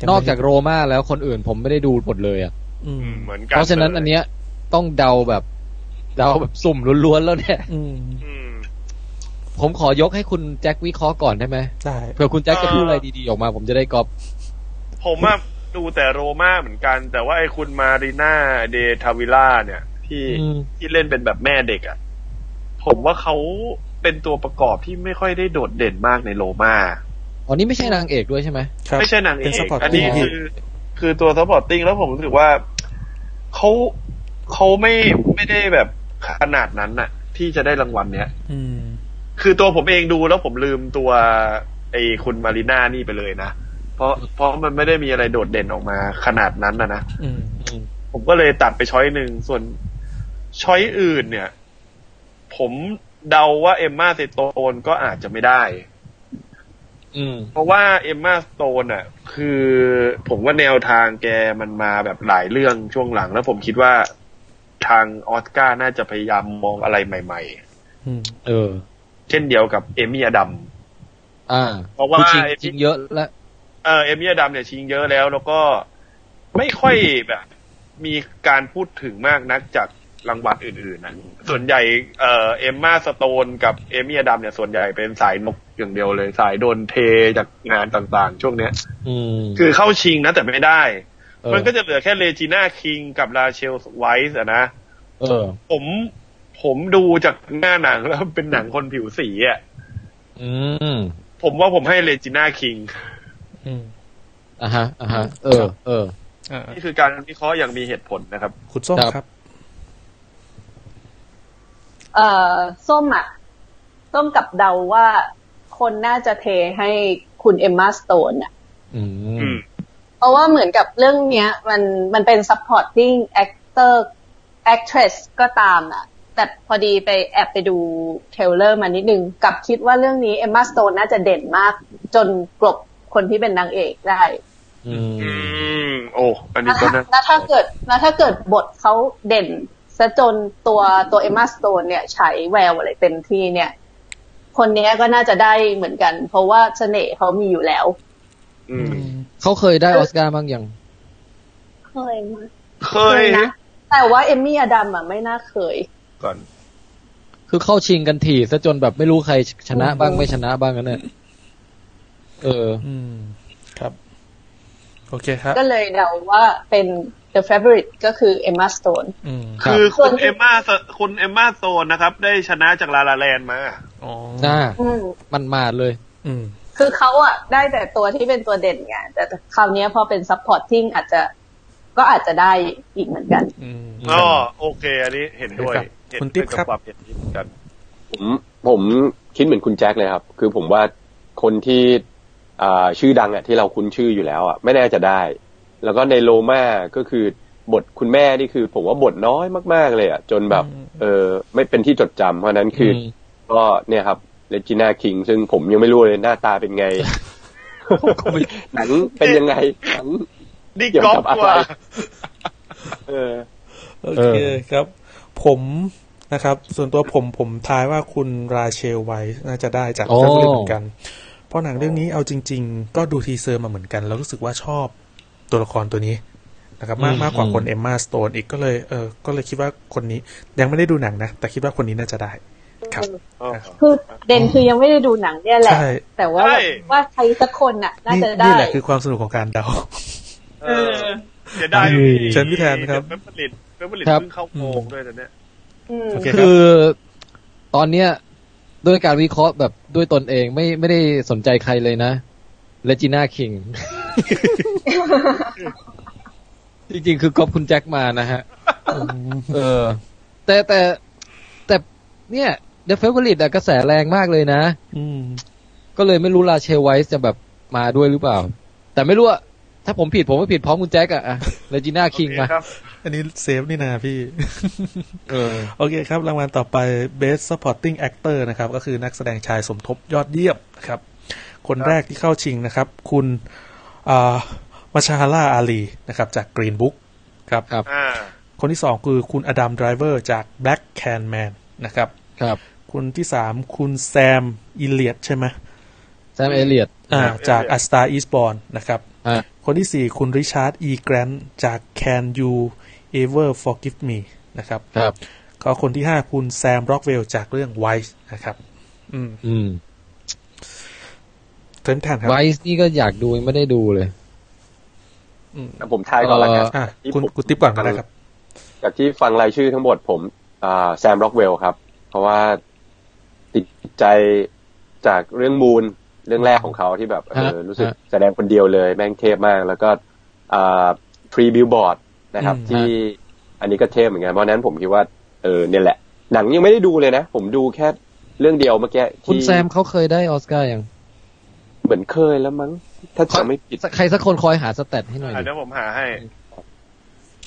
[SPEAKER 1] ยังไม่
[SPEAKER 2] นอกจากโรมาแล้วคนอื่นผมไม่ได้ดูหมดเลยอ่ะ
[SPEAKER 1] อื
[SPEAKER 3] อื
[SPEAKER 1] ม
[SPEAKER 3] มเหมือนกัน
[SPEAKER 2] เพราะฉะนั้นอันเนี้ยต้องเดาแบบ เดาแบบสุ่มล้วนๆแล้วเนี่ย
[SPEAKER 1] อืม
[SPEAKER 3] อืม
[SPEAKER 2] ผมขอยกให้คุณแจ็ควิเคราะห์ก่อนได้ไหม
[SPEAKER 1] ได้
[SPEAKER 2] เผื่อคุณแจ็คจะพูดอะไรดีๆออกมา ผมจะได้กอบ
[SPEAKER 3] ผมอะดูแต่โรมาเหมือนกัน แต่ว่าไอ้คุณมารีนาเดทาวิล่าเนี่ย ที่
[SPEAKER 2] อืม
[SPEAKER 3] ที่เล่นเป็นแบบแม่เด็กอะผมว่าเขาเป็นตัวประกอบที่ไม่ค่อยได้โดดเด่นมากในโรมา
[SPEAKER 2] อ๋อนี่ไม่ใช่นางเอกด้วยใช่ไหม
[SPEAKER 1] ครับ
[SPEAKER 3] ไม่ใช่นางเอ
[SPEAKER 1] เป็น
[SPEAKER 3] ก
[SPEAKER 1] supporting
[SPEAKER 3] อันนี้
[SPEAKER 1] ที่
[SPEAKER 3] คือ คือตัวซัพพอร์ตติ้งแล้วผมรู้สึกว่าเขาเขาไม่ไม่ได้แบบขนาดนั้นน่ะ ที่จะได้รางวัลเนี้ย
[SPEAKER 1] อืม
[SPEAKER 3] คือตัวผมเองดูแล้วผมลืมตัว ไอ้คุณมารีนานี่ไปเลยนะ เพราะเพราะมันไม่ได้มีอะไรโดดเด่นออกมาขนาดนั้นนะนะ
[SPEAKER 1] อืม
[SPEAKER 3] ผมก็เลยตัดไปช้อยหนึ่งส่วนช้อยอื่นเนี่ย ผมเดาว่าเอมมาสโตนก็อาจจะไม่ได้
[SPEAKER 2] อืม
[SPEAKER 3] เพราะว่าเอมมาสโตนอ่ะ คือผมว่าแนวทางแกมันมาแบบหลายเรื่องช่วงหลัง แล้วผมคิดว่าทางออสการ์น่าจะพยายามมองอะไรใหม่
[SPEAKER 1] อืม
[SPEAKER 2] เออ
[SPEAKER 3] ๆ เช่นเดียวกับเอมี่อดัม
[SPEAKER 2] อ่า
[SPEAKER 3] เพราะว่า
[SPEAKER 2] คือชิง
[SPEAKER 3] ไอ้ที่
[SPEAKER 2] ชิงเยอะแล้ว
[SPEAKER 3] เออเอมี่อดัมเนี่ยชิงเยอะแล้ว แล้วก็ไม่ค่อยแบบ มีการพูดถึงมากนักจากรางวัลอื่นๆนะส่วนใหญ่เอ่อเอมมาสโตนกับเอมี่อดัมเนี่ยส่วนใหญ่เป็นสายนกอย่างเดียวเลย สายโดนเทจากงานต่างๆ ช่วงเนี้ย
[SPEAKER 2] อืม
[SPEAKER 3] คือเข้าชิงนะแต่ไม่ได้
[SPEAKER 2] เออ
[SPEAKER 3] มันก็จะเหลือแค่เลจิน่าคิงกับราเชลไวส์อะนะ
[SPEAKER 2] เออ
[SPEAKER 3] ผมผมดูจากหน้าหนังแล้วเป็นหนังคนผิวสีอ่ะ
[SPEAKER 2] อืม
[SPEAKER 3] ผมว่าผมให้เลจิน่าคิง
[SPEAKER 1] อืม
[SPEAKER 2] อ่ะฮะอ่ะฮะ เออ เออ
[SPEAKER 1] อ่า
[SPEAKER 3] นี่คือการวิเคราะห์อย่างมีเหตุผลนะครับ
[SPEAKER 1] คุณส้ม
[SPEAKER 2] ครับ
[SPEAKER 1] ครับ
[SPEAKER 4] เออส้มอ่ะ ส้มกับเดาว่าคนน่าจะเทให้คุณเอมมาสโตนอ่ะ
[SPEAKER 2] อื
[SPEAKER 3] อื
[SPEAKER 2] ม
[SPEAKER 3] ม
[SPEAKER 4] เพราะว่าเหมือนกับเรื่องเนี้ย มันมันเป็น supporting actor actress ก็ตามอะแต่พอดีไปแอบไปดูเทรลเลอร์มานิดนึงกลับคิดว่าเรื่องนี้เอมมาสโตนน่าจะเด่นมาก จนกลบคนที่เป็นนางเอกได้
[SPEAKER 2] อืม
[SPEAKER 3] อืม โอ้ อันนี้ก็นะ
[SPEAKER 4] แล้วถ้าแล้วถ้าเกิดแล้วถ้าเกิดบทเขาเด่นซะจนตัวตัวเอมมาสโตนเนี่ยใช้แววอะไรเต็มที่เนี่ย คนเนี้ยก็น่าจะได้เหมือนกัน เพราะว่าเสน่ห์เขามีอยู่แล้ว
[SPEAKER 5] อืม
[SPEAKER 2] เขาเคยได้ออสการ์บ้างยัง
[SPEAKER 4] เคยนะ
[SPEAKER 3] เคย
[SPEAKER 4] นะแต่ว่าเอมมี่อดัมอ่ะไม่น่าเคย
[SPEAKER 3] ก่อน
[SPEAKER 2] คือเข้าชิงกันถี่ซะจนแบบไม่รู้ใครชนะบ้างไม่ชนะบ้างกันเนี่ยเออ
[SPEAKER 1] อืม ครับ โอเคครับ
[SPEAKER 4] ก็เลยเดาว่าเป็น the favorite ก็คือเอมมาสโตน
[SPEAKER 1] อืม
[SPEAKER 2] ครับ
[SPEAKER 3] คือคุณ
[SPEAKER 4] ส่วนที่
[SPEAKER 3] เอมมาคุณเอมมาโซนนะครับ ได้ชนะจากลาลาแลนด์มา
[SPEAKER 1] อ๋อ
[SPEAKER 2] หน้า
[SPEAKER 4] อืม
[SPEAKER 2] มันมาดเลย
[SPEAKER 1] อืม
[SPEAKER 4] คือเขาอ่ะได้แต่ตัวที่เป็นตัวเด่นไงแต่คราวเนี้ยพอเป็น supporting อาจจะก็อาจจะได้อีกเหมือนกัน
[SPEAKER 1] อืม
[SPEAKER 3] ก็โอเค อันนี้เห็นด้วย
[SPEAKER 1] ครับ
[SPEAKER 3] เห็น
[SPEAKER 1] คุณติ๊บ
[SPEAKER 3] ด้ว
[SPEAKER 1] ค
[SPEAKER 3] ยกั
[SPEAKER 1] รับ
[SPEAKER 3] ความเห็นนี้เหมือนกัน
[SPEAKER 5] ผมผมคิดเหมือนคุณแจ็คเลยครับ คือผมว่าคนที่อ่าชื่อดังอ่ะที่เราคุ้นชื่ออยู่แล้วอ่ะไม่น่าจะได้ แล้วก็ในโลมาก็คือบทคุณแม่นี่คือ ผมว่าบทน้อยมาก ๆเลยอ่ะจนแบบ
[SPEAKER 1] อืม
[SPEAKER 5] เออไม่เป็นที่จดจำเพราะฉะนั้นคืออ
[SPEAKER 2] ม
[SPEAKER 5] ก็เนี่ยครับเลจิน่าคิง ซึ่งผมยังไม่รู้เลยหน้าตา
[SPEAKER 2] <laughs>
[SPEAKER 5] เป็นไง หนังเป็นยังไงหนัง
[SPEAKER 3] นี่
[SPEAKER 5] เกี่ยว
[SPEAKER 3] ก๊อ
[SPEAKER 5] กั
[SPEAKER 3] ฟ
[SPEAKER 5] บอะ
[SPEAKER 3] ก
[SPEAKER 5] ไร
[SPEAKER 3] ว่า
[SPEAKER 5] เออ
[SPEAKER 1] โอเคครับ ผมนะครับ ส่วนตัวผมผมทายว่าคุณราเชลไวท์น่าจะได้จาก
[SPEAKER 2] โอ้
[SPEAKER 1] เรื่องนี้เหมือนกัน เพราะหนังเรื่องนี้เอาจริง ๆ ก็ดูทีเซอร์มาเหมือนกัน แล้วรู้สึกว่าชอบตัวละครตัวนี้นะครับมาก
[SPEAKER 2] อืม
[SPEAKER 1] มากกว่า
[SPEAKER 2] อืม
[SPEAKER 1] คนเอมมาสโตนอีกก็เลยเออก็เลยคิดว่าคนนี้ยังไม่ได้ดูหนังนะ แต่คิดว่าคนนี้น่าจะได้ ครับ
[SPEAKER 4] คือเด่นคือยังไม่ได้ดูหนังเนี่ยแหละ
[SPEAKER 1] ใช่
[SPEAKER 4] แต่ว่า
[SPEAKER 3] ใช่
[SPEAKER 4] ว่าใครสักคนน่ะ น่า
[SPEAKER 1] นี่
[SPEAKER 4] จะได้
[SPEAKER 1] นี่แหละคือความสนุกของการเดา
[SPEAKER 3] เออเสียดาย
[SPEAKER 2] เออ
[SPEAKER 1] เชิญพี่แทนครับ
[SPEAKER 3] เว็บผลิตเว็บผลิต
[SPEAKER 2] ครับ
[SPEAKER 3] เพิ่งเข้าโมงด้วยนะเนี่ย
[SPEAKER 4] อืม
[SPEAKER 1] โอเคค
[SPEAKER 2] คื
[SPEAKER 1] รับ
[SPEAKER 2] อตอนเนี้ยด้วยการวิเคราะห์แบบด้วยตนเองไม่ไม่ได้สนใจใครเลยนะเลจิน่าคิง <laughs> จริงๆ คือก๊อปคุณแจ็คมานะฮะ
[SPEAKER 1] ม
[SPEAKER 2] เออ แต่แต่แต่เนี่ย The Favorite อะกระแสแรงมากเลยนะ
[SPEAKER 1] อืม
[SPEAKER 2] ก็เลยไม่รู้ลาเชลไวส์จะแบบมาด้วยหรือเปล่า แต่ไม่รู้อะถ้าผมผิดผมก็ผิดพร้อมคุณแจ็คอะอะเลจิน่าคิงมา
[SPEAKER 3] โอเคครับ
[SPEAKER 1] อันนี้เซฟนี่นาพี่
[SPEAKER 2] เออ
[SPEAKER 1] โอเคครับ รางวัลต่อไป Best Supporting Actor นะครับ ก็คือนักแสดงชายสมทบยอดเยี่ยมนะครับ คนแรกที่เข้าชิงนะครับ คุณอ่ามาชาฮาร่าอาลีนะครับ จาก Green Book ครับ
[SPEAKER 2] ครับ
[SPEAKER 3] อ่า
[SPEAKER 1] คนที่สองคือคุณอดัมไดรเวอร์จาก Black Can Man นะครับ
[SPEAKER 2] ครับ
[SPEAKER 1] คนที่สามคุณแซมอิเลียดใช่ไหม
[SPEAKER 2] แซมเอเลียด
[SPEAKER 1] อ่า
[SPEAKER 3] ครับ
[SPEAKER 1] จาก A Star Is Born นะครับ
[SPEAKER 2] อ่ะ
[SPEAKER 1] คนที่สี่คุณริชาร์ดอีแกรนจาก Can You Ever Forgive Me นะครับ
[SPEAKER 2] ครับ
[SPEAKER 1] ก็คนที่ห้าคุณแซม ร็อกเวล จากเรื่องไวส์นะครับ อืม
[SPEAKER 2] อืม
[SPEAKER 1] เทิร์นทานครับ
[SPEAKER 2] ไวส์นี่ก็อยากดูยังไม่ได้ดูเลย
[SPEAKER 1] อืม
[SPEAKER 5] ผมทายก่อนละกัน
[SPEAKER 1] อ่ะคุณคุณติ๊บก่อนก็ได้ครับ
[SPEAKER 5] จากที่ฟังรายชื่อทั้งหมดผมแซมร็อกเวลครับ เพราะว่าติดใจจากเรื่องมูนเรื่องแรกของเขาที่แบบเอ
[SPEAKER 2] ฮะ
[SPEAKER 5] อรู้สึก
[SPEAKER 2] ฮะ
[SPEAKER 5] แสดงคนเดียวเลย แม่งเทพมาก แล้วก็พรีบิวบอร์ดนะครับ
[SPEAKER 1] อืม
[SPEAKER 5] ที่อันนี้ก็เทพเหมือนกัน เพราะฉะนั้นผมคิดว่าเออเนี่ยแหละ หนังยังไม่ได้ดูเลยนะ ผมดูแค่เรื่องเดียวเมื่อกี้
[SPEAKER 2] คุณ
[SPEAKER 5] ที่
[SPEAKER 2] แซมเขาเคยได้ออสการ์ยัง
[SPEAKER 5] เหมือนเคยแล้วมั้ง ถ้าจำไม่ผิด
[SPEAKER 2] ใครสักคนคอยหาสเตตให้หน่อย
[SPEAKER 3] อ่า
[SPEAKER 2] ดิ
[SPEAKER 3] เดี๋ยวผมหาให้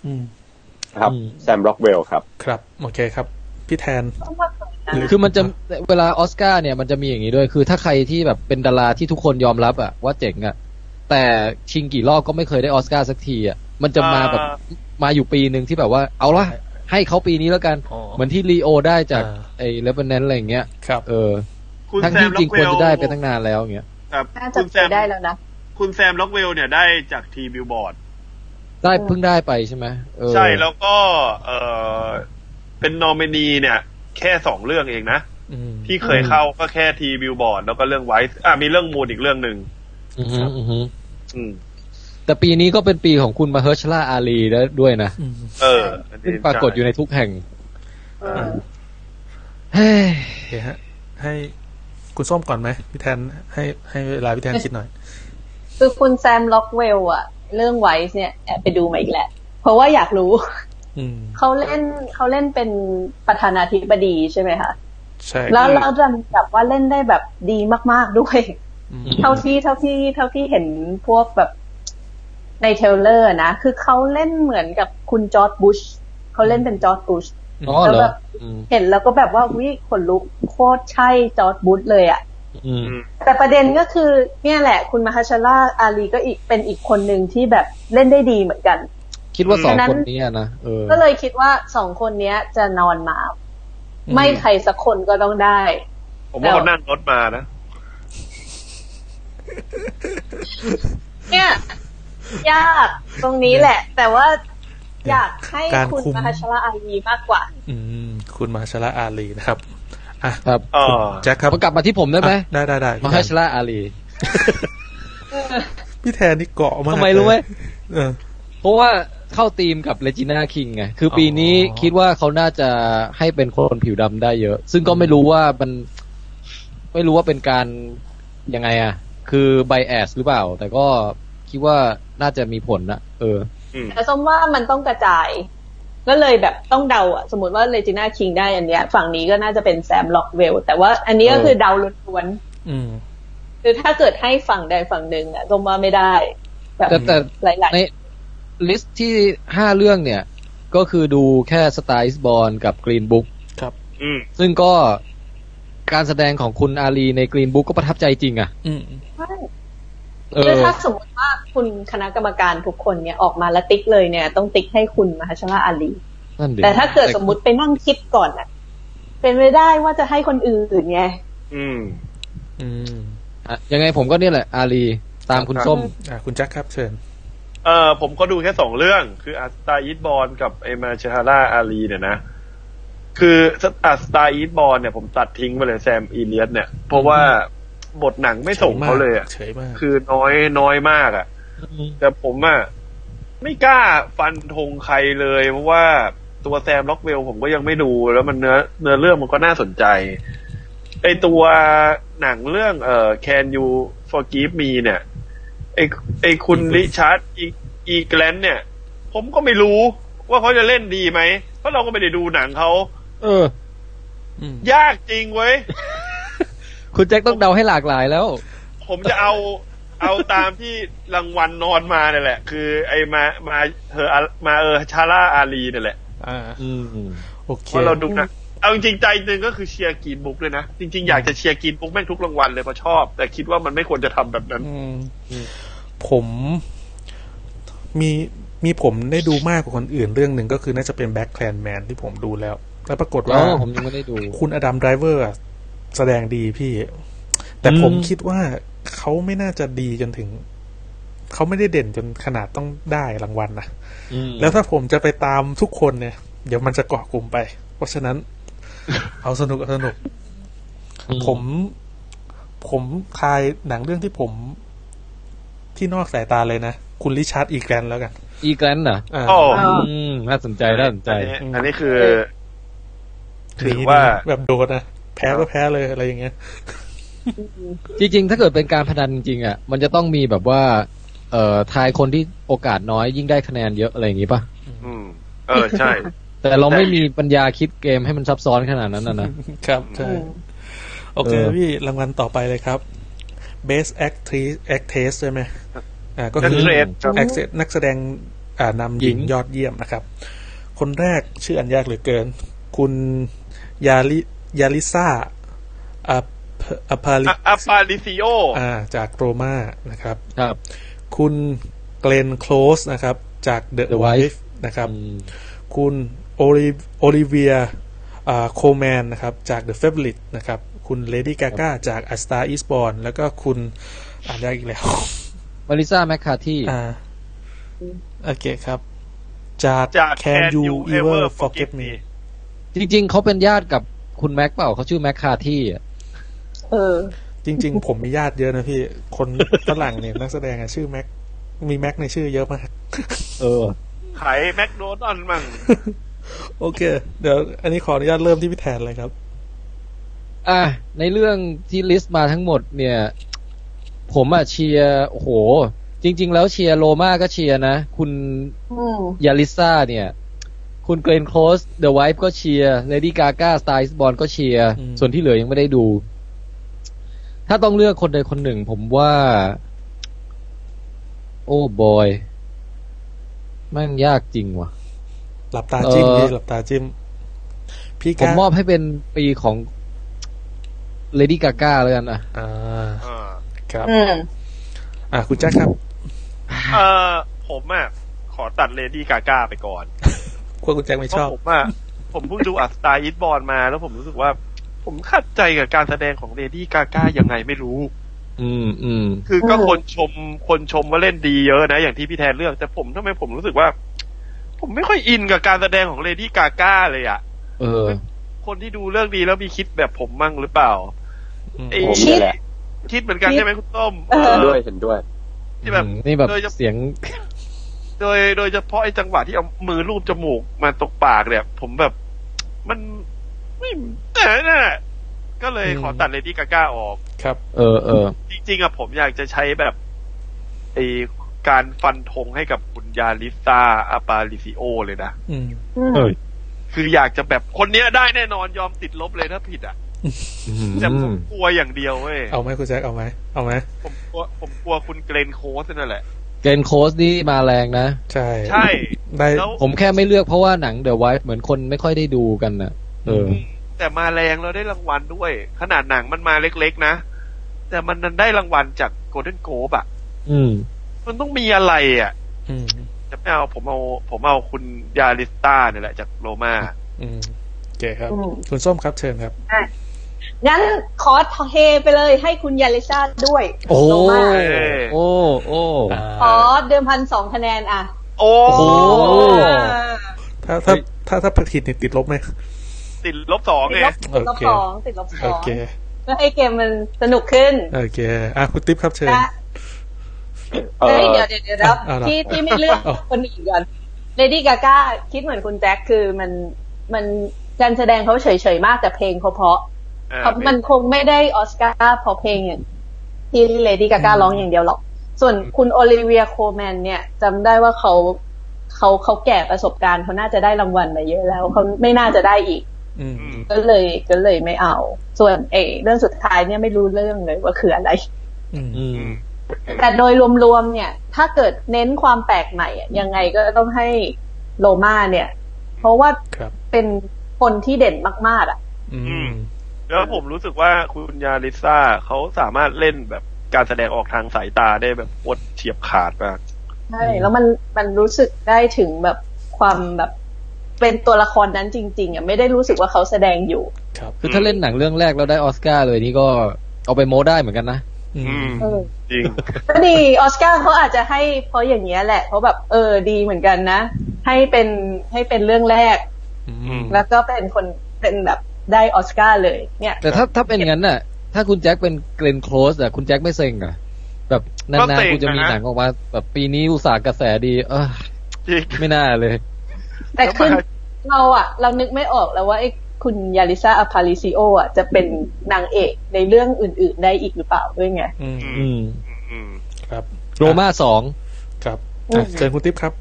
[SPEAKER 1] อืม
[SPEAKER 5] ครับ
[SPEAKER 2] อืม
[SPEAKER 5] แซมร็อกเวลครับ
[SPEAKER 1] ครับ โอเคครับ พี่แทน
[SPEAKER 4] ต้องว่าเคยนะ
[SPEAKER 2] คือมันจะเวลาออสการ์เนี่ยมันจะมีอย่างนี้ด้วย คือถ้าใครที่แบบเป็นดาราที่ทุกคนยอมรับอะว่าเจ๋งอะแต่ชิงกี่รอบก็ไม่เคยได้ออสการ์สักทีอะมันจะมาแบบ
[SPEAKER 3] อ่า
[SPEAKER 2] มาอยู่ปีหนึ่งที่แบบว่า เอาละให้เขาปีนี้แล้วกัน
[SPEAKER 1] อ๋อ
[SPEAKER 2] เหมือนที่ลีโอได้จาก
[SPEAKER 1] อ่า
[SPEAKER 2] ไอ้เลเบนแนนอะไรอย่างเงี้ย
[SPEAKER 1] ครับ
[SPEAKER 2] เออ
[SPEAKER 3] คุณ
[SPEAKER 2] ทั้ง
[SPEAKER 3] แซ
[SPEAKER 2] ที่
[SPEAKER 3] ม
[SPEAKER 2] จ
[SPEAKER 3] ล็อ
[SPEAKER 2] ริง
[SPEAKER 3] ก
[SPEAKER 2] ค
[SPEAKER 3] เว
[SPEAKER 2] วร
[SPEAKER 3] ล
[SPEAKER 2] จะได้ไปตั้งนานแล้วอย่างเงี้ย
[SPEAKER 3] ครับ
[SPEAKER 4] น่าจะ
[SPEAKER 3] คุณ
[SPEAKER 4] เค
[SPEAKER 3] แซ
[SPEAKER 4] ย
[SPEAKER 3] ม
[SPEAKER 4] ได้แล้วนะ
[SPEAKER 3] คุณแซมล็อกเวลเนี่ยได้จากทีบิวบอร์ด
[SPEAKER 2] ได้เพิ่งได้ไปใช่ไหมเออ
[SPEAKER 3] ใช่แล้วก็เออเป็นนอมินีเนี่ย แค่สองเรื่องเองนะ
[SPEAKER 1] อืม
[SPEAKER 3] ที่เคยเข้าก็แค่ทีบิวบอร์ดแล้วก็เรื่องไวส์อ่ะมีเรื่องมูนอีกเรื่องหนึ่ง
[SPEAKER 2] อือฮึอือฮึ
[SPEAKER 3] อืม
[SPEAKER 2] แต่ปีนี้ก็เป็นปีของคุณมาเฮิร์ชล่าอาลีด้วยนะ
[SPEAKER 1] อืม
[SPEAKER 3] เออ
[SPEAKER 2] ซึ่งปรากฏอยู่ในทุกแห่ง
[SPEAKER 4] เออ
[SPEAKER 2] เฮ้ย
[SPEAKER 1] โอเคฮะ ให้คุณส้มก่อนไหม พี่แทน ให้ให้เวลาพี่แทนคิดหน่อย
[SPEAKER 4] คือคุณแซมล็อกเวลอะเรื่องไวส์เนี่ยแอบไปดูมาอีกแหละ เพราะว่าอยากรู้ <laughs>
[SPEAKER 1] อืม
[SPEAKER 4] เขาเล่นเขาเล่นเป็นประธานาธิบดีใช่ไหมคะ
[SPEAKER 1] ใช่
[SPEAKER 4] แล้วเราจำกับว่าเล่นได้แบบดีมากๆด้วย
[SPEAKER 1] อืม
[SPEAKER 4] เท่าที่เท่าที่เท่าที่เห็นพวกแบบ ในเทรลเลอร์นะ คือเขาเล่นเหมือนกับคุณจอร์ดบุชเขาเล่นเป็นจอร์ดบุช
[SPEAKER 2] อ๋อเหรออืม
[SPEAKER 4] เห็นแล้วก็แบบว่าวิขนลุกโคตรใช่จอร์ดบุชเลยอะ
[SPEAKER 2] อืม
[SPEAKER 4] แต่ประเด็นก็คือเนี่ยแหละ คุณมาฮาชาร่าอาลีก็อีกเป็นอีกคนหนึ่งที่แบบเล่นได้ดีเหมือนกัน
[SPEAKER 2] คิดว่าสอง
[SPEAKER 4] ฉะนั้น
[SPEAKER 2] คนนี้อะนะเออ
[SPEAKER 4] ก็เลยคิดว่าสองคนเนี้ยจะนอนมา
[SPEAKER 2] อืม
[SPEAKER 4] ไม่ใครสักคนก็ต้องได้
[SPEAKER 3] ผมว่าเขานั่งรถมานะ
[SPEAKER 4] เนี่ย ยากตรงนี้แหละ แต่ว่าอยากให้
[SPEAKER 1] การ
[SPEAKER 4] คุณ
[SPEAKER 1] คุม
[SPEAKER 4] มาฮาชาร่าอาลีมากกว่า
[SPEAKER 1] อืมคุณมาชาระอาลีนะครับอ่ะ
[SPEAKER 2] ครับ
[SPEAKER 3] เออ
[SPEAKER 1] แจ็คครับ
[SPEAKER 2] พอกลับมาที่ผมได้ไหม
[SPEAKER 1] อ่ะได้ได้ได้
[SPEAKER 2] มาฮาชลาอาลี
[SPEAKER 1] พี่แทนนี่เกาะมาก
[SPEAKER 2] ทำไมรู้ไหม
[SPEAKER 1] เออ
[SPEAKER 2] เพราะว่าเข้าทีมกับเลจิน่าคิงไงคือปีนี้
[SPEAKER 1] อ๋อ
[SPEAKER 2] คิดว่าเขาน่าจะให้เป็นคนผิวดำได้เยอะ ซึ่งก็ไม่รู้ว่ามัน ไม่รู้ว่าเป็นการยังไงอะคือไบแอสหรือเปล่า แต่ก็คิดว่าน่าจะมีผลนะเออ
[SPEAKER 3] อืม
[SPEAKER 4] แต่ส้มว่ามันต้องกระจาย ก็เลยแบบต้องเดาอะสมมติว่าเลจิน่าคิงได้อันเนี้ย ฝั่งนี้ก็น่าจะเป็นแซมล็อกเวล แต่ว่าอันนี้ก็คือเดาล้วน
[SPEAKER 1] อืม
[SPEAKER 4] ๆคือถ้าเกิดให้ฝั่งใดฝั่งหนึ่งอะส้มว่าไม่ได้แบบ
[SPEAKER 2] แต่แต่
[SPEAKER 4] หลาย
[SPEAKER 2] ในลิสต์ที่ห้าเรื่องเนี่ย ก็คือดูแค่สไตล์บอลกับกรีนบุ๊ก
[SPEAKER 3] อืม
[SPEAKER 2] ซึ่งก็การแสดงของคุณอาลีในกรีนบุ๊กก็ประทับใจจริงอะ่ะ
[SPEAKER 1] อืม
[SPEAKER 4] ๆใช่
[SPEAKER 2] เอ
[SPEAKER 4] คือ
[SPEAKER 2] อ
[SPEAKER 4] ถ้าสมมติว่าคุณคณะกรรมการทุกคนเนี่ยออกมาและติ๊กเลยเนี่ย ต้องติ๊กให้คุณมหาชลาอาลี
[SPEAKER 2] นั่นดิ
[SPEAKER 4] แต่ถ้าเกิดสมมติไปนั่งคิดก่อนอะเป็นไปได้ว่าจะให้คนอื่นไง
[SPEAKER 3] อืม
[SPEAKER 1] อืม
[SPEAKER 2] อ่ะยังไงผมก็เนี่ยแหละ อาลีตามคุณส้ม
[SPEAKER 1] อ่ะคุณแจ็คครับเชิญ
[SPEAKER 3] เออผมก็ดูแค่สองเรื่องคืออัสตาอิตบอลกับเอมาเชฮาร่าอาลีเนี่ยนะ คืออัสตาอิตบอลเนี่ยผมตัดทิ้งไปเลยแซมอีเลียสเนี่ย เพราะว่าบทหนังไม่ส่งเขาเลยอะ
[SPEAKER 1] เฉยมาก
[SPEAKER 3] คือน้อยน้อยมากอะ่ะ แต่ผมอะ่ะไม่กล้าฟันธงใครเลย เพราะว่าตัวแซมล็อกเวลผมก็ยังไม่ดู แล้วมันเนื้อเนื้อเรื่องมันก็น่าสนใจไอตัวหนังเรื่องเอ่อ Can You Forgive Me เนี่ยไอไอคุณริชาร์ดอีอีแกลนเนี่ย ผมก็ไม่รู้ว่าเขาจะเล่นดีไหมเพราะเราก็ไม่ได้ดูหนังเขา
[SPEAKER 2] เออ
[SPEAKER 1] อืม
[SPEAKER 3] ยากจริงเว้ย
[SPEAKER 2] คุณแจ็คต้องเดาให้หลากหลายแล้ว
[SPEAKER 3] ผมจะเอาเอาตามที่รางวัลนอนมาเนี่ยแหละ คือ ไอ้มามาเธอมาเออชาร่าอาลีเนี่ยแหละ
[SPEAKER 1] อ่า
[SPEAKER 2] อืม
[SPEAKER 1] โอเค
[SPEAKER 3] เพราะเราดูหนะเอาจริงๆใจหนึ่งก็คือเชียร์กรีนบุ๊กเลยนะ จริง ๆ อยากจะเชียร์กรีนบุ๊กแม่งทุกรางวัลเลยเพราะชอบ แต่คิดว่ามันไม่ควรจะทำแบบนั้น
[SPEAKER 1] อืม
[SPEAKER 2] อืม
[SPEAKER 1] ผมมีมีผมได้ดูมากกว่าคนอื่นเรื่องหนึ่งก็คือน่าจะเป็นแบ็คแคลนแมนที่ผมดูแล้ว แล้วปรากฏ
[SPEAKER 2] อ๋
[SPEAKER 1] ว่า
[SPEAKER 2] อผมยังไม่ได้ดู
[SPEAKER 1] คุณอดัมไดรเวอร์อะแสดงดีพี่ แต่ผม
[SPEAKER 2] อืม
[SPEAKER 1] คิดว่าเขาไม่น่าจะดีจนถึง เขาไม่ได้เด่นจนขนาดต้องได้รางวัลนะ
[SPEAKER 2] อืม
[SPEAKER 1] แล้วถ้าผมจะไปตามทุกคนเนี่ย เดี๋ยวมันจะเกาะกลุ่มไป เพราะฉะนั้น เอาสนุกเอาสนุก
[SPEAKER 2] อื
[SPEAKER 1] ผม ผมทายหนังเรื่องที่ผม ที่นอกสายตาเลยนะ คุณริชาร์ดอีแกรนแล้วกัน
[SPEAKER 2] อีแกรนด์น่ะ
[SPEAKER 1] อ่า
[SPEAKER 3] โอ้
[SPEAKER 4] อ่า
[SPEAKER 2] อืมน่าสนใจน่าสนใจ
[SPEAKER 3] อันนี้อันนี้คือ ถือ
[SPEAKER 1] ดีนะ
[SPEAKER 3] ว่า
[SPEAKER 1] แบบโดนนะ แพ้ก็แพ้เลยอะไรอย่างเงี้ย
[SPEAKER 2] จริง ๆ ถ้าเกิดเป็นการพนันจริงๆอ่ะ มันจะต้องมีแบบว่า เอ่อทายคนที่โอกาสน้อยยิ่งได้คะแนนเยอะอะไรอย่างงี้ป่ะ
[SPEAKER 3] อืม เออ
[SPEAKER 1] <laughs>
[SPEAKER 3] ใช่
[SPEAKER 2] แต่เราไม่มีปัญญาคิดเกมให้มันซับซ้อนขนาดนั้นนะ
[SPEAKER 1] <laughs>
[SPEAKER 2] นะ
[SPEAKER 1] ครับใช่
[SPEAKER 4] อืม
[SPEAKER 1] โอเค
[SPEAKER 2] เออ
[SPEAKER 1] พี่ รางวัลต่อไปเลยครับ Best Actress Actress ใช่ไหมอ่าก็คือ
[SPEAKER 3] Actress ครับ
[SPEAKER 1] Actress นักแสดงอ่านำหญิงยอดเยี่ยมนะครับ คนแรกชื่ออันยากเหลือเกิน คุณยาลิยาลิซ่าอัปอัปาลิ
[SPEAKER 3] อะอัปปาลิซิโอ
[SPEAKER 1] อ่าจากโรมานะครับ
[SPEAKER 2] ครับ
[SPEAKER 1] คุณเกลนโคลสนะครับ จาก The
[SPEAKER 2] The
[SPEAKER 1] Wife
[SPEAKER 2] Wife
[SPEAKER 1] นะครับ
[SPEAKER 2] อืม
[SPEAKER 1] คุณโอลิโอลิเวียโคแมนนะครับ จาก The Favorite นะครับ คุณเลดี้กาก้าจาก A Star Is Born แล้วก็คุณอ่านยากอีกแล้ว
[SPEAKER 2] มาริซาแมคคาที่
[SPEAKER 1] อ่า โอเคครับ จาก
[SPEAKER 3] จาก
[SPEAKER 1] Can You Ever Forget Me
[SPEAKER 2] จริง ๆ เขาเป็นญาติกับคุณแม็กเปล่าเขาชื่อแม็กคาที่อ่ะ
[SPEAKER 4] เออ
[SPEAKER 1] จริง ๆ ผมมีญาติเยอะนะพี่ คนฝรั่งเนี่ย <laughs> นักแสดงอะชื่อแม็ก มีแม็กในชื่อเยอะมาก
[SPEAKER 2] เออ
[SPEAKER 3] ขายแมคโดนัลด์มั่ง
[SPEAKER 1] โอเค เดี๋ยว อันนี้ขออนุญาตเริ่มที่พี่แทนเลยครับ
[SPEAKER 2] อ่ะ ในเรื่องที่ลิสต์มาทั้งหมดเนี่ย ผมอ่ะเชียร์โอ้โห จริง ๆ แล้วเชียร์โรมาก็เชียร์นะ คุณ
[SPEAKER 4] อืม
[SPEAKER 2] ยาลิซ่าเนี่ย คุณเกรนโคลสเดอะไวฟ์ก็เชียร์เลดี้กาก้าสไตล์บอลก็เชียร์
[SPEAKER 1] อืม
[SPEAKER 2] ส่วนที่เหลือยังไม่ได้ดู ถ้าต้องเลือกคนใดคนหนึ่ง ผมว่า โอ้บอย แม่งยากจริงว่ะ
[SPEAKER 1] หลับตาจิ้ม
[SPEAKER 2] เอ่อ
[SPEAKER 1] พี่หลับตาจิ้ม พี่
[SPEAKER 2] ผม
[SPEAKER 1] ก้าม
[SPEAKER 2] อบให้เป็นปีของเลดี้กาก้าแล้วกันอ่ะ
[SPEAKER 1] อ่า
[SPEAKER 3] อ่า
[SPEAKER 1] ครับ
[SPEAKER 4] อืม
[SPEAKER 1] อ่าคุณแจ็คครับ
[SPEAKER 3] เออผมอ่ะขอตัดเลดี้กาก้าไปก่อน
[SPEAKER 1] กลัวคุณแจ็คไม่
[SPEAKER 3] เพ
[SPEAKER 1] ชอ
[SPEAKER 3] ราะ
[SPEAKER 1] บ
[SPEAKER 3] ผมอ่ะผมเพิ่งดูอัสตาอิทบอลมา แล้วผมรู้สึกว่า ผมขัดใจกับการแสดงของเลดี้กาก้ายังไงไม่รู้
[SPEAKER 2] อืมอืม
[SPEAKER 3] คือก็
[SPEAKER 4] อืม
[SPEAKER 3] คนชมคนชมว่าเล่นดีเยอะนะ อย่างที่พี่แทนเลือกแต่ผมทำไมผมรู้สึกว่า ผมไม่ค่อยอินกับการแสดงของเลดี้กาก้าเลยอ่ะ
[SPEAKER 2] เออ
[SPEAKER 3] คนที่ดูเรื่องดีแล้วมีคิดแบบผมมั่งหรือเปล่า
[SPEAKER 1] อืม
[SPEAKER 3] ไอ้
[SPEAKER 5] ผม
[SPEAKER 4] คิ
[SPEAKER 5] นี่
[SPEAKER 4] ด
[SPEAKER 5] แหละ
[SPEAKER 3] คิดเหมือนกันใช่ไหมคุณต้ม
[SPEAKER 4] เออ
[SPEAKER 5] เห็น
[SPEAKER 3] เอ
[SPEAKER 5] ด้ว
[SPEAKER 3] อ
[SPEAKER 5] ยเห็นด้วย
[SPEAKER 3] ที่แบบ
[SPEAKER 2] อืมนี่แบบ
[SPEAKER 3] โดยเฉพาะ
[SPEAKER 2] เสียง
[SPEAKER 3] โดยโดยเฉพาะไอ้จังหวะที่เอามือลูบจมูกมาตกปากเนี่ย ผมแบบ มันไม่แน่น่ะก็เลยขอตัดเลดี้กาก้าออก
[SPEAKER 1] ครับ
[SPEAKER 2] เออเออ
[SPEAKER 3] จริงๆอะผมอยากจะใช้แบบไอการฟันธงให้กับคุณยาลิซาอาปาลิซิโอเลยนะ
[SPEAKER 1] อืม
[SPEAKER 4] อืม
[SPEAKER 2] เอย
[SPEAKER 3] คืออยากจะแบบคนเนี้ยได้แน่นอนยอมติดลบเลยถ้าผิดอะ
[SPEAKER 2] อื
[SPEAKER 3] แต่ผม
[SPEAKER 2] ม
[SPEAKER 3] กลัวอย่างเดียวเว้ย
[SPEAKER 1] เอาไหมคุณแจ็คเอาไหมเอาไหม
[SPEAKER 3] ผมกลัวผมกลัวคุณเกรนโคสนั่นแหละ
[SPEAKER 2] เกนโคสนี่มาแรงนะ
[SPEAKER 1] ใช่
[SPEAKER 3] ใช่
[SPEAKER 1] ได้
[SPEAKER 3] แล้ว
[SPEAKER 2] ผมแค่ไม่เลือกเพราะว่าหนัง The Wife เหมือนคนไม่ค่อยได้ดูกันน่ะ เออ
[SPEAKER 1] อืม
[SPEAKER 3] แต่มาแรงเราได้รางวัลด้วย ขนาดหนังมันมาเล็กๆนะ แต่มันนั้นได้รางวัลจากโกลเด้นโกบอะ
[SPEAKER 2] อืม
[SPEAKER 3] มันต้องมีอะไรอะ
[SPEAKER 1] อืม
[SPEAKER 3] จะไม่เอาผมเอาผมเอาคุณยาลิสตาเนี่ยแหละจากโรมา
[SPEAKER 1] อืมโอเคครับ
[SPEAKER 4] อืม
[SPEAKER 1] คุณส้มครับเชิญครับ
[SPEAKER 4] งั้นขอเทไปเลยให้คุณยาลิซาด้วย
[SPEAKER 2] โอ้
[SPEAKER 4] ลงมา
[SPEAKER 2] โอ้โอ้
[SPEAKER 4] ขอเดิมพันสองคะแนนอ่ะ
[SPEAKER 3] โอ้
[SPEAKER 2] โอ้
[SPEAKER 1] ถ้าถ้าถ้าถ้าผิดนี่ติดลบไหม
[SPEAKER 3] ติดลบสอง
[SPEAKER 4] ติด
[SPEAKER 3] ไง
[SPEAKER 4] ลบติดลบ
[SPEAKER 1] โอเคโอ
[SPEAKER 4] สองติดลบสอง
[SPEAKER 1] เค
[SPEAKER 4] เพื่อให้เกมมันสนุกขึ้น
[SPEAKER 1] โอเค อ่ะคุณติ๊บครับเชิญ
[SPEAKER 4] นะ
[SPEAKER 5] เอ
[SPEAKER 4] เฮ้ย
[SPEAKER 5] อ
[SPEAKER 4] เดี๋ยวเดี๋ยวเดี๋ยวนะ
[SPEAKER 1] เอาล่ะ
[SPEAKER 4] ที่ที่ไม่เลือก
[SPEAKER 1] เอา
[SPEAKER 4] คนอื่นก่อนเลดี้กาก้าคิดเหมือนคุณแจ็คคือมันมันการแสดงเขาเฉยๆมากแต่เพลงเขาเพราะ
[SPEAKER 3] อ่า
[SPEAKER 4] เขามันคงไม่ได้ออสการ์เพราะเพลงอย่างที่เลดี้กาก้าร้องอย่างเดียวหรอก ส่วนคุณโอลิเวียโคแมนเนี่ยจำได้ว่าเขาเขาเขาแก่ประสบการณ์เขาน่าจะได้รางวัลมาเยอะแล้วเขาไม่น่าจะได้อีก
[SPEAKER 1] อืม
[SPEAKER 3] อืม
[SPEAKER 4] ก็เลยก็เลยไม่เอา ส่วนเอเรื่องสุดท้ายเนี่ยไม่รู้เรื่องเลยว่าคืออะไร
[SPEAKER 1] อืม
[SPEAKER 2] อืม
[SPEAKER 4] แต่โดยรวมๆเนี่ย ถ้าเกิดเน้นความแปลกใหม่อะยังไงก็ต้องให้โลมาเนี่ย เพราะว่า
[SPEAKER 1] ครับ
[SPEAKER 4] เป็นคนที่เด่นมาก ๆ อ่ะ
[SPEAKER 1] อืม
[SPEAKER 3] แล้วผมรู้สึกว่าคุณยาลิซาเขาสามารถเล่นแบบการแสดงออกทางสายตาได้แบบโคตรเฉียบขาดมาก
[SPEAKER 4] ใช่ แล้วมันมันรู้สึกได้ถึงแบบความแบบเป็นตัวละครนั้นจริง ๆ อ่ะ ไม่ได้รู้สึกว่าเขาแสดงอยู่
[SPEAKER 1] ครับ
[SPEAKER 2] คือถ้าเล่นหนังเรื่องแรกแล้วได้ออสการ์เลยนี่ก็เอาไปโมได้เหมือนกันนะ
[SPEAKER 1] อื
[SPEAKER 3] อื
[SPEAKER 1] ม
[SPEAKER 3] ม
[SPEAKER 4] เออ
[SPEAKER 3] จริง
[SPEAKER 4] ก็ดีออสการ์เขาอาจจะให้เพราะอย่างเงี้ยแหละเพราะแบบเออดีเหมือนกันนะ ให้เป็นให้เป็นเรื่องแรก
[SPEAKER 1] อืม
[SPEAKER 4] แล้วก็เป็นคนเป็นแบบได้ออสการ์เลย เนี่ย
[SPEAKER 2] แต่ถ้าถ้าเป็นงั้นน่ะ ถ้าคุณแจ็คเป็นเกรนโคลสอ่ะคุณแจ็คไม่เซ็งเหรอ่ะแบบนา
[SPEAKER 3] ก็
[SPEAKER 2] น
[SPEAKER 3] เซ็ง
[SPEAKER 2] ๆกูจะมี
[SPEAKER 3] นะ
[SPEAKER 2] หนังออกมาแบบปีนี้อุตสาหกระแสดีเออ
[SPEAKER 3] จริง
[SPEAKER 2] ไม่น่าเลย
[SPEAKER 4] แต่ขึ้น
[SPEAKER 3] แล้วมา
[SPEAKER 4] เราอะเรานึกไม่ออกแล้วว่าไอ้คุณยาลิซาอพาลิซิโออะจะเป็นนางเอกในเรื่องอื่น ๆ ได้อีกหรือเปล่าด้วยไง
[SPEAKER 1] อืม
[SPEAKER 2] อืม
[SPEAKER 3] อืม
[SPEAKER 1] ครับ
[SPEAKER 2] โร
[SPEAKER 5] <laughs>
[SPEAKER 2] มาสอง
[SPEAKER 1] ครับอ่ะเชิญคุณติ๊บครับ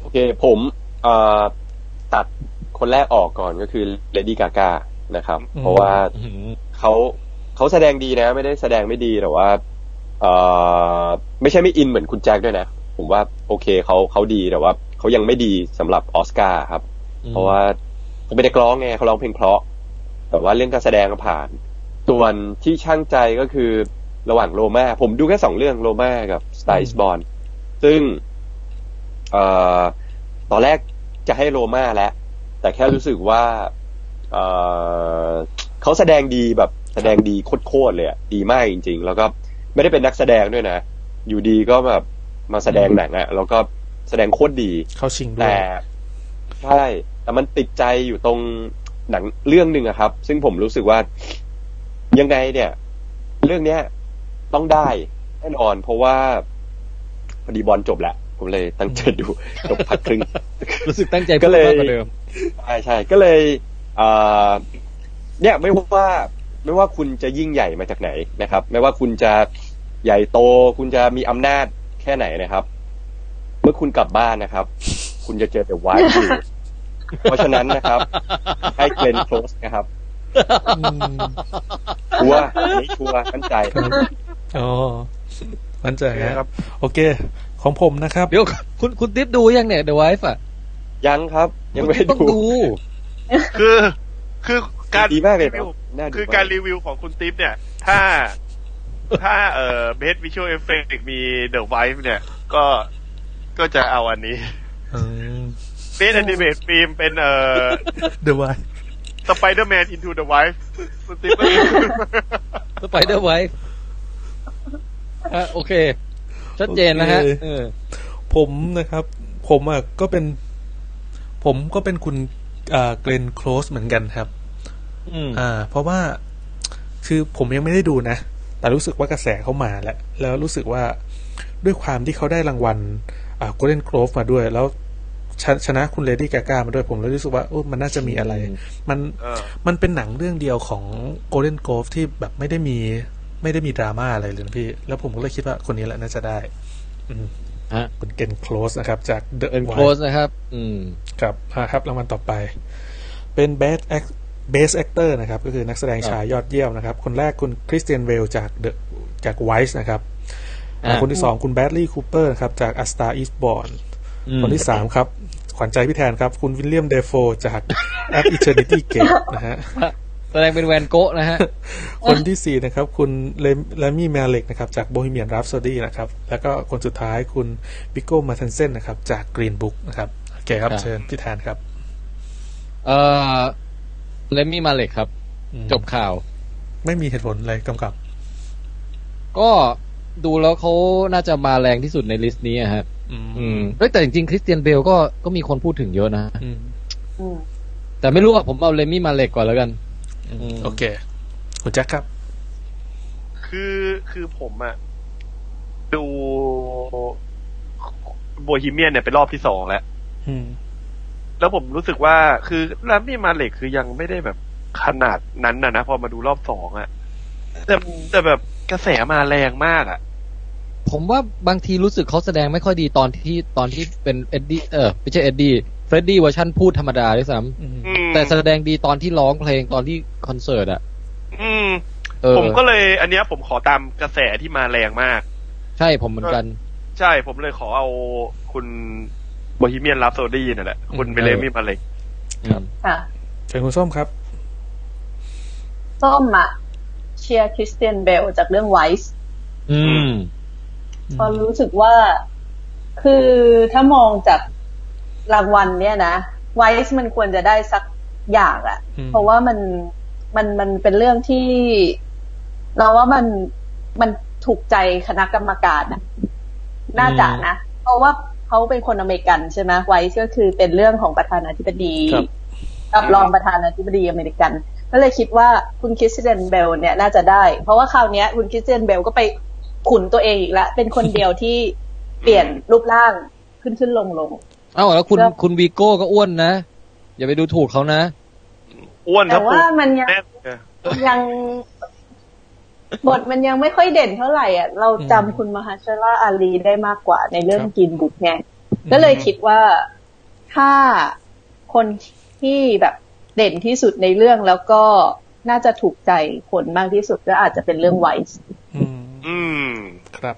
[SPEAKER 5] โอเคผมเอ่อตัดคนแรกออกก่อนก็คือเลดี้กากานะครับ
[SPEAKER 1] อืม
[SPEAKER 5] เพราะว่า เขาเขาแสดงดีนะ ไม่ได้แสดงไม่ดีแต่ว่าเออไม่ใช่ไม่อินเหมือนคุณแจ็คด้วยนะ ผมว่าโอเคเขาเขาดีแต่ว่าเขายังไม่ดีสำหรับออสการ์ครับ เพราะว่าเขาเป็นนักร้องไงเขาร้องเพลงเพราะ แต่ว่าเรื่องการแสดงก็ผ่าน ส่วนที่ช่างใจก็คือระหว่างโรมาผมดูแค่สองเรื่องโรมากับสไตล์บอลซึ่งเอ่อตอนแรกจะให้โรมาแล้ว แต่แค่รู้สึกว่าเอ่อเขาแสดงดีแบบแสดงดีโคตรๆเลยอะดีมากจริง ๆ แล้วก็ไม่ได้เป็นนักแสดงด้วยนะ อยู่ดีก็แบบมาแสดงหนังอะแล้วก็แสดงโคตรดี
[SPEAKER 1] เข้าชิงด้ว
[SPEAKER 5] แต่
[SPEAKER 1] ย
[SPEAKER 5] ใช่แต่มันติดใจอยู่ตรงหนังเรื่องหนึ่งอะครับ ซึ่งผมรู้สึกว่ายังไงเนี่ย เรื่องเนี้ยต้องได้แน่นอน เพราะว่าพอดีบอลจบแหละผมเลยตั้งใจดู จบพักครึ่ง
[SPEAKER 2] รู้สึกตั้งใจ
[SPEAKER 5] ก็
[SPEAKER 2] พูด
[SPEAKER 5] เลย
[SPEAKER 2] มากกว่าเดิม
[SPEAKER 5] ใช่ใช่ก็เลยเอ่อเนี่ยไม่ว่า ไม่ว่าคุณจะยิ่งใหญ่มาจากไหนนะครับ ไม่ว่าคุณจะใหญ่โต คุณจะมีอำนาจแค่ไหนนะครับ เมื่อคุณกลับบ้านนะครับ คุณจะเจอแต่วายอยู่ เพราะฉะนั้นนะครับ ให้เกรนโคลสนะครับชัวร์อันนี้ชัวร์มั่นใจ
[SPEAKER 1] อ๋อ มั่นใจ
[SPEAKER 3] โอเค
[SPEAKER 1] ค
[SPEAKER 3] ครั
[SPEAKER 1] รับ
[SPEAKER 3] บ
[SPEAKER 1] โอเค ของผมนะครับ
[SPEAKER 2] เดี๋ยวก่อน คุณคุณติ๊บดูยังเนี่ย The Wife อ่ะ
[SPEAKER 5] ยังครับยังไม่
[SPEAKER 2] คุณ
[SPEAKER 5] ได้
[SPEAKER 2] ติ๊บต้อง
[SPEAKER 5] ดู
[SPEAKER 2] ดู
[SPEAKER 3] คือ คือการ
[SPEAKER 5] ดีมากเลยค
[SPEAKER 3] รี
[SPEAKER 5] รับ
[SPEAKER 3] วิว
[SPEAKER 5] น่ดู
[SPEAKER 3] คือการ
[SPEAKER 5] ม
[SPEAKER 3] รีวิวของคุณติ๊บเนี่ย ถ้า ถ้าเอ่อเบสวิชวลเอฟเฟกต์มีเดอะไวฟ์เนี่ย ก็ก็จะเอาอันนี้เบสแอนิเมตฟิล์มเป็นเอ่อ
[SPEAKER 1] เดอะไว
[SPEAKER 3] สไปเดอร์แมนอินทูเดอะไวฟ์คุณติ๊บก็
[SPEAKER 2] สไปเดอร์ไวฟ์อ่ะโอเค ชัดเจนนะฮะเออ
[SPEAKER 1] ผมนะครับ ผมอ่ะก็เป็น ผมก็เป็นคุณเกรนโคลสเหมือนกันครับ
[SPEAKER 2] อืม
[SPEAKER 1] อ่า เพราะว่าคือผมยังไม่ได้ดูนะ แต่รู้สึกว่ากระแสเขามาแล้ว แล้วรู้สึกว่าด้วยความที่เขาได้รางวัลอ่า Golden Globe มาด้วย แล้วชนะชนะคุณเลดี้กาก้ามาด้วยผมเลยรู้สึกว่าโอ้มันน่าจะมีอะไร มัน
[SPEAKER 3] เออ
[SPEAKER 1] มันเป็นหนังเรื่องเดียวของ Golden Globe ที่แบบไม่ได้มี ไม่ได้มีดราม่าอะไรเลยนะพี่ แล้วผมก็เลยคิดว่าคนนี้แหละน่าจะได้ อืม
[SPEAKER 2] ฮะ
[SPEAKER 1] คุณเกนโคลสนะครับ จาก The
[SPEAKER 2] เป็นโค
[SPEAKER 1] Wild
[SPEAKER 2] สนะครับ อืม
[SPEAKER 1] ครับอ่าครับ รางวัลต่อไป เป็น Best Act Best Actor นะครับ ก็คือนักแสดงชายยอดเยี่ยมนะครับ คนแรกคุณคริสเตียนเวลจาก The จาก Vice นะครับอ่า
[SPEAKER 2] อ่า
[SPEAKER 1] คนที่สองคุณแบดลี่คูเปอร์นะครับ จาก A Star Is Born
[SPEAKER 2] อืม
[SPEAKER 1] คนที่สามครับ ขวัญใจพี่แทนครับ คุณวิลเลียมเดโฟจาก At Eternity Gate นะฮะ
[SPEAKER 2] แสดงเป็นแวนโกะนะฮะ
[SPEAKER 1] คนที่สี่นะครับ คุณเลมี่แมลิกนะครับ จากโบฮีเมียนรัฟ h o ดีนะครับ แล้วก็คนสุดท้ายคุณบิโก้มา t ทนเซนนะครับ จากกรีนบุ๊กนะครับ โอเคครับ
[SPEAKER 2] ครับ
[SPEAKER 1] เชิญพี่แทนครับ
[SPEAKER 2] เอ่อเลมี่มาเล็กครับ
[SPEAKER 1] อืม
[SPEAKER 2] จบข่าว
[SPEAKER 1] ไม่มีเหตุผลอะไรกำกับ
[SPEAKER 2] ก็ดูแล้วเขาน่าจะมาแรงที่สุดในลิสต์นี้อะฮะ
[SPEAKER 1] อืม
[SPEAKER 2] อืมเอ้ยแต่จริงๆคริสเตียนเบลก็ก็มีคนพูดถึงเยอะนะ
[SPEAKER 1] อืม
[SPEAKER 4] อืม
[SPEAKER 2] แต่ไม่รู้อ่ะผมเอาเลมี่มาเล็กก่อนแล้วกัน ม
[SPEAKER 1] โอเค คุณแจ็คครับ
[SPEAKER 3] คือคือผมอะดูโบฮีเมียนเนี่ยเป็นรอบที่สองแล้ว
[SPEAKER 1] อืม
[SPEAKER 3] แล้วผมรู้สึกว่าคือรามมี่มาเล็กคือยังไม่ได้แบบขนาดนั้นนะนะ พอมาดูรอบสองอะแต่แต่แบบกระแสมาแรงมากอะ
[SPEAKER 2] ผมว่าบางทีรู้สึกเขาแสดงไม่ค่อยดีตอนที่ตอนที่เป็นเอ็ดดี้เออไม่ใช่เอ็ดดี้เฟรดดี้เวอร์ชันพูดธรรมดาด้วยซ้
[SPEAKER 1] อืม
[SPEAKER 3] อืม
[SPEAKER 2] ำแต่แสดงดีตอนที่ร้องเพลงตอนที่คอนเสิร์ตอ่ะ
[SPEAKER 3] อืม
[SPEAKER 2] เออ
[SPEAKER 3] ผมก็เลย อันเนี้ยผมขอตามกระแสที่มาแรงมาก
[SPEAKER 2] ใช่ผมเหมือนกัน
[SPEAKER 3] ใช่ผมเลยขอเอาคุณโบฮีเมียนรับโซดีนั่นแหละ คุณ
[SPEAKER 1] อืม
[SPEAKER 3] เบเลมี่มาเล็ก
[SPEAKER 2] ครับ
[SPEAKER 4] ค่ะ
[SPEAKER 1] เชิญคุณส้มครับ
[SPEAKER 4] ส้มอะเชียร์คริสเตียนเบลจากเรื่องไวส์
[SPEAKER 2] อืม
[SPEAKER 4] เพราะรู้สึกว่า คือถ้ามองจากรางวัลเนี่ยนะไวส์มันควรจะได้สักอย่างอะ
[SPEAKER 1] อืม
[SPEAKER 4] เพราะว่ามันมันมันเป็นเรื่องที่ เราว่ามันมันถูกใจคณะกรรมการอะน่าจะนะ เพราะว่าเขาเป็นคนอเมริกันใช่ไหมไวส์ก็คือเป็นเรื่องของประธานาธิบดี
[SPEAKER 5] ครับ
[SPEAKER 4] กับรองประธานาธิบดีอเมริกัน ก็เลยคิดว่าคุณคริสเตียนเบลเนี่ยน่าจะได้ เพราะว่าคราวเนี้ยคุณคริสเตียนเบลก็ไปขุนตัวเองอีกแล้วเป็นคนเดียวที่ เปลี่ยนรูปร่างขึ้นขึ้นลงลง
[SPEAKER 2] เอ้าแล้วคุณ
[SPEAKER 4] ครับ
[SPEAKER 2] คุณวีโก้ก็อ้วนนะ อย่าไปดูถูกเขานะ
[SPEAKER 3] อ้วนค
[SPEAKER 4] แต่
[SPEAKER 3] รับ
[SPEAKER 4] ว่ามันยัง
[SPEAKER 3] แน่
[SPEAKER 4] <laughs> ยังบทมันยังไม่ค่อยเด่นเท่าไหร่อ่ะเราจำ
[SPEAKER 1] อืม
[SPEAKER 4] คุณมหาชลาอาลีได้มากกว่าในเรื่อง
[SPEAKER 1] ครับ
[SPEAKER 4] กินบุกไงก็เลยคิดว่าถ้าคนที่แบบเด่นที่สุดในเรื่องแล้วก็น่าจะถูกใจคนมากที่สุดก็อาจจะเป็นเรื่องไวส์
[SPEAKER 1] อืม
[SPEAKER 3] อืม
[SPEAKER 1] ครับ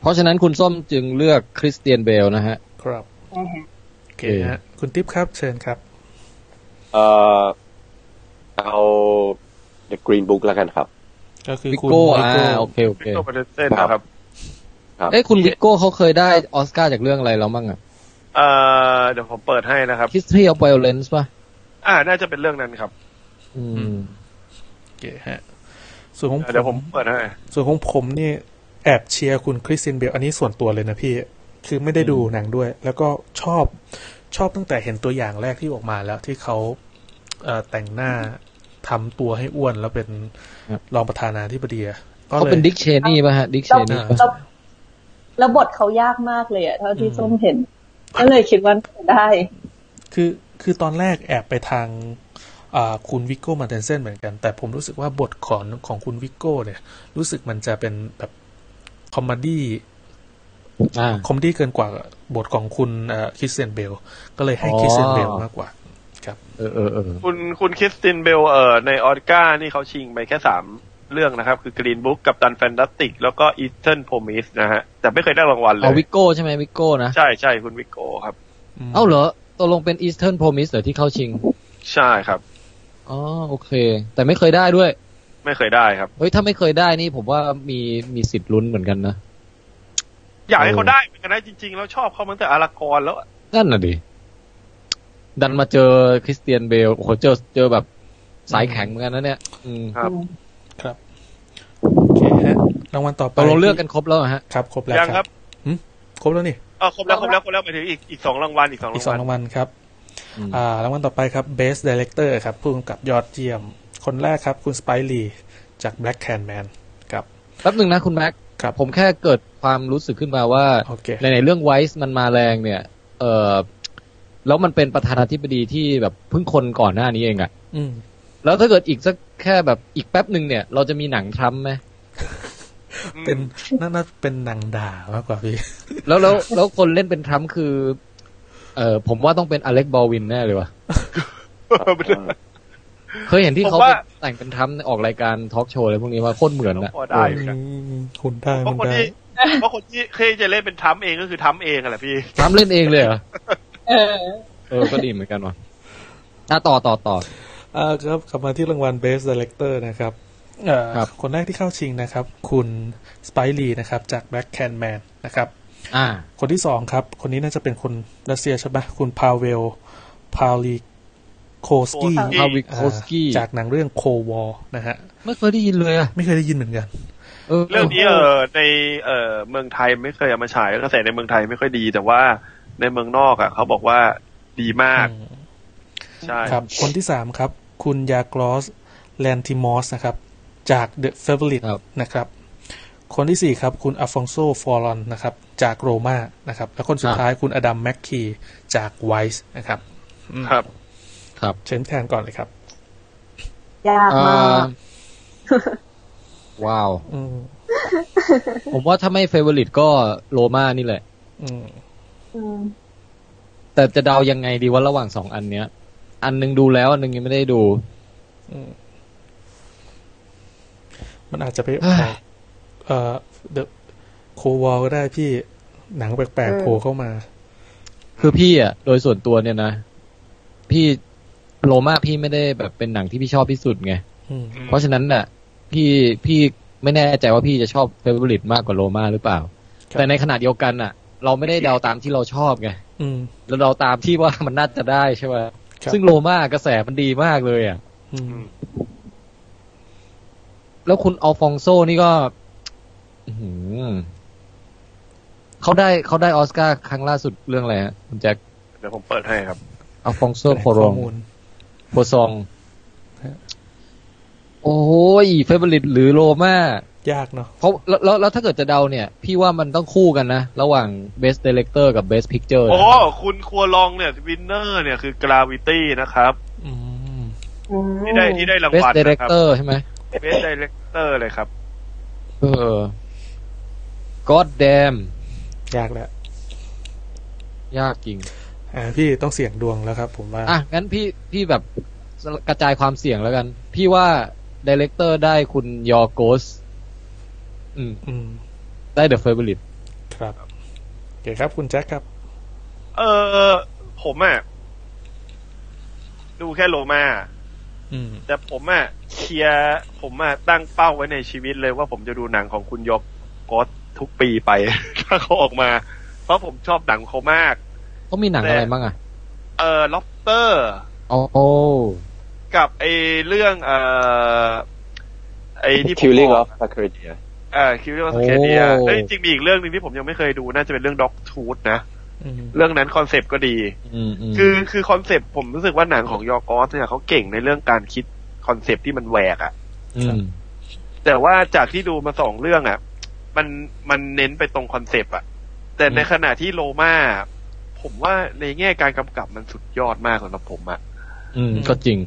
[SPEAKER 2] เพราะฉะนั้นคุณส้มจึงเลือกคริสเตียนเบลนะฮะ
[SPEAKER 1] ครับ
[SPEAKER 4] อือฮะ
[SPEAKER 1] โอเคฮะคุณติ๊บครับ เชิญครับ
[SPEAKER 5] เออเอา The Green Book แล้วกันครับ
[SPEAKER 1] ก็คือ
[SPEAKER 2] วิ
[SPEAKER 1] คุณ
[SPEAKER 2] โก้
[SPEAKER 1] วิ
[SPEAKER 2] อ่า
[SPEAKER 1] โก้
[SPEAKER 2] โอเคโอเค
[SPEAKER 3] โตเปเซนนะครับ
[SPEAKER 5] ครับ
[SPEAKER 2] เอ้ยคุณวิโก้เขาเคยได้ออสการ์จากเรื่องอะไรแล้วมั่งอ่ะ
[SPEAKER 3] เอ่อเดี๋ยวผมเปิดให้นะครับ
[SPEAKER 2] History of Violence ป่ะ
[SPEAKER 3] อ่า น่าจะเป็นเรื่องนั้นครับ
[SPEAKER 2] อืม
[SPEAKER 1] โอเคฮะ ส่วนของ
[SPEAKER 3] เดี๋ยว
[SPEAKER 1] ผ
[SPEAKER 3] ผม มเปิดให้
[SPEAKER 1] ส่วนของผมเนี่ยแอบเชียร์คุณคริสตินเบลอันนี้ส่วนตัวเลยนะพี่ คือไม่ได้ดูหนังด้วย แล้วก็ชอบชอบตั้งแต่เห็นตัวอย่างแรกที่ออกมาแล้วที่เขาเอ่อแต่งหน้าทำตัวให้อ้วนแล้วเป็น
[SPEAKER 2] ครับ
[SPEAKER 1] รองประธานาธิบดีอะก็
[SPEAKER 2] เขา
[SPEAKER 1] เลย
[SPEAKER 2] เป็นดิกเชนี่ป่ะฮะดิกเชนี่ป่ะ
[SPEAKER 4] แล้วแล้วบทเขายากมากเลยอะเท่าที่
[SPEAKER 1] อืม
[SPEAKER 4] ส้มเห็น ก็เลยคิดว่าน่าจะได้
[SPEAKER 1] คือคือตอนแรกแอบไปทางอ่าคุณวิกโก้มาเตนเซนเหมือนกัน แต่ผมรู้สึกว่าบทของของคุณวิกโก้เนี่ย รู้สึกมันจะเป็นแบบคอมเมดี้
[SPEAKER 2] อ่า
[SPEAKER 1] คอมเมดี้เกินกว่าบทของคุณคิสเซนเบล ก็เลยให้
[SPEAKER 2] อ๋อ
[SPEAKER 1] คิสเซนเบลมากกว่า
[SPEAKER 2] เออเออเออ
[SPEAKER 3] คุณคุณคริสตินเบลเอ่อในออสการ์นี่เขาชิงไปแค่สาม เรื่องนะครับ คือ Green Book กับตันแฟนตาติกแล้วก็ Eastern Promise นะฮะ แต่ไม่เคยได้รางวัลเล
[SPEAKER 2] อ๋อย วิโก้ใช่ไหมวิโก้นะ
[SPEAKER 3] ใช่ใช่คุณวิโกครับ
[SPEAKER 1] ม
[SPEAKER 2] เอ้าเหรอตกลงเป็น Eastern Promise เหรอที่เข้าชิง
[SPEAKER 3] ใช่ครับ
[SPEAKER 2] อ๋อโอเค แต่ไม่เคยได้ด้วย
[SPEAKER 3] ไม่เคยได้ครับ
[SPEAKER 2] เฮ้ยถ้าไม่เคยได้นี่ผมว่ามีมีสิทธิ์ลุ้นเหมือนกันนะ
[SPEAKER 3] อยากให้เขา
[SPEAKER 2] เออ
[SPEAKER 3] ได้เหมือนกันนะจริงๆ แล้วชอบเขามาตั้งแต่อารากอนแล้วอะ
[SPEAKER 2] นั่นน่ะดิ ดันมาเจอคริสเตียนเบลโอ้โหเจอเจอแบบสายแข็งเหมือนกันนะเนี่ยอืม
[SPEAKER 3] ครับ
[SPEAKER 1] ครับโอเคฮะรางวัลต่อไป
[SPEAKER 2] ตกลงเลือกกันครบแล้วเหรอฮะ
[SPEAKER 1] ครับครบแล้ว
[SPEAKER 3] ยังครับ
[SPEAKER 1] อืมครบแล้วนี่
[SPEAKER 3] เออครบแล้วครบแล้วครบแล้วไปถึงอีกอีกสองรางวัลอีกสอง
[SPEAKER 1] อี
[SPEAKER 3] ราก ง
[SPEAKER 1] สอง
[SPEAKER 3] วัล
[SPEAKER 1] รางวัลครับ
[SPEAKER 2] อืม
[SPEAKER 1] อ่ารางวัลต่อไปครับ Best Director ครับผู้กำกับยอดเยี่ยม คนแรกครับคุณสไปรีจาก Black Can Man ครับ
[SPEAKER 2] แป๊บหนึ่งนะคุณแม็ก
[SPEAKER 1] ครับ
[SPEAKER 2] ผมแค่เกิดความรู้สึกขึ้นมาว่า
[SPEAKER 1] โอเค
[SPEAKER 2] ในในเรื่องไวส์มันมาแรงเนี่ย เออแล้วมันเป็นประธานาธิบดีที่แบบเพิ่งคนก่อนหน้านี้เองอะ
[SPEAKER 1] อืม
[SPEAKER 2] แล้วถ้าเกิดอีกสักแค่แบบอีกแป๊บหนึ่งเนี่ย เราจะมีหนังทรัมป์ไหม
[SPEAKER 3] อืม
[SPEAKER 1] เป็นน่าน่าเป็นหนางด่ามากกว่าพี่
[SPEAKER 2] แล้วแล้วแล้วคนเล่นเป็นทรัมป์คือ เออผมว่าต้องเป็นอเล็กบอลวินแน่เลยวะ
[SPEAKER 3] เออเป็นเรื่อง
[SPEAKER 2] เคยเห็นที่เขา
[SPEAKER 3] ผมว่า
[SPEAKER 2] แต่งเป็นทรัมป์ออกรายการทอล์กโชว์อะไรพวกนี้ว่าโคตรเหมือนอะ
[SPEAKER 3] พอได้อยู่
[SPEAKER 1] อื
[SPEAKER 3] นะ
[SPEAKER 1] มคุณได้
[SPEAKER 3] เพ
[SPEAKER 1] คุณ
[SPEAKER 3] ราะคน
[SPEAKER 1] ได้
[SPEAKER 3] ที่เพราะคนที่เคยจะเล่นเป็นทำเองก็คือทำเองอะแหละพี่
[SPEAKER 2] ทรัมป์เล่นเองเลยเหรอ
[SPEAKER 4] เออ
[SPEAKER 2] เออก็ดีเหมือนกันว่ะอ่ะต่อต่อต่อ
[SPEAKER 1] อ่าครับกลับมาที่รางวัล Best Director นะครับเอ่อ
[SPEAKER 2] ครับ
[SPEAKER 1] คนแรกที่เข้าชิงนะครับ คุณสไปรีนะครับจาก Black Can Man นะครับ
[SPEAKER 2] อ่า
[SPEAKER 1] คนที่สองครับ คนนี้น่าจะเป็นคนรัสเซียใช่ไหมคุณพาเวล พาลีโคสกี้
[SPEAKER 3] Kowalski
[SPEAKER 2] พาวิโคสกี้
[SPEAKER 1] จากหนังเรื่องโควอนะฮะ
[SPEAKER 2] ไม่เคยได้ยินเลยอะ
[SPEAKER 1] ไม่เคยได้ยินเหมือนกัน
[SPEAKER 3] เรื่องนี้เออในเออเมืองไทยไม่เคยเอามาฉายกระแสในเมืองไทยไม่ค่อยดี แต่ว่าในเมืองนอกอ่ะเขาบอกว่าดีมากใช่
[SPEAKER 1] ครับ คนที่สามครับ คุณยากรอสแลนติมอสนะครับ จาก The Favorite
[SPEAKER 2] ครับ
[SPEAKER 1] นะครับ คนที่สี่ครับ คุณอ l ฟองโซฟอรอนนะครับ จากโรมานะครับ และคนสุดท้ายคุณอดัมแม็กคีจากไวส์นะครับอืม
[SPEAKER 3] ครับ
[SPEAKER 2] ครับ
[SPEAKER 1] เชิญแทนก่อนเลยครับ
[SPEAKER 4] ยากมาก <laughs>
[SPEAKER 2] ว้าว
[SPEAKER 1] อืม
[SPEAKER 2] ผมว่าถ้าไม่เฟเวอริตก็โรมานี่แหละ
[SPEAKER 1] อืม
[SPEAKER 4] อืม
[SPEAKER 2] แต่จะเดายังไงดีว่าระหว่างสองอันเนี้ย อันหนึงดูแล้วอันหนึงยังไม่ได้ดู
[SPEAKER 1] อืมมันอาจจะไปอ
[SPEAKER 2] เฮ้
[SPEAKER 1] อก
[SPEAKER 2] ย
[SPEAKER 1] เอ่อ The โควอลก็ได้พี่หนังแปลกๆโผล่เข้ามา
[SPEAKER 2] คือพี่อ่ะ โดยส่วนตัวเนี่ยนะ พี่โรมาพี่ไม่ได้แบบเป็นหนังที่พี่ชอบที่สุดไง
[SPEAKER 1] อืม
[SPEAKER 2] เพราะฉะนั้นน่ะ พี่พี่ไม่แน่ใจว่าพี่จะชอบเฟเวอริตมากกว่าโรมาหรือเปล่า
[SPEAKER 1] ครับ
[SPEAKER 2] แต่ในขณะเดียวกันน่ะ เราไม่ได้เดาตามที่เราชอบไง
[SPEAKER 1] อืม
[SPEAKER 2] เราเดาตามที่ว่ามันน่าจะได้ใช่ไหม
[SPEAKER 1] ครับ
[SPEAKER 2] ซึ่งโรมากระแสมันดีมากเลยอ่ะ
[SPEAKER 1] อืม
[SPEAKER 2] แล้วคุณอัลฟองโซนี่ก็ อื้อหือเขาได้เขาได้ออสการ์ครั้งล่าสุดเรื่องอะไรฮะคุณแจ็ค
[SPEAKER 3] เดี๋ยวผมเปิดให้ครับ
[SPEAKER 2] อัลฟองโซโค
[SPEAKER 1] ข้อ
[SPEAKER 2] รอง
[SPEAKER 1] มูล
[SPEAKER 2] โคซอง
[SPEAKER 1] ฮะ
[SPEAKER 2] โอ้ยเฟเบริตหรือโรมาย
[SPEAKER 1] ากเนาะ
[SPEAKER 2] เพราะแล้วแล้วแล้วถ้าเกิดจะเดาเนี่ย พี่ว่ามันต้องคู่กันนะ ระหว่าง Best Director กับ Best Picture
[SPEAKER 3] โอ้ คุณครัวลองเนี่ยวินเนอร์เนี่ยคือกราวิตี้นะครับ
[SPEAKER 1] อืม
[SPEAKER 4] อืม
[SPEAKER 3] ที่ได้ที่ได้ราง
[SPEAKER 2] นะ Best
[SPEAKER 3] วัลนะครับ
[SPEAKER 2] Director ใช่ไหม
[SPEAKER 3] เบสไดเรคเตอร์เลยครับ
[SPEAKER 2] เออ God damn
[SPEAKER 1] ยากแหละ
[SPEAKER 2] ยากจริง
[SPEAKER 1] อ่าพี่ต้องเสี่ยงดวงแล้วครับผมว่า
[SPEAKER 2] อ่ะ งั้นพี่พี่แบบกระจายความเสี่ยงแล้วกัน พี่ว่าดีเลกเตอร์ได้คุณยอโกสอืม
[SPEAKER 1] อืม
[SPEAKER 2] ได้เดอะเฟเวอริต
[SPEAKER 1] ครับโอเคครับคุณแจ็คครับ
[SPEAKER 3] เออผมอ่ะดูแค่โลมา
[SPEAKER 1] อืม
[SPEAKER 3] แต่ผมอ่ะเคลียร์ผมอ่ะตั้งเป้าไว้ในชีวิตเลยว่าผมจะดูหนังของคุณยบกอสทุกปีไป <laughs> ถ้าเขาออกมา เพราะผมชอบหนังเขามาก
[SPEAKER 2] เขามีหนังอะไรบ้างอ่ะ
[SPEAKER 3] เออล็อบเตอร์
[SPEAKER 2] โอ้โห
[SPEAKER 3] กับไอเรื่องเออไอที่ผม
[SPEAKER 5] คิวลิงออบ
[SPEAKER 3] ก
[SPEAKER 5] ฟซาคริเดีย
[SPEAKER 3] เออคิวลิงออฟสเกเดียเอ้ยจริงมีอีกเรื่องหนึ่งที่ผมยังไม่เคยดู น่าจะเป็นเรื่องด็อกทูดนะ
[SPEAKER 1] อืม
[SPEAKER 3] เรื่องนั้นคอนเซปต์ก็ดี
[SPEAKER 2] อืมอืม
[SPEAKER 3] คือคือคอนเซปต์ผมรู้สึกว่าหนังของยอร์กอสเนี่ยเขาเก่งในเรื่องการคิดคอนเซปต์ที่มันแหวกอะ
[SPEAKER 2] อืม
[SPEAKER 3] แต่ว่าจากที่ดูมาสองเรื่องอะมันมันเน้นไปตรงคอนเซปต์อะแต่ในขณะที่โลมาผมว่าในแง่การกำกับมันสุดยอดมากสำหรับผมอะ
[SPEAKER 2] อืม ก็จริง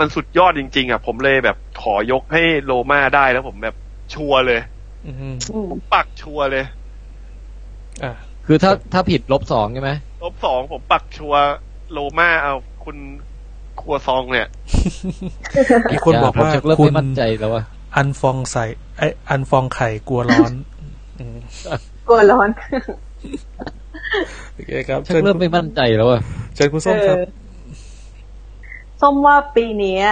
[SPEAKER 3] มันสุดยอดจริง ๆอะผมเลยแบบขอยกให้โลมาได้แล้วผมแบบชัวร์เลย
[SPEAKER 1] อืม
[SPEAKER 4] อืม
[SPEAKER 3] ปักชัวร์เลย
[SPEAKER 1] อ่ะ
[SPEAKER 2] คือถ้าถ้าผิดลบสองใช่ไหม
[SPEAKER 3] ลบสองผมปักชัวร์โลมาเอาคุณครัวซองเนี่ย
[SPEAKER 1] มีคนบอกว่า
[SPEAKER 2] เริ่ม
[SPEAKER 1] คุ
[SPEAKER 2] ไม่
[SPEAKER 1] ณ
[SPEAKER 2] มั่นใจแล้วว่า
[SPEAKER 1] อันฟองใส่ไออันฟองไข่กลัวร้อนอืม
[SPEAKER 4] กลัวร้อน
[SPEAKER 1] โอเคครับ
[SPEAKER 2] ชั
[SPEAKER 1] เชิ
[SPEAKER 2] ก
[SPEAKER 1] ญ
[SPEAKER 2] เริ่มไม่มั่นใจแล้วอะ
[SPEAKER 1] เชิญคุณส้มครับ
[SPEAKER 4] เออส้มว่าปีเนี้ย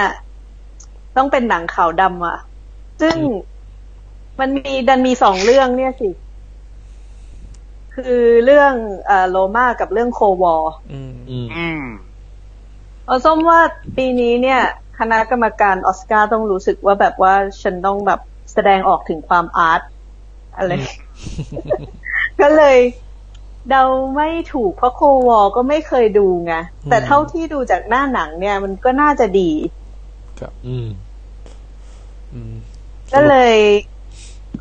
[SPEAKER 4] ต้องเป็นหนังขาวดำอ่ะ ซึ่งมันมีดันมีสองเรื่องเนี่ยสิ คือเรื่องเอ่อโลมากับเรื่องโควอ
[SPEAKER 1] อืม
[SPEAKER 2] อืม
[SPEAKER 3] อืม
[SPEAKER 4] เอาส้มว่าปีนี้เนี่ย คณะกรรมการออสการ์ต้องรู้สึกว่าแบบว่าฉันต้องแบบแสดงออกถึงความอาร์ตอะไร <laughs> ก็เลยเดาไม่ถูกเพราะโควอลก็ไม่เคยดูไงแต่เท่าที่ดูจากหน้าหนังเนี่ย มันก็น่าจะดี
[SPEAKER 2] อืม
[SPEAKER 1] อืม
[SPEAKER 4] ก็เลย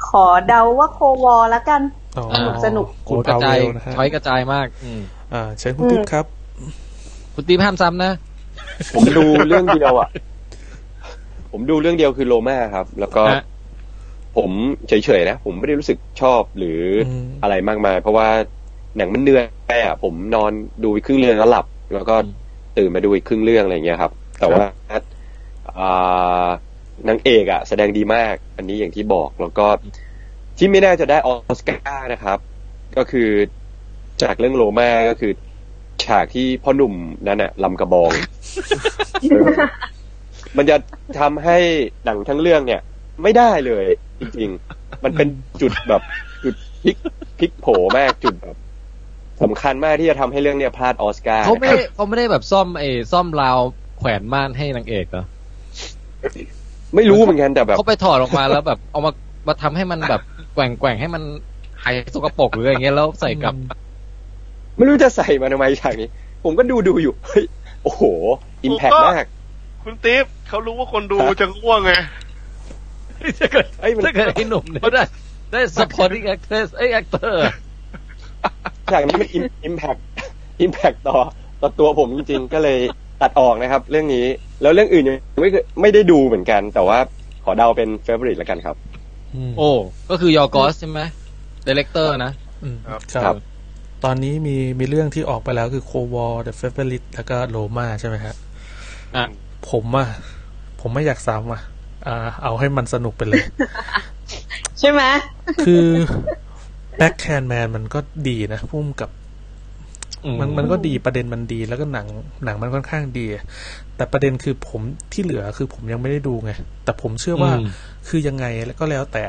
[SPEAKER 4] ขอเดาว่าโควอลละกัน
[SPEAKER 1] อ๋อ
[SPEAKER 4] สนุก
[SPEAKER 1] คุณ
[SPEAKER 2] โอ้ยก
[SPEAKER 1] พา
[SPEAKER 2] ระ
[SPEAKER 1] เว
[SPEAKER 2] จาย
[SPEAKER 1] ลนะฮะ
[SPEAKER 2] ช้อยกระจายมาก อืม
[SPEAKER 1] อ่าเชิญคุณติ๊บครับ
[SPEAKER 2] คุณตีมห้ามซ้ำนะ
[SPEAKER 5] ผมดูเรื่องเดียวอ่ะ <laughs> ผมดูเรื่องเดียวคือโลมาครับ แล้วก็
[SPEAKER 2] ฮะ
[SPEAKER 5] ผมเฉยๆนะ ผมไม่ได้รู้สึกชอบหรืออ
[SPEAKER 1] ม
[SPEAKER 5] อะไรมากมาย เพราะว่าหนังมันเหนื่อยไปอ่ะ ผมนอนดูอีกครึ่งเรื่องแล้วหลับ แล้วก็
[SPEAKER 2] อืม
[SPEAKER 5] ตื่นมาดูอีกครึ่งเรื่องอะไรอย่างเงี้ยครับ แต่ว่าอ่านางเอกอ่ะ แสดงดีมาก อันนี้อย่างที่บอกแล้วก็ที่ไม่น่าจะได้ออสการ์นะครับ ก็คือจากเรื่องโลมาก็คือ ฉากที่พ่อหนุ่มนั่นน่ะลำกระบอง เออ <laughs> มันจะทำให้หนังทั้งเรื่องเนี่ย ไม่ได้เลย จริงๆ มันเป็นจุดแบบ จุดพลิกพลิกโผมากจุดแบบสำคัญมากที่จะทำให้เรื่องเนี่ยพลาดออสการ์
[SPEAKER 2] เขาไม่
[SPEAKER 5] นะ
[SPEAKER 2] ได้
[SPEAKER 5] ครับ
[SPEAKER 2] เขาไม่ได้แบบซ่อมไอ้ซ่อมราวแขวนม่านให้นางเอกเหรอ
[SPEAKER 5] ไม่รู้เหมือนกันแต่แบบ
[SPEAKER 2] เขาไปถอดออกมาแล้วแบบ <laughs> เอามามาทำให้มันแบบแกว่งแกว่งให้มันหายสกปรกหรืออะไรเงี้ยแล้วใส่กลับ
[SPEAKER 5] ไม่รู้จะใส่มาทำไมฉากนี้ ผมก็ดูดูอยู่เฮ้ยโอ้โหอิมแพก
[SPEAKER 3] ผมก็
[SPEAKER 5] มาก
[SPEAKER 3] คุณติ๊บเขารู้ว่าคนดูจะง่วงไง
[SPEAKER 2] ถ้าเกิด
[SPEAKER 5] เอ้ยมัน
[SPEAKER 2] ถ้าเกิดไอ้หนุ่มเนี่ยเขาได้ได้ supporting actress ไอ้ actor
[SPEAKER 5] ฉากนี้มันอิมแพ <laughs> กอิมแพกต่อต่อตัวผมจริงๆ ก็เลยตัดออกนะครับ เรื่องนี้แล้วเรื่องอื่นยังไม่เคยไม่ได้ดูเหมือนกัน แต่ว่าขอเดาเป็นเฟเวอริตแล้วกันครับ
[SPEAKER 1] ม
[SPEAKER 2] โอ้ ก็คือยอร์กอสใช่ไหม director นะ
[SPEAKER 1] อืม
[SPEAKER 3] ครับ
[SPEAKER 1] ค
[SPEAKER 5] ครั
[SPEAKER 1] รับ
[SPEAKER 5] บ
[SPEAKER 1] ตอนนี้มีมีเรื่องที่ออกไปแล้วคือโควอลเดอะเฟเวอริตแล้วก็โลมาใช่ไหมฮะ
[SPEAKER 2] อ่ะ
[SPEAKER 1] ผมอ่ะ ผมไม่อยากซ้ำอ่ะอ่าเอาให้มันสนุกไปเลย <laughs>
[SPEAKER 4] ใช่ไหม
[SPEAKER 1] คือแบ็คแคนแมนมันก็ดีนะพุ่มกับ มันมันก็ดีประเด็นมันดีแล้วก็หนังหนังมันค่อนข้างดี แต่ประเด็นคือผมที่เหลือคือผมยังไม่ได้ดูไง แต่ผมเชื่อว่า
[SPEAKER 2] อืม
[SPEAKER 1] คือยังไงแล้วก็แล้วแต่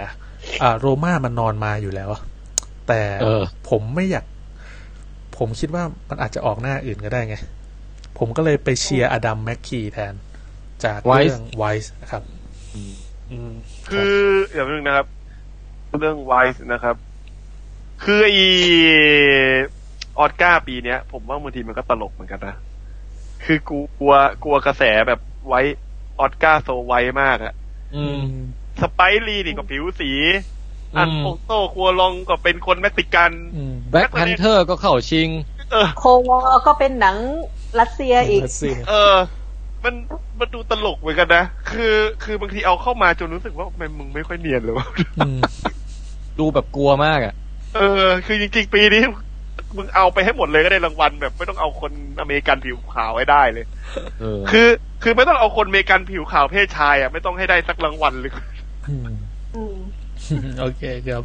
[SPEAKER 1] อ่าโรม่ามันนอนมาอยู่แล้วอะแต่
[SPEAKER 2] เออ
[SPEAKER 1] ผมไม่อยาก ผมคิดว่ามันอาจจะออกหน้าอื่นก็ได้ไง ผมก็เลยไปเชียร์อดัมแม็กคีแทน จากเรื่องไวส์ครับอืม
[SPEAKER 3] คืออย่างนึงนะครับ เรื่องไวส์นะครับ คือไอออดก้าปีเนี้ย ผมว่าบางทีมันก็ตลกเหมือนกันนะ คือกลัวกลัวกระแสแบบไวออดก้าโซไวมากอะ
[SPEAKER 2] อืม
[SPEAKER 3] สไปรีนี่ก็ผิวสี
[SPEAKER 2] อืม
[SPEAKER 3] อันโปโตครัวลองก็เป็นคนเม็กซิกัน
[SPEAKER 1] อืม
[SPEAKER 2] Black Panther ก็เข้าชิง
[SPEAKER 3] เออ
[SPEAKER 4] โควอลก็เป็นหนังรัสเซียอีก
[SPEAKER 1] รัสเซีย
[SPEAKER 3] เออ มันมันดูตลกเหมือนกันนะ คือคือบางทีเอาเข้ามาจนรู้สึกว่ามันมึงไม่ค่อยเนียนเลยวะ
[SPEAKER 1] อืม
[SPEAKER 2] ดูแบบกลัวมากอ่ะ
[SPEAKER 3] เออ คือจริงๆ ปีนี้ <laughs> มึงเอาไปให้หมดเลยก็ได้รางวัลแบบไม่ต้องเอาคนอเมริกันผิวขาวให้ได้เลย
[SPEAKER 2] เออ
[SPEAKER 3] คือ คือไม่ต้องเอาคนอเมริกันผิวขาวเพศชายอ่ะไม่ต้องให้ได้สักรางวัลเลย <laughs>
[SPEAKER 1] อืม
[SPEAKER 4] อืม
[SPEAKER 1] <laughs> โอเคครับ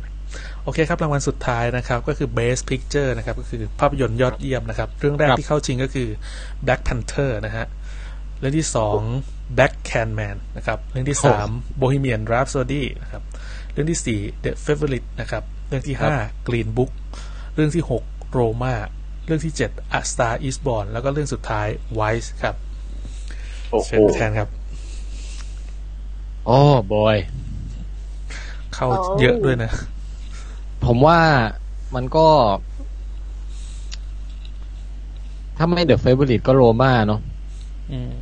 [SPEAKER 1] โอเคครับรางวัลสุดท้ายนะครับ ก็คือ Best Picture นะครับ ก็คือภาพยนตร์ยอดเยี่ยมนะครับ เรื่องแรก
[SPEAKER 2] ครับ
[SPEAKER 1] ที่เข้าชิงก็คือ Black Panther นะฮะ เรื่องที่สอง Black Can Man นะครับ เรื่องที่สาม Bohemian Rhapsody นะครับ เรื่องที่สี่ The Favorite นะครับ เรื่องที่ห้า Green Book เรื่องที่หก Roma เรื่องที่เจ็ด A Star Is Born แล้วก็เรื่องสุดท้าย Wise ครับ
[SPEAKER 5] โอ้โห
[SPEAKER 1] เชิญแทนครับ
[SPEAKER 2] โอ้บอย
[SPEAKER 1] เข้า
[SPEAKER 4] โอ้
[SPEAKER 1] เยอะด้วยนะ
[SPEAKER 2] ผมว่ามันก็ ถ้าไม่ The Favorite ก็โรมาเนาะ
[SPEAKER 1] อืม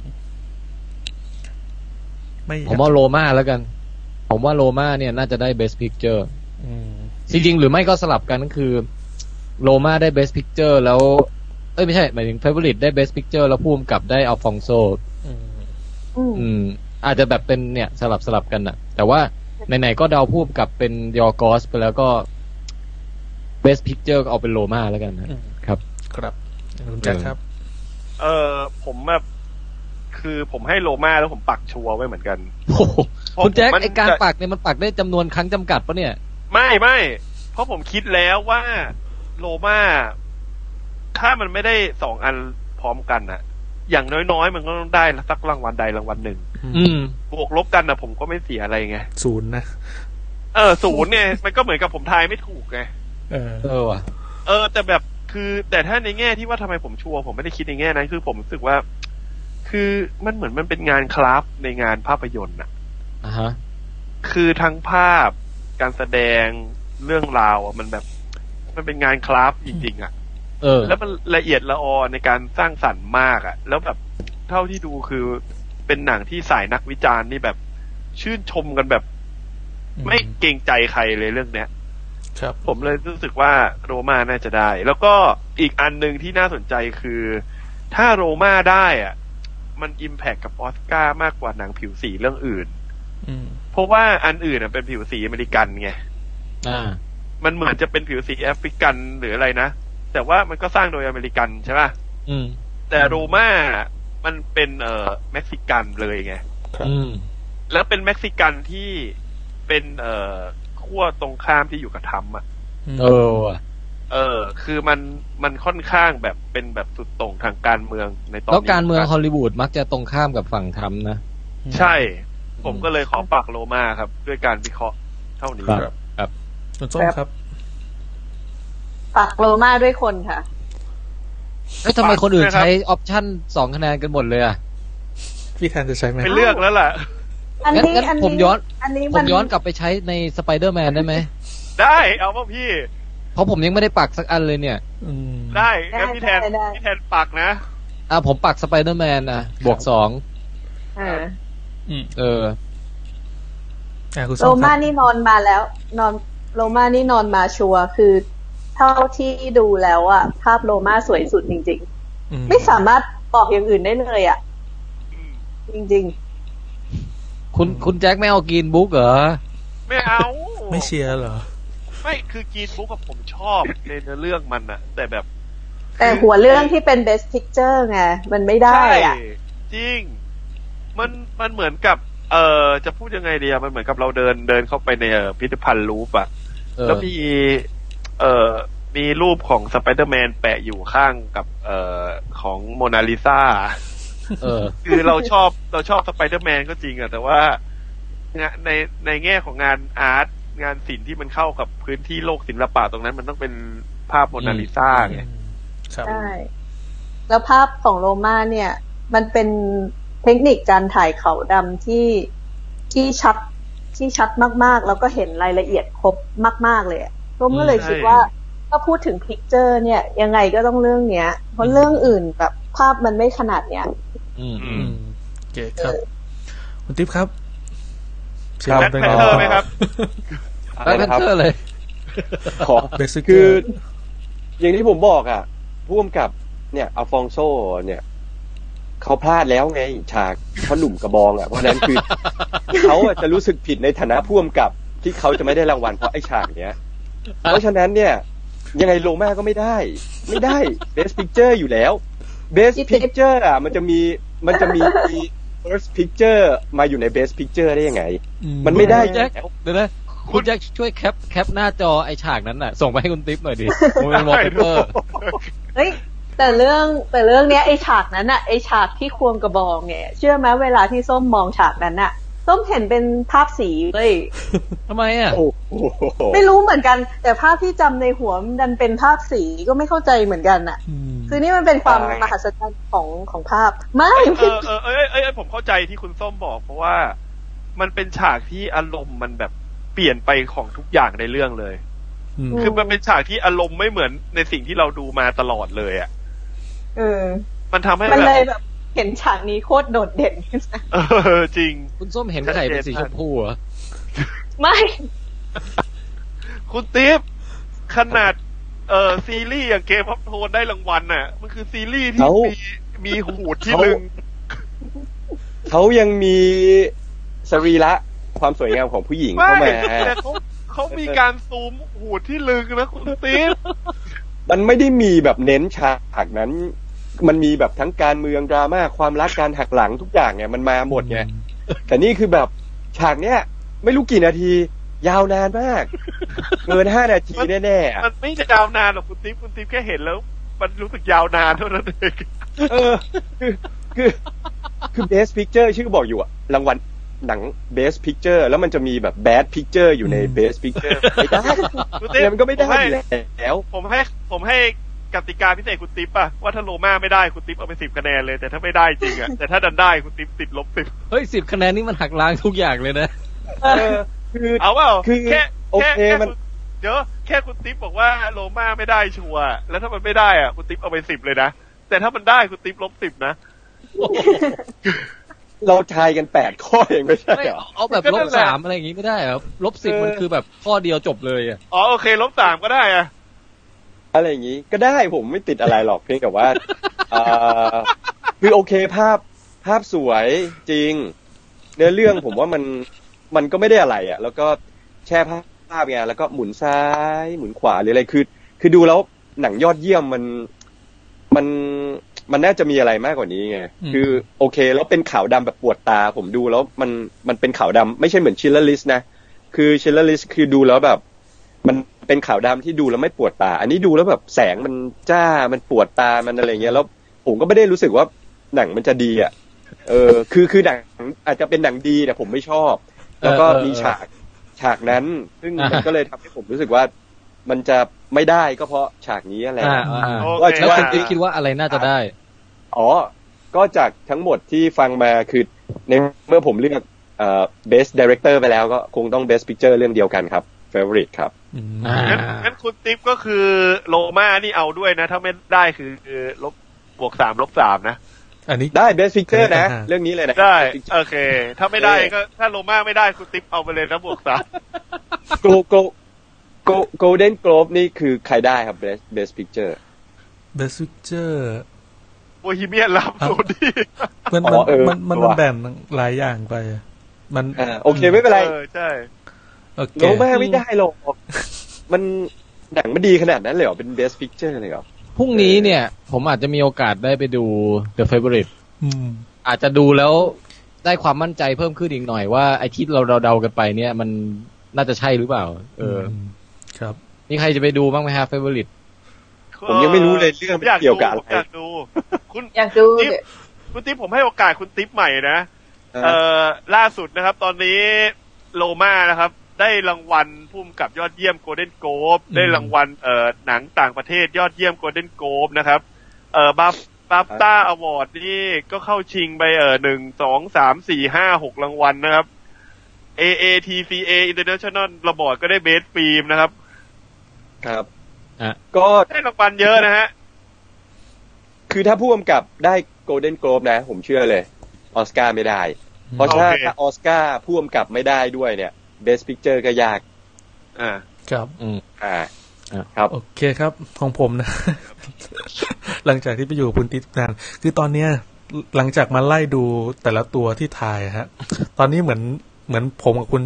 [SPEAKER 1] ไม่อยก
[SPEAKER 2] ผมว่าโรมาแล้วกัน ผมว่าโรมาเนี่ยน่าจะได้ Best Picture
[SPEAKER 1] อืม
[SPEAKER 2] จริงๆหรือไม่ก็สลับกันก็คือโรมาได้ Best Picture แล้ว เอ้ยไม่ใช่ หมายถึง Favorite ได้ Best Picture แล้วพูมกับได้อัลฟองโซ
[SPEAKER 1] อืม
[SPEAKER 4] อืม
[SPEAKER 2] อืม อาจจะแบบเป็นเนี่ยสลับสลับกันอะแต่ว่าไหนๆก็เดาพูมกับเป็นยอร์กอสไปแล้วก็ Best Picture ก็เอาเป็นโรมาแล้วกันนะ
[SPEAKER 1] อืม
[SPEAKER 2] ครับ
[SPEAKER 1] ครับคุณแจ็คครับ
[SPEAKER 3] เออผมแบบ คือผมให้โลมาแล้วผมปักชัวร์ไว้เหมือนกัน
[SPEAKER 2] โอ้โห
[SPEAKER 3] เพราะ
[SPEAKER 2] คุณแจ็ค
[SPEAKER 3] ผมมั่น
[SPEAKER 2] ไอการ
[SPEAKER 3] ใจ
[SPEAKER 2] ปักเนี่ยมันปักได้จำนวนครั้งจำกัดปะเนี่ย
[SPEAKER 3] ไม่ไม่ เพราะผมคิดแล้วว่าโลมาถ้ามันไม่ได้สองอันพร้อมกันน่ะ อย่างน้อยๆ มันก็ต้องได้สักรางวัลใดรางวัลหนึ่ง
[SPEAKER 2] อืม
[SPEAKER 3] บวกลบกันนะผมก็ไม่เสียอะไรไง
[SPEAKER 1] ศูนย์นะ
[SPEAKER 3] เออศูนย์เนี่ย มันก็เหมือนกับผมทายไม่ถูกไง
[SPEAKER 1] เออ
[SPEAKER 2] เออว่ะ
[SPEAKER 3] เออ แต่แบบคือแต่ถ้าในแง่ที่ว่าทำไมผมชัวร์ผมไม่ได้คิดในแง่นั้นคือผมรู้สึกว่า คือมันเหมือนมันเป็นงานคราฟต์ในงานภาพยนตร์น่ะ
[SPEAKER 2] อ่าฮะ
[SPEAKER 3] คือทั้งภาพการแสดงเรื่องราวอ่ะมันแบบ มันเป็นงานคราฟต์จริงๆอ่ะ
[SPEAKER 2] เออ
[SPEAKER 3] แล้วมันละเอียดละออในการสร้างสรรค์มากอะ่ะ แล้วแบบเท่าที่ดูคือเป็นหนังที่สายนักวิจารณ์นี่แบบ ชื่นชมกันแบบ ไม่เกรงใจใครเลยเรื่องเนี้ย
[SPEAKER 1] ครับ
[SPEAKER 3] ผมเลยรู้สึกว่าโรมาน่าจะได้ แล้วก็อีกอันหนึ่งที่น่าสนใจคือ ถ้าโรมาได้อะ่ะ มันอิมแพคกับออสการ์มากกว่าหนังผิวสีเรื่องอื่น
[SPEAKER 1] อืม
[SPEAKER 3] เพราะว่าอันอื่นอะเป็นผิวสีอเมริกันไง
[SPEAKER 2] อ่า
[SPEAKER 3] มันเหมือนจะเป็นผิวสีแอฟริกันหรืออะไรนะ แต่ว่ามันก็สร้างโดยอเมริกันใช่ป่ะ
[SPEAKER 2] อืม
[SPEAKER 3] แต่โรม่ามันเป็นเอ่อเม็กซิกันเลยไง
[SPEAKER 1] ครับ
[SPEAKER 2] อืม
[SPEAKER 3] แล้วเป็นเม็กซิกันที่เป็นเอ่อขั้วตรงข้ามที่อยู่กับทรัมป์อ่ะ
[SPEAKER 2] เออว่ะ
[SPEAKER 3] เออ คือมันมันค่อนข้างแบบเป็นแบบสุดโต่งทางการเมืองในตอนนี้
[SPEAKER 2] แล้วการเมืองฮอลลีวูดมักจะตรงข้ามกับฝั่งทรัมป์นะ
[SPEAKER 3] ใช่ ผมก็เลยขอปากโรม่าครับ ด้วยการวิเคราะห์เท่านี้
[SPEAKER 2] ครับ
[SPEAKER 3] ครับ
[SPEAKER 1] คุณส้มครับ
[SPEAKER 4] ปักโลมาด้วยคนค่ะ
[SPEAKER 2] เอ้ยทำไมคนอื่น
[SPEAKER 3] ครับ
[SPEAKER 2] ใช้ออปชั่นสองคะแนนกันหมดเลยอ่ะ
[SPEAKER 1] พี่แทนจะใช้ไหม
[SPEAKER 3] เป็นเลือกแล้วล่ะ <laughs>
[SPEAKER 4] อันนี้
[SPEAKER 2] งั้นงั้น
[SPEAKER 4] อันนี้
[SPEAKER 2] ผมย้อน
[SPEAKER 4] อันนี้
[SPEAKER 2] ผ
[SPEAKER 4] มั
[SPEAKER 2] ม
[SPEAKER 4] น
[SPEAKER 2] ย้อนกลับไปใช้ในสไปเดอร์แมนได้ไหม
[SPEAKER 3] ได้เอาป่ะพี่
[SPEAKER 2] เพราะผมยังไม่ได้ปักสักอันเลยเนี่ย
[SPEAKER 1] อืม
[SPEAKER 3] ได้งั้นพี่แทนพี่แทนปากนะ
[SPEAKER 2] อ่ะผมปักสไปเดอร์แมนอ่ะ บวกสอง
[SPEAKER 4] เออ
[SPEAKER 1] อืม
[SPEAKER 2] เออ
[SPEAKER 1] อ่ะคุณ
[SPEAKER 4] โล
[SPEAKER 1] ส้มค
[SPEAKER 4] มา
[SPEAKER 1] รับ
[SPEAKER 4] นี่นอนมาแล้ว นอนโลมานี่นอนมาชัวร์คือ เท่าที่ดูแล้วอะภาพโลมาสวยสุดจริง
[SPEAKER 1] อืม
[SPEAKER 4] ๆ ไม่สามารถบอกอย่างอื่นได้เลยอะจริง
[SPEAKER 2] คุณคุณแจ็คไม่เอากินบุ๊กเหรอ
[SPEAKER 3] ไม่เอา
[SPEAKER 1] ไม่เชียร์เหรอ
[SPEAKER 3] ไม่คือกรีนบุ๊กกับผมชอบในเนื้อเรื่องมันอะแต่แบบ
[SPEAKER 4] ๆ แต่หัวเรื่องที่เป็น best picture ไงมันไม่ได้
[SPEAKER 3] ใช่
[SPEAKER 4] อะ
[SPEAKER 3] จริง มันมันเหมือนกับ เออจะพูดยังไงดีอะมันเหมือนกับเราเดินเดินเข้าไปในเอ่อพิพิธภัณฑ์รูปอะ
[SPEAKER 2] เออ
[SPEAKER 3] แล้วมีเออมีรูปของสไปเดอร์แมนแปะอยู่ข้างกับเออของโมนาลิซา
[SPEAKER 2] เออ
[SPEAKER 3] คือเราชอบ <laughs> เราชอบสไปเดอร์แมนก็จริงอะแต่ว่าในในแง่ของงานอาร์ตงานศิลป์ที่มันเข้ากับพื้นที่โลกศิลปะตรงนั้น มันต้องเป็นภาพโมนาลิซาไง
[SPEAKER 1] ครับ
[SPEAKER 4] ใช่แล้วภาพของโลมาเนี่ย มันเป็นเทคนิคการถ่ายเขาดำที่ที่ชัดที่ชัดมากๆ แล้วก็เห็นรายละเอียดครบมาก ๆ เลยอะร่วมก็เลย
[SPEAKER 3] ใช่
[SPEAKER 4] คิดว่าถ้าพูดถึงพิกเจอร์ เนี่ย ยังไงก็ต้องเรื่องเนี้ย เพราะเรื่องอื่นแบบภาพมันไม่ขนาดเนี้ย
[SPEAKER 2] อืม
[SPEAKER 3] อื
[SPEAKER 1] อืมโอเคครับ คุณติ๊บครับเชียร์
[SPEAKER 3] แบท
[SPEAKER 1] เป็น
[SPEAKER 3] แพน
[SPEAKER 1] ไง
[SPEAKER 3] เทอร์ไหมครับ
[SPEAKER 2] แบ็คแพนเทอร์เลย
[SPEAKER 5] ขอ
[SPEAKER 1] เบสิก
[SPEAKER 5] คื
[SPEAKER 1] คือ อ
[SPEAKER 5] อย่างที่ผมบอกอ่ะพ่วมกับเนี่ยอัลฟองโซเนี่ยเขาพลาดแล้วไงฉากพ่อหนุ่มกระบองอ่ะเพราะฉะนั้นคือ เขาอะจะรู้สึกผิดในฐานะพ่วมกับที่เขาจะไม่ได้รางวัลเพราะไอ้ฉากเนี้ย เพราะฉะนั้นเนี่ย ยังไงโลมาก็ไม่ได้ ไม่ได้เบสพิกเจอร์อยู่แล้วเบส
[SPEAKER 4] จิ๊บจิ๊
[SPEAKER 5] พิ
[SPEAKER 4] บ
[SPEAKER 5] กเจอร์อ่ะ มันจะมีมันจะมีมี first picture มาอยู่ในเบสพิกเจอร์ได้ยังไง มันไม่ได้อยู่
[SPEAKER 2] แจ็ค
[SPEAKER 5] แล้ว
[SPEAKER 2] เดี๋ยวนะคุณแจ็คช่วยแคปแคปหน้าจอไอฉากนั้นน่ะ ส่งไปให้คุณติ๊บหน่อย <laughs> ดิผมเป็นวอลเปเปอร์
[SPEAKER 4] เฮ้ยแต่เรื่องแต่เรื่องเนี้ยไอฉากนั้นอะไอฉากที่ควงกระบองเนี่ยเชื่อไหมเวลาที่ส้มมองฉากนั้นอะส้มเห็นเป็นภาพสีเลย
[SPEAKER 2] ทำไมอ่ะ
[SPEAKER 5] โอ้โห
[SPEAKER 4] ไม่รู้เหมือนกัน แต่ภาพที่จำในหัวมันดันเป็นภาพสีก็ไม่เข้าใจเหมือนกันอะ
[SPEAKER 1] ม
[SPEAKER 4] คือนี่มันเป็นความ
[SPEAKER 5] ใช่
[SPEAKER 4] มหัศจรรย์ของของภาพ ไม่
[SPEAKER 3] <laughs> เออเออเออเออเออผมเข้าใจที่คุณส้มบอก เพราะว่ามันเป็นฉากที่อารมณ์มันแบบเปลี่ยนไปของทุกอย่างในเรื่องเลย
[SPEAKER 1] ม
[SPEAKER 3] คือมันเป็นฉากที่อารมณ์ไม่เหมือนในสิ่งที่เราดูมาตลอดเลยอ่ะ
[SPEAKER 4] เออ
[SPEAKER 3] มันทำให้
[SPEAKER 4] มัน
[SPEAKER 3] แบ
[SPEAKER 4] เลย
[SPEAKER 3] บ <laughs>
[SPEAKER 4] แบบเห็นฉากนี้โคตรโดดเด่น <laughs>
[SPEAKER 3] เออจริง
[SPEAKER 2] คุณส้มเห็นไข่เป็นสีชมพูเหรอ
[SPEAKER 4] ไม่
[SPEAKER 3] คุณติ๊บขนาด เออซีรีส์อย่างเกมพับโทนได้รางวัลน่ะ มันคือซีรีส์ที่
[SPEAKER 5] เขามี
[SPEAKER 3] มีมีหูดที่ลึง
[SPEAKER 5] เขายังมีสรีระความสวยงามของผู้หญิง
[SPEAKER 3] ไม่
[SPEAKER 5] เข้ามา
[SPEAKER 3] แต่เขาเขามีการซูมหูดที่ลึงนะคุณติ๊บ
[SPEAKER 5] มันไม่ได้มีแบบเน้นฉากนั้น มันมีแบบทั้งการเมืองดราม่าความรักการหักหลังทุกอย่างเนี่ยมันมาหมดไง แต่นี่คือแบบฉากเนี้ยไม่รู้กี่นาที ยาวนานมาก เกินห้านาทีแน่ๆอะ
[SPEAKER 3] มันไม่จะยาวนานหรอกคุณติ๊บคุณติ๊บแค่เห็นแล้ว มันรู้สึกยาวนานเท่านั้นเอง
[SPEAKER 5] เออ คือคือคือ best picture ชื่อบอกอยู่อะรางวัลหนัง best picture แล้วมันจะมีแบบ bad picture อยู่ใน best picture ไม่ได้
[SPEAKER 3] คุณ
[SPEAKER 5] เนี่ยมันก็ไม่ได้
[SPEAKER 3] ผให้
[SPEAKER 5] อยู่แล้ว
[SPEAKER 3] ผมให้ผมให้กติกาพิเศษคุณติ๊บอะว่าถ้าโลมาไม่ได้คุณติ๊บเอาไปสิบคะแนนเลย แต่ถ้าไม่ได้จริง
[SPEAKER 5] <laughs>
[SPEAKER 3] อะแต่ถ้าดันได้คุณติ๊บติดลบสิบ
[SPEAKER 2] เฮ้ยสิบคะแนนนี่มันหักล้างทุกอย่างเลยนะ
[SPEAKER 5] เออ คือ
[SPEAKER 3] เอาเปล่า
[SPEAKER 5] คือ
[SPEAKER 3] แค่
[SPEAKER 5] โอ
[SPEAKER 3] แค่
[SPEAKER 5] เค
[SPEAKER 3] แค่
[SPEAKER 5] มั
[SPEAKER 3] คุ
[SPEAKER 5] น
[SPEAKER 3] ณเดี๋ยวแค่คุณติ๊บบอกว่าโลมาไม่ได้ชัวร์แล้วถ้ามันไม่ได้อะคุณติ๊บเอาไปสิบเลยนะแต่ถ้ามันได้คุณติ๊บลบสิบนะ
[SPEAKER 5] เราทายกันแปดข้อเองไม่ใช่
[SPEAKER 2] ไม่
[SPEAKER 5] เหรอ
[SPEAKER 2] เอาแบบ
[SPEAKER 3] ก็
[SPEAKER 2] ล
[SPEAKER 3] นั่
[SPEAKER 2] บ
[SPEAKER 3] นแหละ
[SPEAKER 2] สามอะไรอย่างงี้ไม่ได้เหรอลบสิบ
[SPEAKER 5] เออ
[SPEAKER 2] มันคือแบบข้อเดียวจบเลยอ่ะ
[SPEAKER 3] อ๋อโอเคลบสามก็ได้อะ
[SPEAKER 5] อะไรอย่างนี้ก็ได้ผมไม่ติดอะไรหรอก เพียงแต่ว่าเอ่อคือโอเคภาพภาพสวยจริง เนื้อเรื่องผมว่ามันมันก็ไม่ได้อะไรอ่ะ แล้วก็แช่ภาพภาพไงแล้วก็หมุนซ้าย หมุนขวาหรืออะไรคือ คือดูแล้วหนังยอดเยี่ยมมันมันมันน่าจะมีอะไรมากกว่านี้ไง
[SPEAKER 1] อืม
[SPEAKER 5] คือโอเค แล้วเป็นขาวดำแบบปวดตา ผมดูแล้วมันมันเป็นขาวดำไม่ใช่เหมือนชิลเลอร์ลิสนะคือชิลเลอร์ลิสคือดูแล้วแบบ มันเป็นขาวดำที่ดูแล้วไม่ปวดตา อันนี้ดูแล้วแบบแสงมันจ้ามันปวดตามันอะไรเงี้ยแล้วผมก็ไม่ได้รู้สึกว่าหนังมันจะดีอ่ะ เออ คือคือหนังอาจจะเป็นหนังดีแต่ผมไม่ชอบ แล้วก็มีฉากฉากนั้น ซึ่งมันก็เลยทำให้ผมรู้สึกว่า มันจะไม่ได้ก็เพราะฉากนี้อะไร
[SPEAKER 2] อ่าอ่า
[SPEAKER 3] โอ
[SPEAKER 5] ว่า
[SPEAKER 3] เค
[SPEAKER 5] จะ
[SPEAKER 2] แล้ว
[SPEAKER 3] ว่า
[SPEAKER 2] คุณติ๊กคิดว่าอะไรน่าจะได้
[SPEAKER 5] อ๋อ ก็จากทั้งหมดที่ฟังมาคือในเมื่อผมเลือกเอ่อ best director ไปแล้วก็คงต้อง best picture เรื่องเดียวกันครับ favorite ครับ
[SPEAKER 1] อืม
[SPEAKER 2] อ่า
[SPEAKER 3] งั้นงั้นคุณติ๊บก็คือโลมานี่เอาด้วยนะ ถ้าไม่ได้คือลบบวกสามลบสามนะ
[SPEAKER 1] อันนี้
[SPEAKER 5] ได้ best picture นะ
[SPEAKER 3] <laughs>
[SPEAKER 1] อ่า
[SPEAKER 5] เรื่องนี้เลยนะ
[SPEAKER 3] ได้
[SPEAKER 5] Best Picture
[SPEAKER 3] โอเค ถ้าไม่ได้ก็ถ้าโลมาไม่ได้คุณติ๊บเอาไปเลยนะบวกสาม
[SPEAKER 5] โกโกโกโกลเด้นโกลบนี่คือใครได้ครับ best best picture
[SPEAKER 1] Best Picture
[SPEAKER 3] โบฮีเมียนรับโซดี้
[SPEAKER 1] มัน
[SPEAKER 5] อ๋
[SPEAKER 1] มัน
[SPEAKER 5] อเออ
[SPEAKER 1] มันมัน
[SPEAKER 5] ว่ะ
[SPEAKER 1] แบ่งหลายอย่างไป มัน
[SPEAKER 5] อ่าโอเคไม่เป็นไร
[SPEAKER 3] เออใช่
[SPEAKER 1] โอเค
[SPEAKER 5] โลมาไม่ได้หรอกมันหนังมันดีขนาดนั้นเลยเหรอ เป็น best picture เลยเหรอ
[SPEAKER 2] พรุ่งนี้เนี่ย ผมอาจจะมีโอกาสได้ไปดู The Favorite
[SPEAKER 1] อืม
[SPEAKER 2] อาจจะดูแล้วได้ความมั่นใจเพิ่มขึ้นอีกหน่อยว่าไอ้ที่เราเดาๆกันไปเนี่ย มันน่าจะใช่หรือเปล่า เอออ
[SPEAKER 1] มครับ
[SPEAKER 2] นี่ใครจะไปดูบ้างไหมฮะ Favorite
[SPEAKER 5] ผมยังไม่รู้เลยเรื่องมันเกี่ยวกับอะ
[SPEAKER 3] ผม
[SPEAKER 5] ไร
[SPEAKER 3] อยากดูคุณ
[SPEAKER 4] อยากดู
[SPEAKER 3] ติ๊บคุณติ๊บผมให้โอกาสคุณติ๊บใหม่นะ เออล่าสุดนะครับ ตอนนี้โลมานะครับ ได้รางวัลพุ่มกับยอดเยี่ยมโกลเด้นโกลบ
[SPEAKER 1] อืม
[SPEAKER 3] ได้รางวัลเอ่อหนังต่างประเทศยอดเยี่ยมโกลเด้นโกลบนะครับ เอ่อบัฟบัฟต้าอวอร์ดนี่ก็เข้าชิงไปเอ่อหนึ่งสองสามสี่ห้าหกรางวัลนะครับ AATCA International ระบอดก็ได้เบสฟิล์มนะครับ
[SPEAKER 5] ครับ
[SPEAKER 2] อ่ะ
[SPEAKER 5] ก็
[SPEAKER 3] ได้รางวัลเยอะนะฮะ
[SPEAKER 5] คือถ้าผู้กำกับได้โกลเด้นโกลบนะ ผมเชื่อเลยออสการ์ไม่ได้ เพราะ
[SPEAKER 3] โอเค
[SPEAKER 5] ถ้าถ้าออสการ์ผู้กำกับไม่ได้ด้วยเนี่ย Best Picture ก็ยาก
[SPEAKER 3] อ่า
[SPEAKER 1] ครับ
[SPEAKER 2] อืม
[SPEAKER 5] อ่า
[SPEAKER 2] อ่ะ
[SPEAKER 5] ครับ
[SPEAKER 1] โอเคครับ ของผมนะ <laughs> หลังจากที่ไปอยู่คุณติ๊บนาน คือตอนเนี้ยหลังจากมาไล่ดูแต่ละตัวที่ทายฮะ ตอนนี้เหมือนเหมือนผมกับคุณ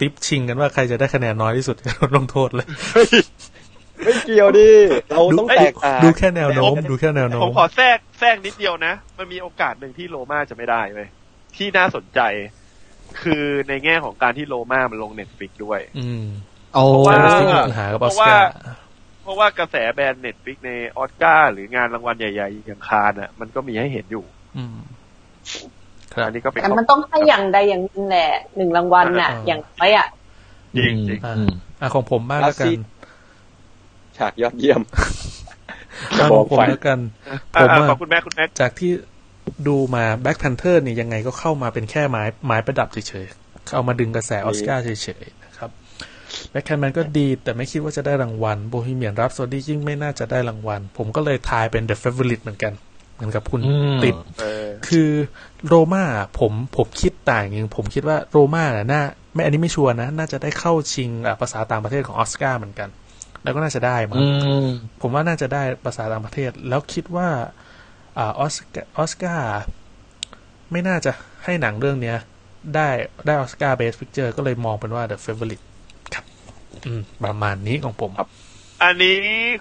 [SPEAKER 1] ติ๊บชิงกันว่าใครจะได้คะแนนน้อยที่สุด ลงโทษเลย
[SPEAKER 5] ไม่เกี่ยวดิ เราต้องแตกต่าง
[SPEAKER 1] ดูแค่แนวโน้ม ดูแค่แนวโน้
[SPEAKER 3] ผม
[SPEAKER 1] ม
[SPEAKER 3] ขอแทรกแทรกนิดเดียวนะ มันมีโอกาสหนึ่งที่โลมาจะไม่ได้เว้ยที่น่าสนใจ คือในแง่ของการที่โลมามันลงเน็ตฟิกด้วย
[SPEAKER 1] อืม
[SPEAKER 2] เอา
[SPEAKER 3] เพราะว่า
[SPEAKER 1] แล้วที่มีปัญหากับออสการ์
[SPEAKER 3] เพราะว่ากระแสแบรนด์เน็ตฟิกในออสการ์หรืองานรางวัลใหญ่ๆอย่างคานอ่ะ มันก็มีให้เห็นอยู่
[SPEAKER 1] อืมครับ
[SPEAKER 3] อันนี้ก็เป็น
[SPEAKER 4] แต่มันต้องให้อย่างใดอย่างหนึ่งแหละหนึ่งรางวัลน่ะ
[SPEAKER 1] อ่า
[SPEAKER 4] อย่างไรอ่ะ
[SPEAKER 3] จริงๆ
[SPEAKER 1] อ่า
[SPEAKER 2] อืม
[SPEAKER 1] อ่ะของผมบ้างแล้วกัน
[SPEAKER 5] ฉากยอดเยี่ยม
[SPEAKER 1] อ่ะ
[SPEAKER 5] บ
[SPEAKER 1] ข
[SPEAKER 5] อ
[SPEAKER 1] อก งผม
[SPEAKER 5] ไป
[SPEAKER 1] แล้วกัน
[SPEAKER 3] อ่ะ
[SPEAKER 1] ผม
[SPEAKER 3] อ่ะ
[SPEAKER 1] ว่า
[SPEAKER 3] ขอบคุณแม่คุณแม่
[SPEAKER 1] จากที่ดูมาแบ็ c แพนเทอร์นี่ยังไงก็เข้ามาเป็นแค่ไม้ไม้ประดับเฉยๆ เอามาดึงกระแสออสการ์เฉยๆนะครับแบ็คแคนแมนก็ดี แต่ไม่คิดว่าจะได้รางวัลโบฮีเมียนรับโซดี้ยิ่งไม่น่าจะได้รางวัล ผมก็เลยทายเป็นเดอะเฟเวอร์ลิเหมือนกัน เหมือนกับคุณติด
[SPEAKER 3] เออ
[SPEAKER 1] คือโรมาผมผมคิดต่างอย่างหนึ่งผมคิดว่าโรมาน่ะน่าไม่อันนี้ไม่ชัวร์นะ น่าจะได้เข้าชิงอ่ะภาษาต่างประเทศของออสการ์เหมือนกัน แล้วก็น่าจะได้มั้ง
[SPEAKER 2] อืม
[SPEAKER 1] ผมว่าน่าจะได้ภาษาต่างประเทศ แล้วคิดว่าอ่าออสการ์ออสการ์ไม่น่าจะให้หนังเรื่องเนี้ย ได้ได้ออสการ์เบสพิกเจอร์ก็เลยมองเป็นว่า The Favorite ครับ อืม ประมาณนี้ของผม
[SPEAKER 5] ครับ
[SPEAKER 3] อันนี้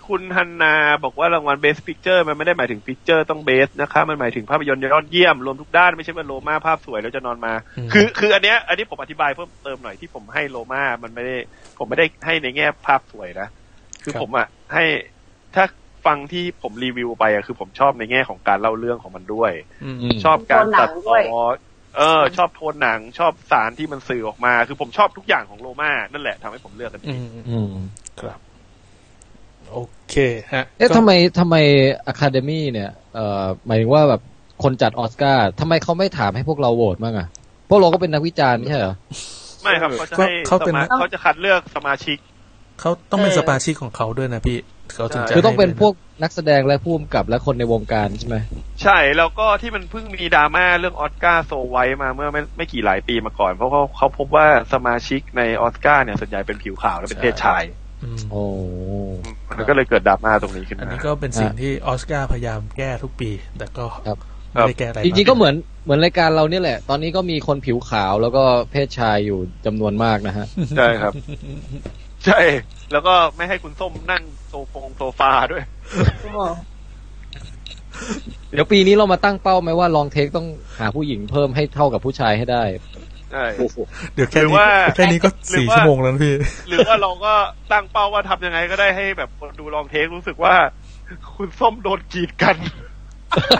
[SPEAKER 3] คุณฮันนาบอกว่ารางวัล Best Picture มันไม่ได้หมายถึง Picture ต้อง Best นะคะมันหมายถึงภาพยนตร์ยอดเยี่ยม รวมทุกด้านไม่ใช่ว่าโลมาภาพสวยแล้วจะนอนมา
[SPEAKER 1] อืม
[SPEAKER 3] คือคืออันเนี้ยอันนี้ผมอธิบายเพิ่มเติมหน่อยที่ผมให้โลมามันไม่ได้ผมไม่ได้ให้ในแง่ภาพสวยนะ คือผมอะให้ถ้าฟังที่ผมรีวิวไปอะคือผมชอบในแง่ของการเล่าเรื่องของมันด้วย
[SPEAKER 1] อืม
[SPEAKER 3] ชอบการตัด
[SPEAKER 4] โทนหนังด้
[SPEAKER 3] ต่
[SPEAKER 4] วย
[SPEAKER 3] อเออ ชอบโทนหนัง ชอบสารที่มันสื่อออกมา คือผมชอบทุกอย่างของโลมานั่นแหละทำให้ผมเลือกกัน
[SPEAKER 1] อืม
[SPEAKER 2] อืม
[SPEAKER 1] ครับ โอเคฮะ
[SPEAKER 2] เอ๊ะ
[SPEAKER 1] ก็
[SPEAKER 2] ทำไมทำไมอะคาเดมี่เนี่ยเอ่อหมายถึงว่าแบบคนจัดออสการ์ทำไมเขาไม่ถามให้พวกเราโหวตบ้างอะพวกเราก็เป็นนักวิจารณ์ไม่ใช่เหรอ
[SPEAKER 3] ไม่ครับเขาจะให้สมาเขาจะคัดเลือกสมาชิก
[SPEAKER 1] เขาต้องเป็น
[SPEAKER 4] เออ
[SPEAKER 1] สมาชิกของเขาด้วยนะพี่เขาถึงจะ
[SPEAKER 2] คือต้องเป็น
[SPEAKER 1] ให้
[SPEAKER 2] พวกนักแสดงและผู้กำกับและคนในวงการใช่ไหม
[SPEAKER 3] ใช่แล้วก็ที่มันเพิ่งมีดราม่าเรื่องออสการ์โซไว้มาเมื่อไม่ไม่กี่หลายปีมาก่อน เพราะเขาเขาพบว่าสมาชิกในออสการ์เนี่ยส่วนใหญ่เป็นผิวขาวและเป็นเพศชาย
[SPEAKER 1] อืม
[SPEAKER 2] โอ้
[SPEAKER 3] มันก็เลยเกิดดราม่าตรงนี้ขึ้น
[SPEAKER 1] อัน
[SPEAKER 3] มา
[SPEAKER 1] นี้ก็เป็นสิ่งที่ออสการ์พยายามแก้ทุกปี แต่ก็
[SPEAKER 2] ครับ
[SPEAKER 1] ไม่ได้แก้อะไร
[SPEAKER 2] จริงๆก็เหมือนเหมือนรายการเราเนี่ยแหละ ตอนนี้ก็มีคนผิวขาวแล้วก็เพศชายอยู่จำนวนมากนะฮะ
[SPEAKER 3] ใช่ครับ ใช่ แล้วก็ไม่ให้คุณส้มนั่งโซฟงโซฟาด้วย
[SPEAKER 2] เดี๋ยวปีนี้เรามาตั้งเป้าไหมว่าลองเทคต้องหาผู้หญิงเพิ่มให้เท่ากับผู้ชายให้ได้
[SPEAKER 3] ใช่
[SPEAKER 5] โอ้โห
[SPEAKER 1] เดี๋ยวแค่
[SPEAKER 3] หรือ
[SPEAKER 1] นี้
[SPEAKER 3] ว่า
[SPEAKER 1] แค่นี้ก็สี่ชั่วโมงแล้วนะพี่
[SPEAKER 3] หรือว่าเราก็ตั้งเป้าว่าทำยังไงก็ได้ให้แบบคนดูลองเทครู้สึกว่า <laughs> คุณส้มโดนกีดกัน <laughs>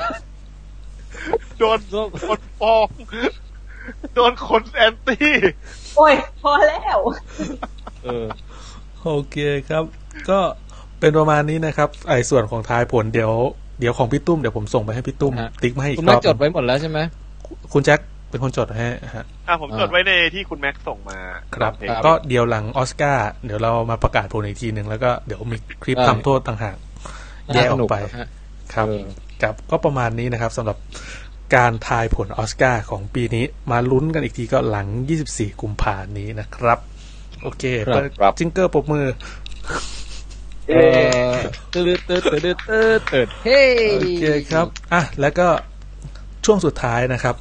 [SPEAKER 3] โดนคนฟ้อง โดนคนแอนตี้
[SPEAKER 4] โอ้ยพอแล้ว
[SPEAKER 2] เออ
[SPEAKER 1] โอเคครับ ก็เป็นประมาณนี้นะครับ ไอ้ส่วนของทายผลเดี๋ยว เดี๋ยวของพี่ตุ้มเดี๋ยวผมส่งไปให้พี่ตุ้ม
[SPEAKER 2] ฮะ
[SPEAKER 1] ติ๊กมาให้อี
[SPEAKER 2] คุ
[SPEAKER 1] ก
[SPEAKER 2] ณ
[SPEAKER 1] ร
[SPEAKER 2] นัก
[SPEAKER 1] อบ
[SPEAKER 2] จดไว้หมดแล้วใช่ไหม
[SPEAKER 1] คุณแจ็คเป็นคนจดให้ฮะ
[SPEAKER 3] อ่ะผมจด
[SPEAKER 2] อ่า
[SPEAKER 3] ไว้ในที่คุณแม็กซ์ส่งมา
[SPEAKER 1] ครับ
[SPEAKER 3] เพลง
[SPEAKER 1] ก็เดี๋ยวหลังออสการ์เดี๋ยวเรามาประกาศผลอีกทีหนึ่งแล้วก็เดี๋ยวมีคลิป
[SPEAKER 2] ได้
[SPEAKER 1] ทำโทษต่างหาก แยกออกไป
[SPEAKER 2] น่าสนุครับฮะ
[SPEAKER 1] ครับ
[SPEAKER 2] เออ
[SPEAKER 1] ครับก็ประมาณนี้นะครับสำหรับการทายผลออสการ์ของปีนี้มาลุ้นกันอีกทีก็หลัง 24 กุมภาพันธ์นี้นะครับ โอเค
[SPEAKER 2] ครับ
[SPEAKER 1] เปิดจิงเกอร์ปรบมือ
[SPEAKER 2] เออตืดตืดตืดตืดตืดตืดเฮ้
[SPEAKER 1] โอเคครับ อ่ะ แล้วก็ช่วงสุดท้ายนะครับ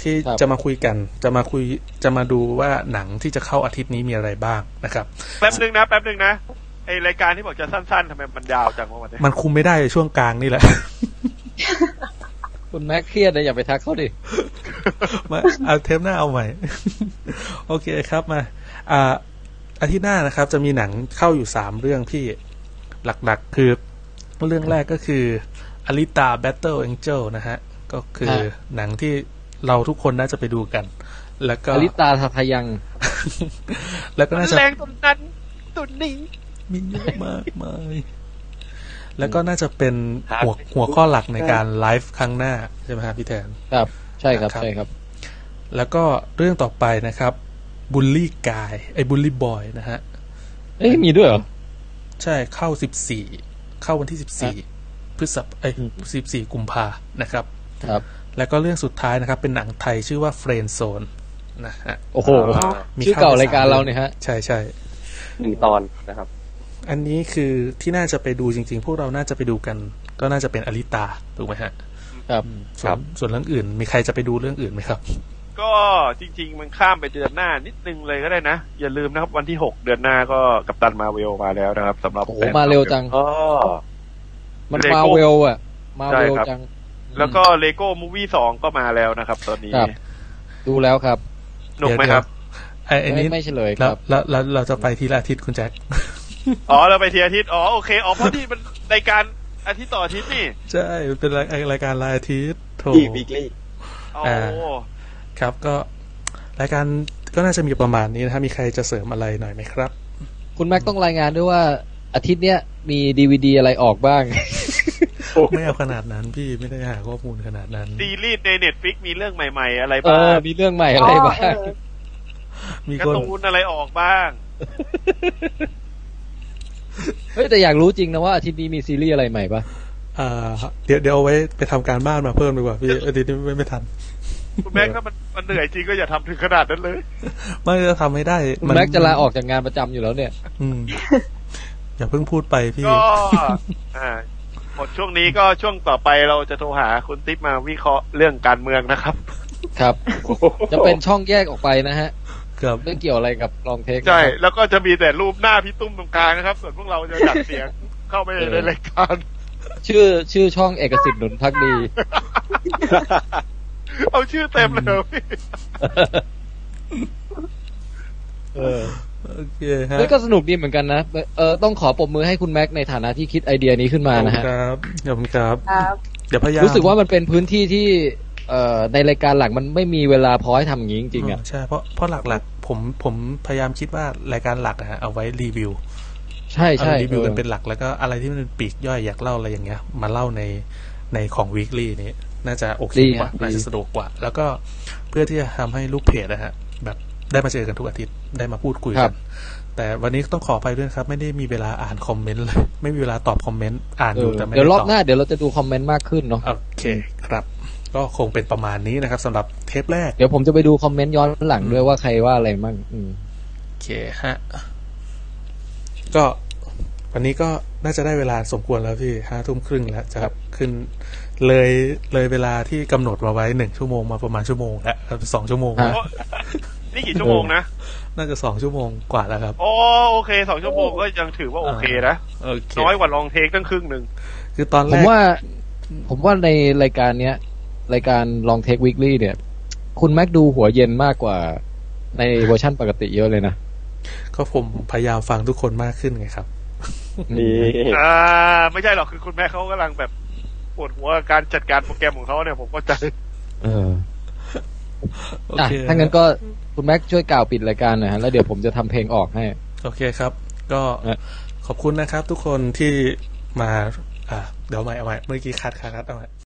[SPEAKER 1] ที่
[SPEAKER 2] ครับ
[SPEAKER 1] จะมาคุยกัน จะมาคุย จะมาดูว่าหนังที่จะเข้าอาทิตย์นี้มีอะไรบ้างนะครับ
[SPEAKER 3] แป๊บนึงนะ แป๊บนึงนะไอรายการที่บอกจะสั้นๆทำไมมันยาวจังวะวันนี้
[SPEAKER 1] มันคุมไม่ได้ในช่วงกลางนี่แหละ <laughs>
[SPEAKER 2] คุณแม็กเครียดนะอย่าไปทักเขาดิ
[SPEAKER 1] มาเอาเทปหน้าเอาใหม่ <laughs> โอเคครับมา อ่า อาทิตย์หน้านะครับ จะมีหนังเข้าอยู่สามเรื่องพี่หลักๆ คือ เรื่องแรกก็คืออลิตาแบทเทิล n องเจลนะฮะ ก็คือ
[SPEAKER 2] ฮะ
[SPEAKER 1] หนังที่เราทุกคนน่าจะไปดูกัน แล้วก็
[SPEAKER 2] อลิตาทาทายัง
[SPEAKER 1] แล้วก็น่าจะ
[SPEAKER 3] แรงตรงนั้นตุนนี้
[SPEAKER 1] มีเยอะมากมาย แล้วก็น่าจะเป็น
[SPEAKER 3] ครับ
[SPEAKER 1] หัวหัวข้อหลักในการไลฟ์ครั้งหน้า ใช่ไหมครับพี่แทน
[SPEAKER 2] ครับ ใช่ครับ
[SPEAKER 1] ครับ
[SPEAKER 2] ใช่ครับ
[SPEAKER 1] แล้วก็เรื่องต่อไปนะครับบูลลี่กายไอ้บูลลี่บอยนะฮะ
[SPEAKER 2] เอ้ยมีด้วยเหรอ
[SPEAKER 1] ใช่เข้าสิบสี่เข้าวันที่สิบสี่พฤษภไอ้สิบสี่กุมภานะครับ
[SPEAKER 2] ครับ
[SPEAKER 1] แล้วก็เรื่องสุดท้ายนะครับ เป็นหนังไทยชื่อว่าเฟรนโซนนะฮะ
[SPEAKER 2] โอ้โห
[SPEAKER 3] อ่า
[SPEAKER 2] ชื่อเก่ารายการเราเนี่ยฮะ
[SPEAKER 1] ใช่ใช่
[SPEAKER 5] หนึ่งตอนนะครับ
[SPEAKER 1] อันนี้คือที่น่าจะไปดูจริง ๆ พวกเราน่าจะไปดูกัน ก็น่าจะเป็นอลิตาถูกไหมฮะ
[SPEAKER 2] ครับ
[SPEAKER 1] ส่วนส่วนเรื่องอื่น มีใครจะไปดูเรื่องอื่นไหมครับ
[SPEAKER 3] ก็จริง ๆ มันข้ามไปเดือนหน้านิดนึงเลยก็ได้นะ อย่าลืมนะครับวันที่หกเดือนหน้าก็กัปตันมาร์เวลมาแล้วนะครับสำหรับ
[SPEAKER 2] โอ้โห
[SPEAKER 3] แฟน
[SPEAKER 2] มาเร็วจัง
[SPEAKER 5] อ๋อ
[SPEAKER 2] มัน
[SPEAKER 3] เลโก้
[SPEAKER 2] มาเวลอะมาเวล
[SPEAKER 3] ใช่ครับ
[SPEAKER 2] จัง
[SPEAKER 3] แล้วก็เลโก้มูวี่สองก็มาแล้วนะครับ ตอนนี้
[SPEAKER 2] ครับ ดูแล้วครับ
[SPEAKER 3] หนุกไหมครับ
[SPEAKER 1] ไอ้ไอ้
[SPEAKER 2] ไม่
[SPEAKER 1] นี้
[SPEAKER 2] ไม่เฉลยค
[SPEAKER 1] แล้
[SPEAKER 2] รั
[SPEAKER 1] ว
[SPEAKER 2] บ
[SPEAKER 1] แล้วแล้วเราจะไปทีละอาทิตย์คุณแจ็ค
[SPEAKER 3] อ๋อเราไปทีอาทิตย์อ๋อโอเคอ๋อเพราะที่มันรายการอาทิตย์ต่ออาทิตย์นี่
[SPEAKER 1] ใช่มันเป็นรายรายการรายอาทิตย์โถ
[SPEAKER 5] ที่ weekly
[SPEAKER 3] อ๋อ
[SPEAKER 1] อ่า ครับก็รายการก็น่าจะมีประมาณนี้นะครับมีใครจะเสริมอะไรหน่อยไหมครับ
[SPEAKER 2] คุณแม็กต้องรายงานด้วยว่าอาทิตย์เนี้ยมีดีวดีอะไรออกบ้าง
[SPEAKER 1] ไม่เอาขนาดนั้นพี่ไม่ได้หาข้อมูลขนาดนั้น
[SPEAKER 3] ซีรีส์ในเน็ตฟิกมีเรื่องใหม่ ๆ อะไร
[SPEAKER 2] เอ
[SPEAKER 3] บ้า
[SPEAKER 2] อ
[SPEAKER 3] ง
[SPEAKER 2] มีเรื่องใหม่อะไรบ้าง
[SPEAKER 1] มี
[SPEAKER 3] การ์
[SPEAKER 1] คน
[SPEAKER 3] ตูนอะไรออกบ้าง
[SPEAKER 2] เฮ้ยแต่อยากรู้จริงนะว่าอาทิตย์นี้มีซีรีส์อะไรใหม่ปะ
[SPEAKER 1] อ่าเดี๋ยวเดี๋ยวเอาไว้ไปทำการบ้านมาเพิ่มดีก
[SPEAKER 3] <laughs>
[SPEAKER 1] ว่าพี่อาทิตย์นี้ไม่ไม่ทัน
[SPEAKER 3] คุณแม็กซ์ถ้ามันมันเหนื่อยจริงก็อย่าทำถึงขนาดนั้นเลย
[SPEAKER 1] ไม่จะทำไม่ได้
[SPEAKER 2] คุณแม็กจะลาออกจากงานประจำอยู่แล้วเนี่ย
[SPEAKER 1] อืมอย่าเพิ่งพูดไปพี่
[SPEAKER 3] ก็อ่าหมดช่วงนี้ก็ช่วงต่อไปเราจะโทรหาคุณติ๊บมาวิเคราะห์เรื่องการเมืองนะครับ
[SPEAKER 2] ครับ จะเป็นช่องแยกออกไปนะฮะ
[SPEAKER 1] ครับ
[SPEAKER 2] ไม่เกี่ยวอะไรกับลองเทค
[SPEAKER 3] ใช่
[SPEAKER 2] นะครับ
[SPEAKER 3] แล้วก็จะมีแต่รูปหน้าพี่ตุ้มตรงกลางนะครับ ส่วนพวกเราจะจัดเสียง เข้าไปในรายการ
[SPEAKER 2] ชื่อชื่อช่องเอกสิทธิ์หนุนพักดี
[SPEAKER 3] เอาชื่อเต็มเลยเหรอพี่
[SPEAKER 2] เออ
[SPEAKER 1] โอเคฮะ
[SPEAKER 2] แล้วก็สนุกดีเหมือนกันนะเออต้องขอปรบมือให้คุณแม็กในฐานะที่คิดไอเดียนี้ขึ้นมานะฮะ
[SPEAKER 1] ครับขอบคุณครับ
[SPEAKER 4] ครับ
[SPEAKER 1] เดี๋ยวพยายาม
[SPEAKER 2] รู้สึกว่ามันเป็นพื้นที่ที่เอ่อในรายการหลักมันไม่มีเวลาพอให้ทำอย่างนี้จริงๆอ่ะ
[SPEAKER 1] ใช่เพราะเพราะหลักๆ ผมผมพยายามคิดว่ารายการหลักอะฮะเอาไว้รีวิว
[SPEAKER 2] ใช่ใช่
[SPEAKER 1] เอารีวิวกัน
[SPEAKER 2] เออ
[SPEAKER 1] เป็นหลักแล้วก็อะไรที่มันเป็นปลีกย่อยอยากเล่าอะไรอย่างเงี้ย มาเล่าในในของวีคลี่นี้น่าจะโอเคกว่าน่าจะสะดวกกว่า แล้วก็เพื่อที่จะทำให้ลูกเพจนะฮะ แบบได้มาเจอกันทุกอาทิตย์ได้มาพูดคุยกันแต่วันนี้ต้องขอไปด้วยนะครับ ไม่ได้มีเวลาอ่านคอมเมนต์เลย <laughs> ไม่มีเวลาตอบคอมเมนต์อ่าน
[SPEAKER 2] เอ
[SPEAKER 1] ดู
[SPEAKER 2] อ
[SPEAKER 1] แต่ไม่
[SPEAKER 2] เดี๋ยว
[SPEAKER 1] ได้
[SPEAKER 2] รอ
[SPEAKER 1] ต
[SPEAKER 2] บ
[SPEAKER 1] อบ
[SPEAKER 2] หน้าเดี๋ยวเราจะดูคอมเมนต์มากขึ้นเนาะ
[SPEAKER 1] โอเคครับ ก็คงเป็นประมาณนี้นะครับสำหรับเทปแรก
[SPEAKER 2] เดี๋ยวผมจะไปดูคอมเมนต์ย้อนหลังด้วยว่าใครว่าอะไรมั่งอืม
[SPEAKER 1] โอเคฮะก็วันนี้ก็น่าจะได้เวลาสมควรแล้วพี่ห้าทุ่มครึ่งแล้วจะขึ้น เลยเลยเวลาที่กำหนดมาไว้หนึ่งชั่วโมงมาประมาณชั่วโมงแล้วสองชั่วโมงแล้ว
[SPEAKER 3] โอ้นี่กี่ชั่วโมงนะ
[SPEAKER 1] น่าจะสองชั่วโมงกว่าแล้วครับ
[SPEAKER 3] อ๋อโอเคสองชั่วโมงก็ยังถือว่าโอเคนะ
[SPEAKER 1] โอเค
[SPEAKER 3] น้อยกว่าลองเทคตั้งครึ่งหนึ่ง
[SPEAKER 1] คือตอน
[SPEAKER 2] ผ
[SPEAKER 1] แร
[SPEAKER 2] ม
[SPEAKER 1] ก
[SPEAKER 2] ว่าผมว่าในรายการเนี้ย รายการลองเทควิกลี่เนี่ย คุณแม็กดูหัวเย็นมากกว่า ในเวอร์ชั่นปกติเยอะเลยนะ
[SPEAKER 1] ก็ผมพยายามฟังทุกคนมากขึ้นไงครับ
[SPEAKER 5] นี่
[SPEAKER 3] อ่า ไม่ใช่หรอกคือคุณแม่เขากำลังแบบปวดหัวกับการจัดการโปรแกรมของเขาเนี่ยผมก็ใจ
[SPEAKER 2] เออ
[SPEAKER 1] โอ
[SPEAKER 2] อ่ะ
[SPEAKER 1] เค
[SPEAKER 2] ถ้างั้นก็คุณแม็กช่วยกล่าวปิดรายการหน่อยฮะแล้วเดี๋ยวผมจะทำเพลงออกให้
[SPEAKER 1] โอเคครับ ก็
[SPEAKER 2] เอ่อ
[SPEAKER 1] ขอบคุณนะครับ ทุกคนที่มา อ่าเดี๋ยวเอาใหม่เอาใหม่เมื่อกี้คัดคัดคัดเอาใหม่